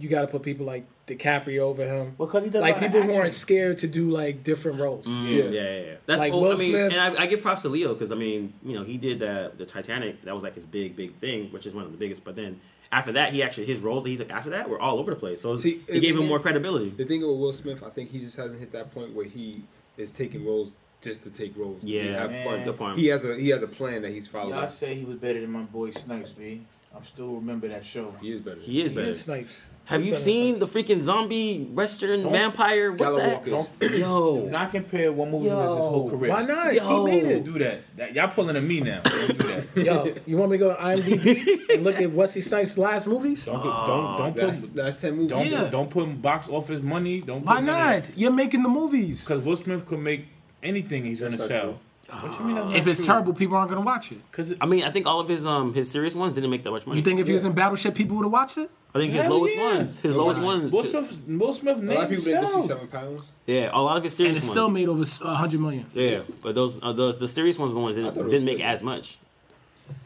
Speaker 7: you got to put people like DiCaprio over him.
Speaker 5: Because he does
Speaker 7: Like
Speaker 5: a lot of
Speaker 7: people who aren't
Speaker 5: action.
Speaker 7: scared to do like different roles.
Speaker 1: Mm, Yeah, yeah, yeah. yeah. That's
Speaker 7: Like
Speaker 1: oh,
Speaker 7: Will
Speaker 1: I mean,
Speaker 7: Smith.
Speaker 1: and I, I give props to Leo because I mean, you know, he did that the Titanic. That was like his big, big thing, which is one of the biggest. But then after that, he actually his roles that he took after that were all over the place. So it, was-
Speaker 2: See,
Speaker 1: it gave
Speaker 2: the
Speaker 1: him
Speaker 2: thing
Speaker 1: more
Speaker 2: is-
Speaker 1: credibility.
Speaker 2: The thing with Will Smith, I think he just hasn't hit that point where he is taking roles just to take roles.
Speaker 1: Yeah,
Speaker 2: He have fun.
Speaker 1: man. Good point.
Speaker 2: He has a he has a plan that he's following.
Speaker 5: Y'all say he was better than my boy Snipes, B. I still remember that show.
Speaker 2: He is better.
Speaker 1: He is better.
Speaker 7: Yeah, Snipes.
Speaker 1: Have you
Speaker 7: better
Speaker 1: seen the freaking zombie western vampire? What
Speaker 2: Gala
Speaker 1: the heck?
Speaker 2: Walkers.
Speaker 5: Do
Speaker 1: Yo,
Speaker 5: not compare one movie with his whole career.
Speaker 7: Why not?
Speaker 1: Yo.
Speaker 7: He made
Speaker 1: *laughs*
Speaker 7: it.
Speaker 4: Do that. that. Y'all pulling at me now. Don't do that.
Speaker 7: Yo, you want me to go to IMDb and look at Wesley Snipes' last movies?
Speaker 4: Don't put,
Speaker 1: Oh,
Speaker 4: don't
Speaker 2: That's
Speaker 4: don't put
Speaker 2: that's that movie.
Speaker 4: don't
Speaker 3: Yeah.
Speaker 4: don't put in box office money. Don't
Speaker 3: Why not? You're making the movies.
Speaker 4: Because Will Smith could make anything he's gonna
Speaker 2: That's not
Speaker 4: sell. What you mean? That's
Speaker 3: If it's terrible, people aren't gonna watch it.
Speaker 4: because
Speaker 1: I mean, I think all of his um his serious ones didn't make that much money.
Speaker 3: You think if he was in Battleship, people would have watched it?
Speaker 1: I think his
Speaker 4: Hell
Speaker 1: lowest
Speaker 4: yeah.
Speaker 1: ones, his lowest ones.
Speaker 4: Will Smith, Will Smith
Speaker 2: A lot
Speaker 4: named
Speaker 2: of people didn't see
Speaker 4: himself.
Speaker 2: seven pounds.
Speaker 1: Yeah, a lot of his
Speaker 3: And
Speaker 1: serious
Speaker 3: it
Speaker 1: ones.
Speaker 3: still made over s- 100 million.
Speaker 1: yeah, but those uh, those the serious ones, are the ones that
Speaker 2: thought it
Speaker 1: didn't,
Speaker 2: was
Speaker 1: didn't make
Speaker 2: good.
Speaker 1: as much.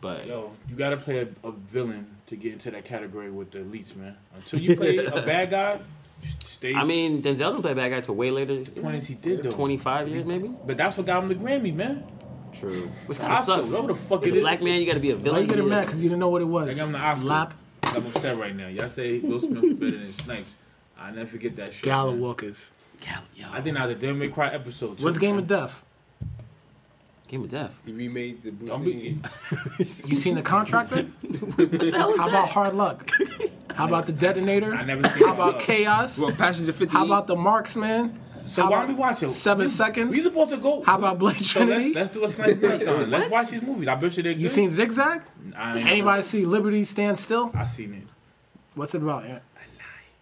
Speaker 1: But
Speaker 4: Yo, you gotta play a, a villain to get into that category with the elites, man. Until you play
Speaker 3: *laughs*
Speaker 4: a bad guy, just stay.
Speaker 1: I mean, Denzel didn't play bad guy till way later.
Speaker 4: twenties he did though.
Speaker 1: 25 years maybe.
Speaker 4: But that's what got him the Grammy, man.
Speaker 1: True. Which
Speaker 4: The
Speaker 1: kind of
Speaker 4: Oscar,
Speaker 1: sucks.
Speaker 4: whatever the fuck
Speaker 1: As
Speaker 4: it
Speaker 1: a
Speaker 4: is.
Speaker 1: black man, you got to be a
Speaker 3: Why
Speaker 1: villain.
Speaker 3: you getting mad? Because you didn't know what it was.
Speaker 4: I got him the Oscar.
Speaker 3: Lap
Speaker 4: I'm upset right now. Y'all say Will Smith is better than Snipes. I never forget that shit.
Speaker 3: Gala
Speaker 4: man.
Speaker 3: Walkers.
Speaker 1: Gal- yo,
Speaker 4: I think that was a Devil May Cry episode. too.
Speaker 3: What's Game of Death?
Speaker 1: Game of Death.
Speaker 2: He remade the Bruce
Speaker 4: Don't
Speaker 2: Lee.
Speaker 4: be.
Speaker 1: *laughs*
Speaker 3: You seen the contractor? *laughs* How about Hard Luck? How about the Detonator?
Speaker 4: I
Speaker 3: How
Speaker 4: never seen.
Speaker 3: about Chaos?
Speaker 2: Well, Passenger 50.
Speaker 3: How about the Marksman?
Speaker 4: So
Speaker 3: How
Speaker 4: why
Speaker 3: about
Speaker 4: we watch it?
Speaker 3: Seven Seconds?
Speaker 4: We supposed to go.
Speaker 3: How about Blade
Speaker 4: So let's,
Speaker 3: Trinity?
Speaker 4: let's do a Snipes
Speaker 3: *laughs*
Speaker 4: marathon. let's watch these movies. I bet you they're good.
Speaker 3: You seen Zigzag?
Speaker 4: I, ain't-
Speaker 3: Anybody see Liberty Stand Still?
Speaker 4: I seen it.
Speaker 3: What's it about? Yeah.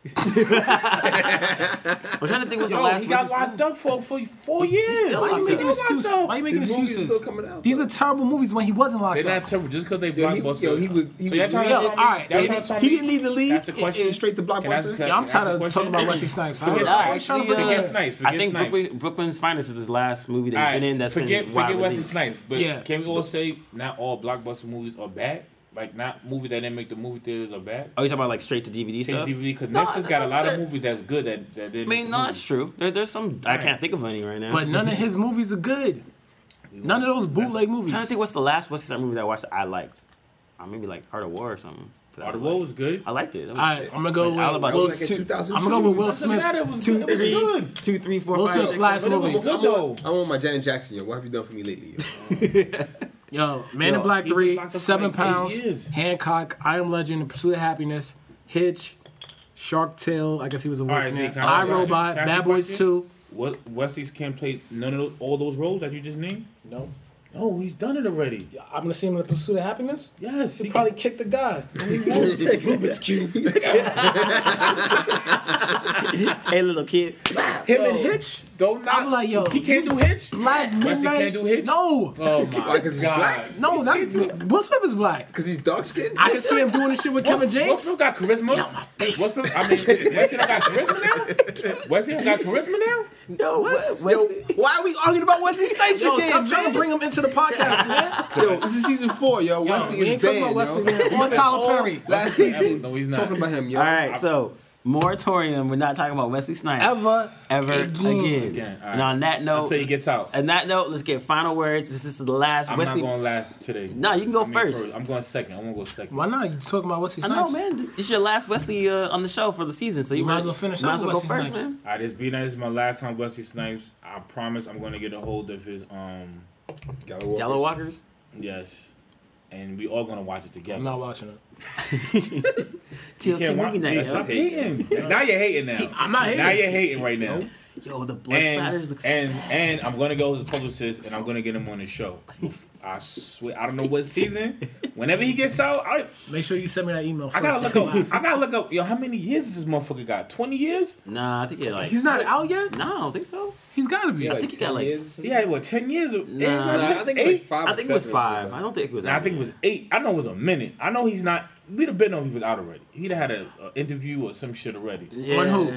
Speaker 1: I'm trying to think what's the
Speaker 4: Yo,
Speaker 1: last what's
Speaker 4: he got
Speaker 1: his-
Speaker 4: locked up for for four years.
Speaker 1: still
Speaker 3: Why are you
Speaker 1: locked
Speaker 3: making
Speaker 1: up.
Speaker 3: excuses? Why you making
Speaker 2: His movie is
Speaker 3: excuses?
Speaker 2: still coming out.
Speaker 3: These
Speaker 2: though.
Speaker 3: are terrible movies when he wasn't locked
Speaker 4: They're not
Speaker 3: up.
Speaker 4: terrible just because they
Speaker 2: Yo, he-
Speaker 4: blockbuster.
Speaker 2: yo, he was- he
Speaker 4: so y'all
Speaker 2: was-
Speaker 4: trying to
Speaker 3: Yo,
Speaker 4: tell me?
Speaker 3: all right,
Speaker 4: Y'all
Speaker 3: he-
Speaker 4: trying to tell
Speaker 3: he
Speaker 4: me-
Speaker 3: didn't leave the league
Speaker 4: That's a question.
Speaker 2: and straight to blockbuster?
Speaker 4: Can I ask a
Speaker 3: Yeah, I'm
Speaker 4: can I ask
Speaker 3: tired
Speaker 4: a
Speaker 3: of
Speaker 4: question?
Speaker 3: talking about Wesley Snipes.
Speaker 4: Forget
Speaker 3: I-
Speaker 1: Actually,
Speaker 4: Snipes.
Speaker 3: trying to
Speaker 1: uh,
Speaker 3: look
Speaker 4: Forget Snipes. I
Speaker 1: I think Brooklyn, Brooklyn's Finest is his last movie that
Speaker 4: All
Speaker 1: he's
Speaker 4: right,
Speaker 1: been in that's
Speaker 4: forget
Speaker 1: been wide
Speaker 4: forget Wesley
Speaker 1: release.
Speaker 4: Snipes. But
Speaker 3: Yeah.
Speaker 4: can we all say not all blockbuster movies are bad? Like not movies that didn't make the movie theaters are bad.
Speaker 1: *laughs* Oh, you talking about like straight to DVD
Speaker 4: Take
Speaker 1: stuff?
Speaker 4: DVD because
Speaker 1: No,
Speaker 4: Netflix
Speaker 1: that's
Speaker 4: got a lot
Speaker 1: not-
Speaker 4: of movies that's good that that
Speaker 1: I
Speaker 4: didn't. make
Speaker 1: mean,
Speaker 4: the
Speaker 1: no,
Speaker 4: movie.
Speaker 1: that's true. There, there's some I can't think of any right now.
Speaker 3: But none of his movies are good. None of those bootleg
Speaker 1: I'm *laughs*
Speaker 3: movies.
Speaker 1: trying to think what's the last Wesley Snipes movie that I watched that I liked. Uh, maybe like Art of War or something. That I
Speaker 4: Art of War was good.
Speaker 1: I liked it. That was-
Speaker 3: All right, I'm gonna go with
Speaker 1: All about
Speaker 3: Will
Speaker 1: you.
Speaker 2: Like in
Speaker 3: Smith.
Speaker 2: 2002.
Speaker 3: I'm gonna go with Will
Speaker 4: Doesn't matter. It
Speaker 3: Smith.
Speaker 4: was good. It was good.
Speaker 1: two, three, four,
Speaker 3: Will
Speaker 1: five,
Speaker 3: Smith's
Speaker 1: six,
Speaker 3: last
Speaker 1: seven.
Speaker 4: But it
Speaker 3: movie.
Speaker 4: was a
Speaker 2: I'm
Speaker 4: good
Speaker 2: on,
Speaker 4: though.
Speaker 2: I'm on my Janet Jackson. Yo, what have you done for me lately? Yo?
Speaker 3: Yo, Man
Speaker 1: Yo,
Speaker 3: in Black
Speaker 4: he was
Speaker 3: Three,
Speaker 4: locked up for
Speaker 3: Seven
Speaker 4: like eight
Speaker 3: Pounds,
Speaker 4: years.
Speaker 3: Hancock, I Am Legend, The Pursuit of Happiness, Hitch, Shark Tale. I guess he was a worse
Speaker 4: right,
Speaker 3: in
Speaker 4: Nick,
Speaker 3: that.
Speaker 4: can I
Speaker 3: I
Speaker 4: ask you a question?
Speaker 3: Robot,
Speaker 4: Can I ask you
Speaker 3: Bad
Speaker 4: a
Speaker 3: Boys
Speaker 4: question?
Speaker 3: Two.
Speaker 4: What Wesley's can't play none of those, all those roles that you just named.
Speaker 7: No.
Speaker 4: No, he's done it already.
Speaker 7: I'm gonna see him in the pursuit of happiness.
Speaker 4: Yes,
Speaker 7: He
Speaker 4: he
Speaker 7: probably kicked the
Speaker 4: *laughs*
Speaker 7: guy. *laughs* Rubik's cube.
Speaker 1: Hey, little
Speaker 3: *laughs*
Speaker 1: kid.
Speaker 7: Him and Hitch.
Speaker 4: don't not.
Speaker 3: I'm like, yo,
Speaker 4: he can't do Hitch.
Speaker 3: Black
Speaker 4: Wesley can't
Speaker 3: Midnight.
Speaker 4: do Hitch?
Speaker 3: No,
Speaker 4: Oh my
Speaker 2: Why? Because he's black.
Speaker 4: god.
Speaker 3: no, that Will Smith is black.
Speaker 2: Because he's dark skinned.
Speaker 3: I can see him doing this shit with Kevin
Speaker 4: Will
Speaker 3: James.
Speaker 4: Smith got charisma. Will Smith, I mean, Wesley don't got charisma now. Wesley don't got charisma now.
Speaker 1: Yo, what?
Speaker 2: Yo, why are we arguing about Wesley Snipes
Speaker 3: Yo,
Speaker 2: again,
Speaker 3: stop trying to
Speaker 2: man?
Speaker 3: bring him *laughs* into the podcast, man.
Speaker 2: Yo, this is season four, yo. Wesley
Speaker 3: we ain't
Speaker 2: is
Speaker 3: talking
Speaker 2: banned,
Speaker 3: about
Speaker 2: yo. *laughs*
Speaker 3: Wesley, man. Or
Speaker 2: We spent
Speaker 3: Tyler
Speaker 2: all
Speaker 3: Perry.
Speaker 2: Last season,
Speaker 4: No, he's not.
Speaker 2: talking about him, yo.
Speaker 1: All right, so moratorium. We're not talking about Wesley Snipes
Speaker 3: Ever,
Speaker 1: ever again.
Speaker 4: Again, all right.
Speaker 1: And on that note,
Speaker 4: Until he gets out.
Speaker 1: on that note, let's get final words. This is the last
Speaker 4: I'm
Speaker 1: Wesley.
Speaker 4: not going last today.
Speaker 1: Nah, you can go
Speaker 4: I mean,
Speaker 1: first.
Speaker 4: I'm going second. I'm gonna go second.
Speaker 3: Why not? You talking about Wesley
Speaker 1: I
Speaker 3: Snipes?
Speaker 1: know, man. This, this is your last Wesley uh, on the show for the season, so you,
Speaker 3: might as well finish
Speaker 1: Might
Speaker 3: up
Speaker 1: as well
Speaker 3: with
Speaker 1: go
Speaker 3: Wesley
Speaker 1: first,
Speaker 3: Snipes.
Speaker 1: man.
Speaker 4: I just be nice. This is my last time Wesley Snipes. I promise I'm gonna get a hold of his um
Speaker 1: Yellow Walkers.
Speaker 4: yes, and we all gonna watch it together.
Speaker 3: I'm not watching it.
Speaker 1: TLT
Speaker 4: Can't watch-
Speaker 1: movie night.
Speaker 4: Dude,
Speaker 1: yo.
Speaker 4: Stop hating. now you're hating now.
Speaker 3: I'm not hating.
Speaker 4: Now you're hating right now.
Speaker 1: Yo, the blood
Speaker 4: and
Speaker 1: splatters looks
Speaker 4: and, and I'm gonna go to the publicist and I'm gonna get him on the show. I swear, I don't know what season. Whenever he gets out, I
Speaker 3: Make sure you send me that email. First.
Speaker 4: I gotta look up. I gotta look up. Yo, how many years has this motherfucker got? Twenty years?
Speaker 1: Nah, I think it like.
Speaker 3: He's not out yet.
Speaker 1: No, I don't think so.
Speaker 3: *laughs* He's gotta be.
Speaker 1: I think he got like. s-
Speaker 4: Yeah, what? Ten years? Nah,
Speaker 1: Nah,
Speaker 2: I think it's like five.
Speaker 1: I
Speaker 2: or
Speaker 1: think it was
Speaker 2: seven or
Speaker 1: five.
Speaker 2: something.
Speaker 1: I don't think it was.
Speaker 4: Nah, I
Speaker 1: out
Speaker 4: think it
Speaker 1: yet.
Speaker 4: was eight. I know it was a minute. I know he's not. We'd have been known he was out already. He'd have had a, a interview or some shit already.
Speaker 1: Yeah.
Speaker 3: On who?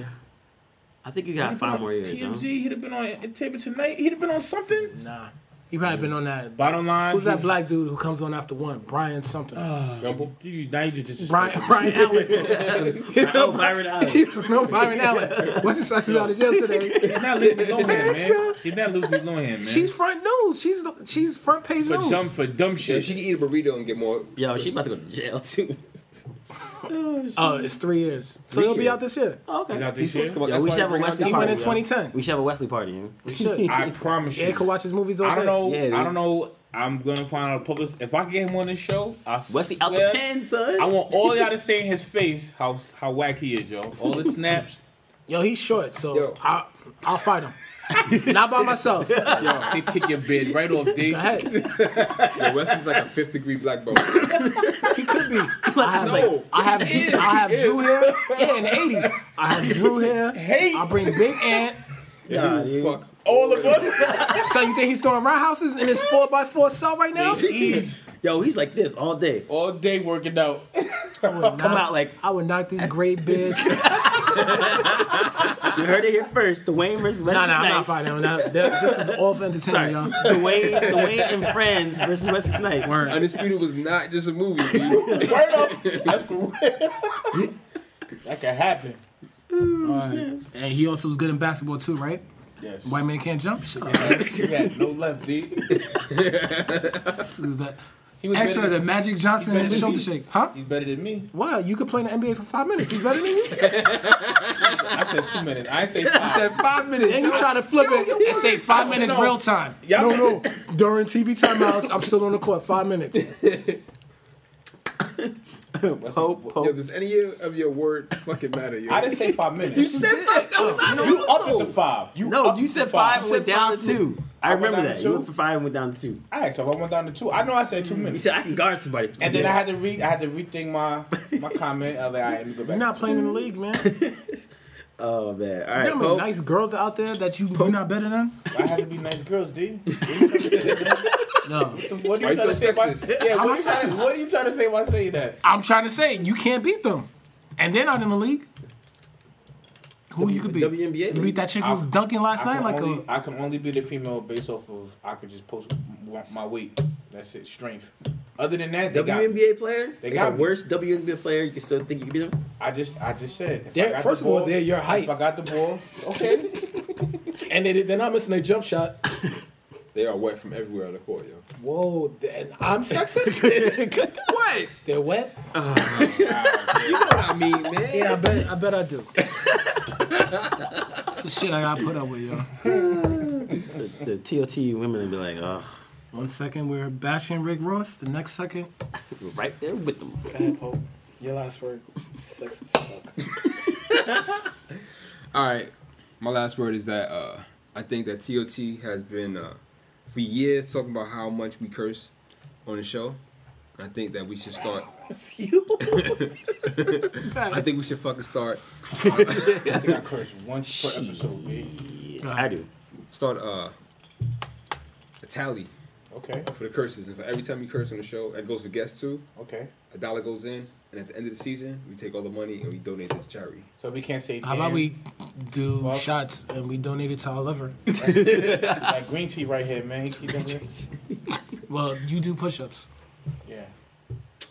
Speaker 1: I think he
Speaker 4: He'd
Speaker 1: got
Speaker 4: have been
Speaker 1: five
Speaker 4: on
Speaker 1: more years.
Speaker 4: TMZ.
Speaker 1: though.
Speaker 4: He'd have been on Entertainment Tonight. He'd have been on something.
Speaker 3: Nah, he probably been on that.
Speaker 4: Bottom line,
Speaker 3: Who's that black dude who comes on after one? Brian something.
Speaker 4: Uh, Dumble? You, now you just disrespect *laughs*
Speaker 3: Brian
Speaker 4: him.
Speaker 3: Brian Allen.
Speaker 4: *laughs*
Speaker 3: *laughs* you
Speaker 1: Oh,
Speaker 3: know,
Speaker 1: Byron Allen.
Speaker 3: you know Byron Allen. What's his son is out of jail
Speaker 4: *laughs*
Speaker 3: today?
Speaker 4: He's not Lindsay Lohan, man. He's not Lindsay Lohan, man.
Speaker 3: She's front news. She's she's front page
Speaker 4: for
Speaker 3: news.
Speaker 4: dumb for dumb
Speaker 2: Yeah,
Speaker 4: shit.
Speaker 2: she can eat a burrito and get more.
Speaker 1: Yo, she's about to go to jail too.
Speaker 3: Oh, it's three years. So
Speaker 2: Three
Speaker 3: he'll be
Speaker 2: years.
Speaker 3: out this year.
Speaker 1: okay.
Speaker 4: He's out
Speaker 2: He's
Speaker 4: this
Speaker 2: supposed to
Speaker 4: year.
Speaker 2: come out.
Speaker 1: Yo,
Speaker 2: that's
Speaker 1: we
Speaker 2: why
Speaker 1: should have a
Speaker 2: bring out
Speaker 1: Wesley
Speaker 2: the-
Speaker 3: He went
Speaker 1: party.
Speaker 3: in
Speaker 1: yo.
Speaker 3: 2010.
Speaker 1: We should have a Wesley party. yo.
Speaker 3: We should.
Speaker 4: I promise
Speaker 3: Yeah,
Speaker 4: you.
Speaker 3: he can watch his movies all
Speaker 4: I don't
Speaker 3: day.
Speaker 4: know.
Speaker 1: Yeah, dude.
Speaker 4: I don't know. I'm gonna find out a public. If I get him on this show, I
Speaker 1: Wesley
Speaker 4: swear,
Speaker 1: out the pen, son.
Speaker 4: I want all y'all to say in his face how how whack he is, yo. All the snaps.
Speaker 3: Yo, he's short, so
Speaker 2: Yo.
Speaker 3: I, I'll fight
Speaker 4: *laughs*
Speaker 3: him. Not by myself. Go
Speaker 4: Yo, they kick your bid right off, dick.
Speaker 3: ahead.
Speaker 2: Yo, Wesley's like a fifth degree black belt.
Speaker 3: He could be. I have,
Speaker 2: No,
Speaker 3: like, I have, I have Drew here. Yeah, in the 80s. I have Drew here.
Speaker 4: Hey.
Speaker 3: I bring Big Ant.
Speaker 2: Yeah, he will fuck.
Speaker 4: All of us.
Speaker 3: So you think he's throwing roundhouses in his 4x4 cell right now?
Speaker 1: *laughs* Yo, he's like this all day.
Speaker 5: All day working out.
Speaker 1: Come out like
Speaker 3: I would knock this great big.
Speaker 1: you heard it here first. Dwayne versus Wesley
Speaker 3: *laughs* Nah, nah, I'm not
Speaker 1: Snipes.
Speaker 3: fighting him. Nah, that- This is all for
Speaker 1: Sorry,
Speaker 3: entertainment,
Speaker 1: *laughs*
Speaker 3: y'all.
Speaker 1: Dwayne, Dwayne and Friends versus Wesley Snipes.
Speaker 2: Undisputed was not just a movie. dude.
Speaker 4: That's for real.
Speaker 5: That can happen.
Speaker 3: And he also was good in basketball too, right? Yes. White man can't jump. Shut up.
Speaker 5: He had no left, D.
Speaker 3: This is that-
Speaker 5: He was
Speaker 3: Extra
Speaker 5: better
Speaker 3: the
Speaker 5: than,
Speaker 3: Magic Johnson and
Speaker 5: better
Speaker 3: the
Speaker 5: than
Speaker 3: shoulder
Speaker 5: me.
Speaker 3: shake, huh?
Speaker 5: he's better than me.
Speaker 3: Wow, you could play in the NBA for five minutes. He's better than you.
Speaker 5: I said two minutes. I ain't say five.
Speaker 3: Said five minutes. And you try to flip it and say five minutes
Speaker 5: no.
Speaker 3: real time. No, no. During TV timeouts, I'm still on the court. Five minutes.
Speaker 1: Pope,
Speaker 2: Yo,
Speaker 1: Pope.
Speaker 2: does any of your word fucking matter? Yo?
Speaker 5: I didn't say five minutes. You said
Speaker 2: You
Speaker 5: up at the five. You
Speaker 1: No,
Speaker 5: up
Speaker 1: you
Speaker 5: at
Speaker 1: said
Speaker 5: the
Speaker 1: five and
Speaker 5: You
Speaker 1: went
Speaker 5: said
Speaker 1: down
Speaker 5: five.
Speaker 1: to two. I
Speaker 5: went
Speaker 1: remember
Speaker 5: down to
Speaker 1: that. You
Speaker 5: two?
Speaker 1: went for five and went down to two.
Speaker 5: All right, so I went down to two. I know I said two
Speaker 1: You
Speaker 5: minutes.
Speaker 1: said I can guard somebody for two
Speaker 5: And then I had
Speaker 1: minutes.
Speaker 5: to read. I had to rethink my my comment. I was like, all right, let me go back.
Speaker 3: You're not playing in the league, man. You
Speaker 1: Oh man. All
Speaker 3: know
Speaker 1: right,
Speaker 3: how many
Speaker 1: Pope.
Speaker 3: nice girls out there that you, you're not better than?
Speaker 5: I had to be nice girls,
Speaker 3: *laughs*
Speaker 5: D. What are you trying to say, man?
Speaker 3: No.
Speaker 5: What are
Speaker 2: Why you
Speaker 5: you trying
Speaker 2: so
Speaker 5: to say by
Speaker 2: sexist?
Speaker 5: yeah?
Speaker 3: How am I
Speaker 5: What are, you trying to,
Speaker 3: sexist?
Speaker 5: what are you trying to say by saying that?
Speaker 3: I'm trying to say, you can't beat them. And they're not in the league. Who you could beat?
Speaker 1: WNBA.
Speaker 3: You beat that chick who was
Speaker 5: I've-
Speaker 3: dunking last
Speaker 5: I
Speaker 3: night
Speaker 5: can,
Speaker 3: like
Speaker 5: only,
Speaker 3: a.
Speaker 5: I can only be the female based off of I could just post my- my weight. That's it, strength. Other than that, they got me.
Speaker 1: WNBA player?
Speaker 5: They
Speaker 1: Like
Speaker 5: got
Speaker 1: the
Speaker 5: me.
Speaker 1: worst WNBA player, you can still think you can beat him?
Speaker 5: I just I just said. If I
Speaker 3: They're-
Speaker 5: got
Speaker 3: first
Speaker 5: the
Speaker 3: of all,
Speaker 5: ball-
Speaker 3: they're your height.
Speaker 5: If I got the
Speaker 3: *laughs*
Speaker 5: ball, okay.
Speaker 3: And they, they're not missing their jump shot.
Speaker 2: They are wet from everywhere on the court, yo.
Speaker 3: Whoa, and I'm sexist?
Speaker 5: *laughs*
Speaker 3: what? They're wet?
Speaker 2: I mean, man.
Speaker 3: *laughs* Yeah, I bet I bet
Speaker 7: *laughs*
Speaker 3: I do. it's the shit I gotta put up with, yo.
Speaker 1: The TOT women would be like, oh,
Speaker 3: One second we're bashing Rick Ross, the next second
Speaker 1: right there with them.
Speaker 7: Your last word, sexist fuck.
Speaker 2: All right. My last word is that uh, I think that TOT has been uh, for years talking about how much we curse on the show. I think that we should start. I think we should fucking start
Speaker 5: I think I cursed once per episode. B.
Speaker 1: I do.
Speaker 2: start uh, a tally
Speaker 5: Okay,
Speaker 2: for the curses. And for every time you curse on the show, it goes for guests too.
Speaker 5: okay.
Speaker 2: A dollar goes in, and at the end of the season, we take all the money and we donate it to charity.
Speaker 5: So we can't say.
Speaker 3: how about
Speaker 5: damn,
Speaker 3: we do
Speaker 5: Fuck.
Speaker 3: shots and we donate it to our liver?
Speaker 5: like green tea right here, man? You keep them
Speaker 3: *laughs*
Speaker 5: here?
Speaker 3: Well, you do push ups.
Speaker 5: Yeah.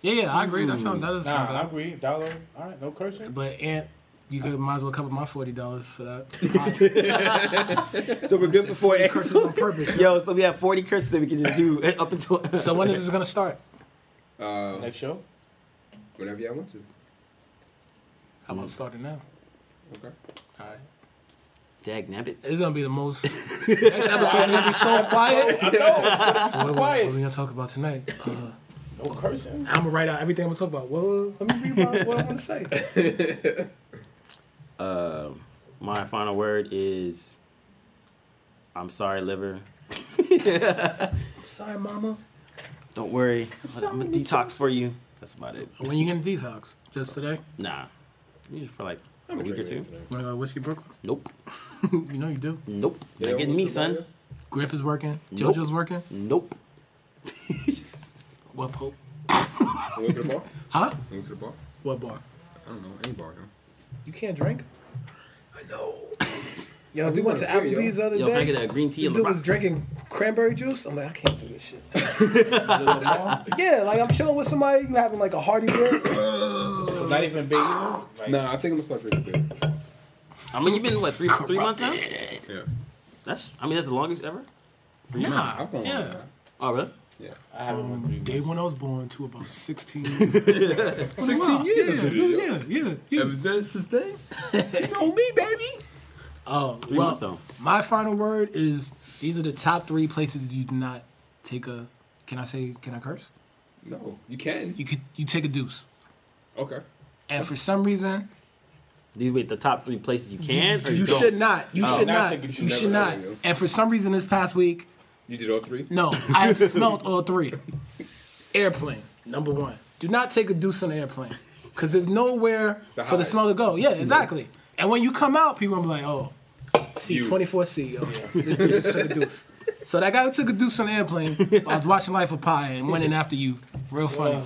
Speaker 3: Yeah, yeah, I agree. That sounds that doesn't sound
Speaker 5: Nah, I
Speaker 3: bad.
Speaker 5: agree. Dollar. All right, no cursing.
Speaker 3: But Aunt, you could might as well cover my forty dollars for
Speaker 7: *laughs*
Speaker 3: that.
Speaker 1: So we're good before
Speaker 3: I curses
Speaker 1: *laughs*
Speaker 3: on purpose.
Speaker 1: Yo, so we have 40 curses that we can just
Speaker 3: *laughs*
Speaker 1: do up until. *laughs*
Speaker 3: So when is this gonna start?
Speaker 2: Uh,
Speaker 5: Next show.
Speaker 2: whenever y'all want to.
Speaker 3: I'm gonna start it now.
Speaker 2: Okay.
Speaker 3: All right.
Speaker 1: Dag nabbit.
Speaker 3: It's gonna be the most. Next episode's gonna be
Speaker 7: *laughs*
Speaker 3: so quiet.
Speaker 5: I know.
Speaker 3: What, are we-
Speaker 5: Quiet.
Speaker 3: what are we gonna talk about tonight? Uh,
Speaker 5: No cursing.
Speaker 3: I'm gonna write out everything I'm gonna talk about. Well, let me read about what I want to say.
Speaker 1: My final word is I'm sorry,
Speaker 3: *laughs*
Speaker 1: liver.
Speaker 7: Sorry, mama.
Speaker 1: Don't worry. I'm gonna detox for you. That's about it.
Speaker 3: *laughs* When you gonna detox? Just today?
Speaker 1: Nah. Usually For like a week or two.
Speaker 3: Wanna go to Whiskey Brook?
Speaker 1: Nope.
Speaker 3: *laughs* you know you do.
Speaker 1: Nope. Not getting me, son.
Speaker 3: Griff is working.
Speaker 1: Nope.
Speaker 3: JoJo's working.
Speaker 1: Nope.
Speaker 3: What pope?
Speaker 2: You went to the bar?
Speaker 3: Huh?
Speaker 2: You went to the bar?
Speaker 3: What bar?
Speaker 2: I don't know. Any bar, though.
Speaker 7: You can't drink. I know. Yo, we went to Applebee's the other
Speaker 1: Yo,
Speaker 7: day.
Speaker 1: can I get that green
Speaker 7: This
Speaker 1: tea on the
Speaker 7: dude was
Speaker 1: rocks?
Speaker 7: drinking cranberry juice. I'm like, I can't do this
Speaker 3: *laughs*
Speaker 7: shit. yeah, like I'm chilling with somebody, you having like a hearty meal.
Speaker 4: Not even big. Like,
Speaker 2: Nah, I think I'm gonna start drinking beer.
Speaker 1: I mean, you've been what three three months now?
Speaker 2: Yeah.
Speaker 1: That's I mean that's the longest ever.
Speaker 3: Nah.
Speaker 2: Alcohol.
Speaker 3: Yeah.
Speaker 1: Oh really?
Speaker 2: Yeah.
Speaker 4: I haven't went
Speaker 3: From
Speaker 4: through
Speaker 3: day when I was born to about
Speaker 1: *laughs*
Speaker 3: 16. 16
Speaker 2: years.
Speaker 3: Yeah, yeah, yeah. yeah.
Speaker 2: Evidence is there?
Speaker 3: Oh,
Speaker 1: Three
Speaker 3: well,
Speaker 1: months though.
Speaker 3: My final word is these are the top three places you do not take a. Can I say? Can I curse?
Speaker 2: No, you can.
Speaker 3: You could. You take a deuce,
Speaker 2: Okay.
Speaker 3: and for some reason
Speaker 1: These wait the top three places you can or
Speaker 3: you,
Speaker 1: you, don't?
Speaker 3: should not. You should
Speaker 2: Now I
Speaker 3: not.
Speaker 2: think
Speaker 3: You,
Speaker 2: you should
Speaker 3: should
Speaker 2: never
Speaker 3: not.
Speaker 2: argue.
Speaker 3: And for some reason, this past week,
Speaker 2: You did all three?
Speaker 3: no, I have smelt all three. Airplane number one. Do not take a deuce on an airplane because there's nowhere
Speaker 2: To
Speaker 3: for the
Speaker 2: hide.
Speaker 3: smell to go. Yeah, exactly. And when you come out, people will be like, oh. C
Speaker 2: You.
Speaker 3: twenty four C yo. This dude just took a deuce. So that guy who took a deuce on the airplane. I was watching Life of Pi and went in after you. Real funny.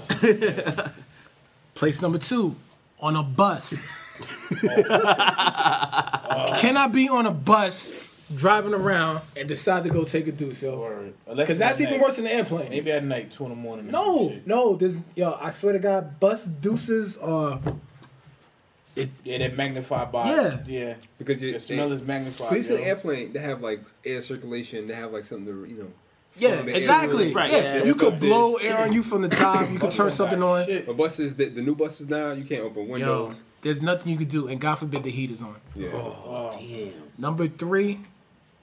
Speaker 3: Place number two, on a bus. Can I be on a bus driving around and decide to go take a deuce, yo?
Speaker 4: Word.
Speaker 7: Cause that's even worse than the airplane.
Speaker 4: Maybe at night, two in the morning.
Speaker 7: No,
Speaker 4: Shit.
Speaker 7: no, this yo, I swear to God, bus deuces are
Speaker 4: Yeah, that magnified by.
Speaker 3: Yeah.
Speaker 4: Yeah.
Speaker 2: Because you,
Speaker 4: The smell
Speaker 2: they-
Speaker 4: is magnified.
Speaker 2: Police in
Speaker 4: yo.
Speaker 2: an airplane, they have like air circulation. They have like something to you know.
Speaker 3: Yeah,
Speaker 2: from the
Speaker 3: exactly.
Speaker 2: air.
Speaker 1: Right,
Speaker 3: Yeah,
Speaker 1: yeah,
Speaker 3: you
Speaker 1: that's
Speaker 3: could blow air on you from the top.
Speaker 7: *laughs*
Speaker 3: Oh, You could turn something on.
Speaker 4: Shit.
Speaker 2: But buses, the, the new buses now, you can't open
Speaker 3: Yo,
Speaker 2: windows.
Speaker 3: there's nothing you could do, and God forbid the heat is on.
Speaker 2: Yeah.
Speaker 4: Oh.
Speaker 3: Number three,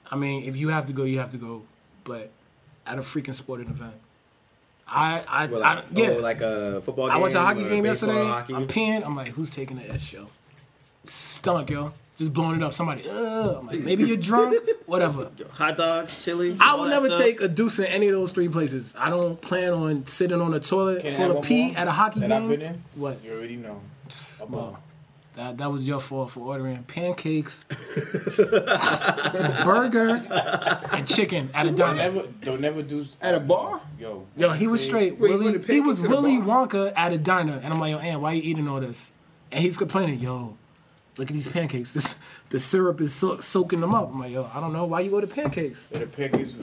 Speaker 3: I mean, if you have to go, you have to go, but at a freaking sporting event. I, I,
Speaker 6: Well,
Speaker 3: I
Speaker 6: like,
Speaker 3: *gasps* yeah.
Speaker 6: oh, like a football game.
Speaker 3: I went to a hockey
Speaker 6: or
Speaker 3: game
Speaker 6: baseball,
Speaker 3: yesterday.
Speaker 6: hockey.
Speaker 3: I'm peeing. I'm like, who's taking the S yo? Stunk, yo. Just blowing it up. Somebody, ugh. I'm like, maybe you're drunk. Whatever.
Speaker 1: Hot dogs, chili.
Speaker 3: I
Speaker 1: all
Speaker 3: will
Speaker 1: that
Speaker 3: never
Speaker 1: stuff.
Speaker 3: take a deuce in any of those three places. I don't plan on sitting on a toilet
Speaker 4: Can I have
Speaker 3: full of
Speaker 4: one
Speaker 3: pee
Speaker 4: more
Speaker 3: at a hockey
Speaker 4: That
Speaker 3: game.
Speaker 4: I've been in.
Speaker 3: What?
Speaker 4: You already know.
Speaker 3: Well,
Speaker 4: A ball.
Speaker 3: that that was your fault for ordering pancakes, *laughs* a burger, and chicken at a
Speaker 4: Don't
Speaker 3: diner.
Speaker 4: never, don't never do. uh,
Speaker 2: At a bar?
Speaker 4: Yo.
Speaker 3: Yo, he was straight.
Speaker 2: Wait, you
Speaker 3: Willy,
Speaker 2: ordered
Speaker 3: he was
Speaker 2: pancakes at a
Speaker 3: Willy Wonka at a diner, and I'm like, yo, Ann, why you eating all this? And he's complaining, yo, look at these pancakes. *laughs* This the syrup is so- soaking them up. I'm like, yo, I don't know why you order pancakes.
Speaker 4: But the pick is.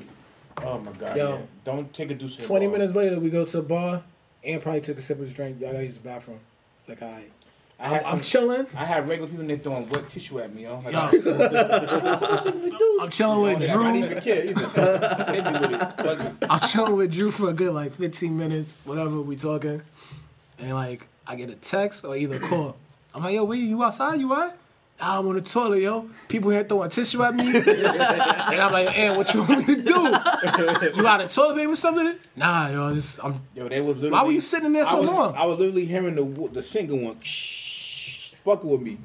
Speaker 4: Oh my god.
Speaker 7: Yo.
Speaker 4: yeah. Don't take a deuce. in a
Speaker 7: twenty
Speaker 4: ball.
Speaker 7: minutes later we go to a bar and probably took a sip of his drink. Y'all gotta use the bathroom. It's like all right.
Speaker 4: I
Speaker 7: I'm,
Speaker 4: had
Speaker 7: I'm
Speaker 4: some.
Speaker 7: chilling.
Speaker 4: I had regular people and they're throwing wet tissue at me, yo. Like,
Speaker 3: Yo, I'm chilling with
Speaker 4: I don't
Speaker 3: Drew.
Speaker 4: even
Speaker 3: *laughs*
Speaker 4: care either. Hit me with it. Fuck it.
Speaker 3: I'm chilling with Drew for a good like 15 minutes, whatever we talking, and like I get a text or either a call. I'm like, yo, where you? you outside? You what? Nah, I'm on the toilet, yo. People here throwing tissue at me, and I'm like, man, what you want me to do? You out of toilet paper or something? Nah, yo, just I'm.
Speaker 4: Yo, they was literally.
Speaker 3: Why were you sitting there
Speaker 4: I
Speaker 3: so
Speaker 4: was,
Speaker 3: long?
Speaker 4: I was literally hearing the wo- the single one. Fucking
Speaker 3: *laughs*
Speaker 4: with me.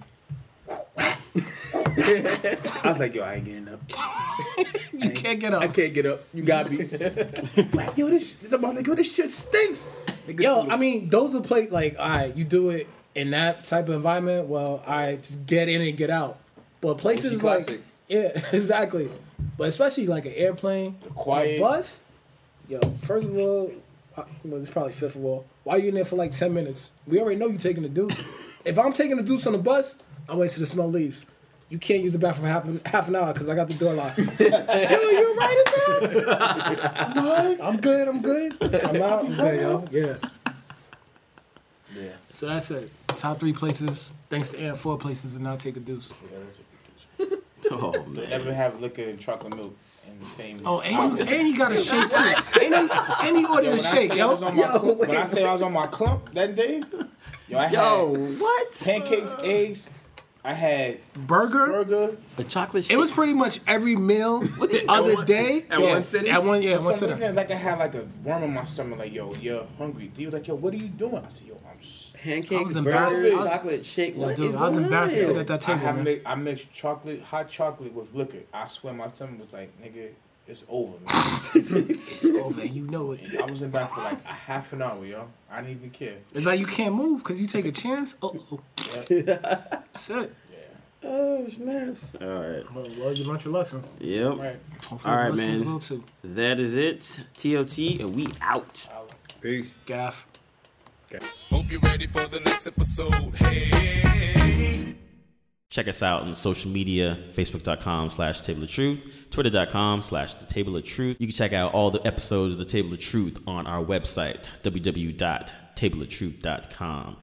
Speaker 4: I was like, yo, I ain't getting up.
Speaker 3: you can't get up.
Speaker 4: I can't get up. You got me.
Speaker 3: *laughs*
Speaker 4: like, yo, this, this about like, yo, this shit stinks. Nigga,
Speaker 7: Yo,
Speaker 4: threw
Speaker 7: I mean, those are play like, all right, you do it in that type of environment. Well, all right, just get in and get out. But places like,
Speaker 2: classic.
Speaker 7: yeah, *laughs* exactly. But especially like an airplane,
Speaker 4: the
Speaker 7: a
Speaker 4: quiet.
Speaker 7: bus. Yo, first of all, uh, well, it's probably fifth of all. Why you in there for like ten minutes? We already know you taking the *laughs* deuce. if I'm taking the deuce on the bus, I wait till the smell leaves. You can't use the bathroom half an, half an hour because I got the door locked. *laughs* Yo, you right in there? What? I'm good. I'm good. I'm out. I'm good, yo. Yeah.
Speaker 4: Yeah.
Speaker 3: So that's it. Top three places. Thanks to Ann, four places, and I'll take a deuce.
Speaker 1: Oh man.
Speaker 4: Never have liquor and chocolate milk in the same.
Speaker 3: Oh, and, he-
Speaker 4: outfit.
Speaker 3: and he got a shake too. And he, and he ordered a
Speaker 4: When I
Speaker 3: shake,
Speaker 4: say I
Speaker 3: yo.
Speaker 4: was on my clump- when I say I was on my clump that day, yo, I
Speaker 6: Yo,
Speaker 4: had
Speaker 6: what?
Speaker 4: pancakes, eggs.
Speaker 5: I had
Speaker 3: Burger.
Speaker 5: burger.
Speaker 1: The chocolate shit.
Speaker 3: It was pretty much every meal other day.
Speaker 2: At
Speaker 3: Yeah,
Speaker 2: one sitting?
Speaker 3: At one, yeah,
Speaker 5: For
Speaker 3: one
Speaker 5: some
Speaker 3: sitting.
Speaker 5: reason, it's like I had like a worm in my stomach. Like, yo, you're hungry. Dude, like, yo, what are you doing? I said, yo, I'm. s-
Speaker 3: I
Speaker 6: Pancakes,
Speaker 3: was
Speaker 6: burgers,
Speaker 3: embarrassed.
Speaker 6: chocolate shake.
Speaker 3: Yeah,
Speaker 6: What is
Speaker 3: dude, I was
Speaker 6: going
Speaker 3: embarrassed to
Speaker 6: on?
Speaker 3: sit at that
Speaker 5: I
Speaker 3: table.
Speaker 5: have
Speaker 3: man.
Speaker 5: mi- I mixed chocolate, hot chocolate with liquor. I swear, my stomach was like, nigga, it's over. Man.
Speaker 3: Oh, man, you know it.
Speaker 5: And I was in bed for like a half an hour, yo. I didn't even care.
Speaker 3: It's like you can't move because you take a chance. Oh, oh. Shit.
Speaker 6: Oh snaps!
Speaker 1: All right.
Speaker 3: Well, well, you learned your lesson.
Speaker 1: Yep.
Speaker 5: Right.
Speaker 3: Hopefully
Speaker 1: All right,
Speaker 3: the lessons
Speaker 1: man.
Speaker 3: will too.
Speaker 1: That is it. TOT, and we out.
Speaker 2: Peace.
Speaker 3: Gaff.
Speaker 8: Hope you're ready for the next episode. Hey.
Speaker 1: Check us out on social media, facebook.com slash table of truth, twitter.com slash the table of truth. You can check out all the episodes of the table of truth on our website, www.tableoftruth.com.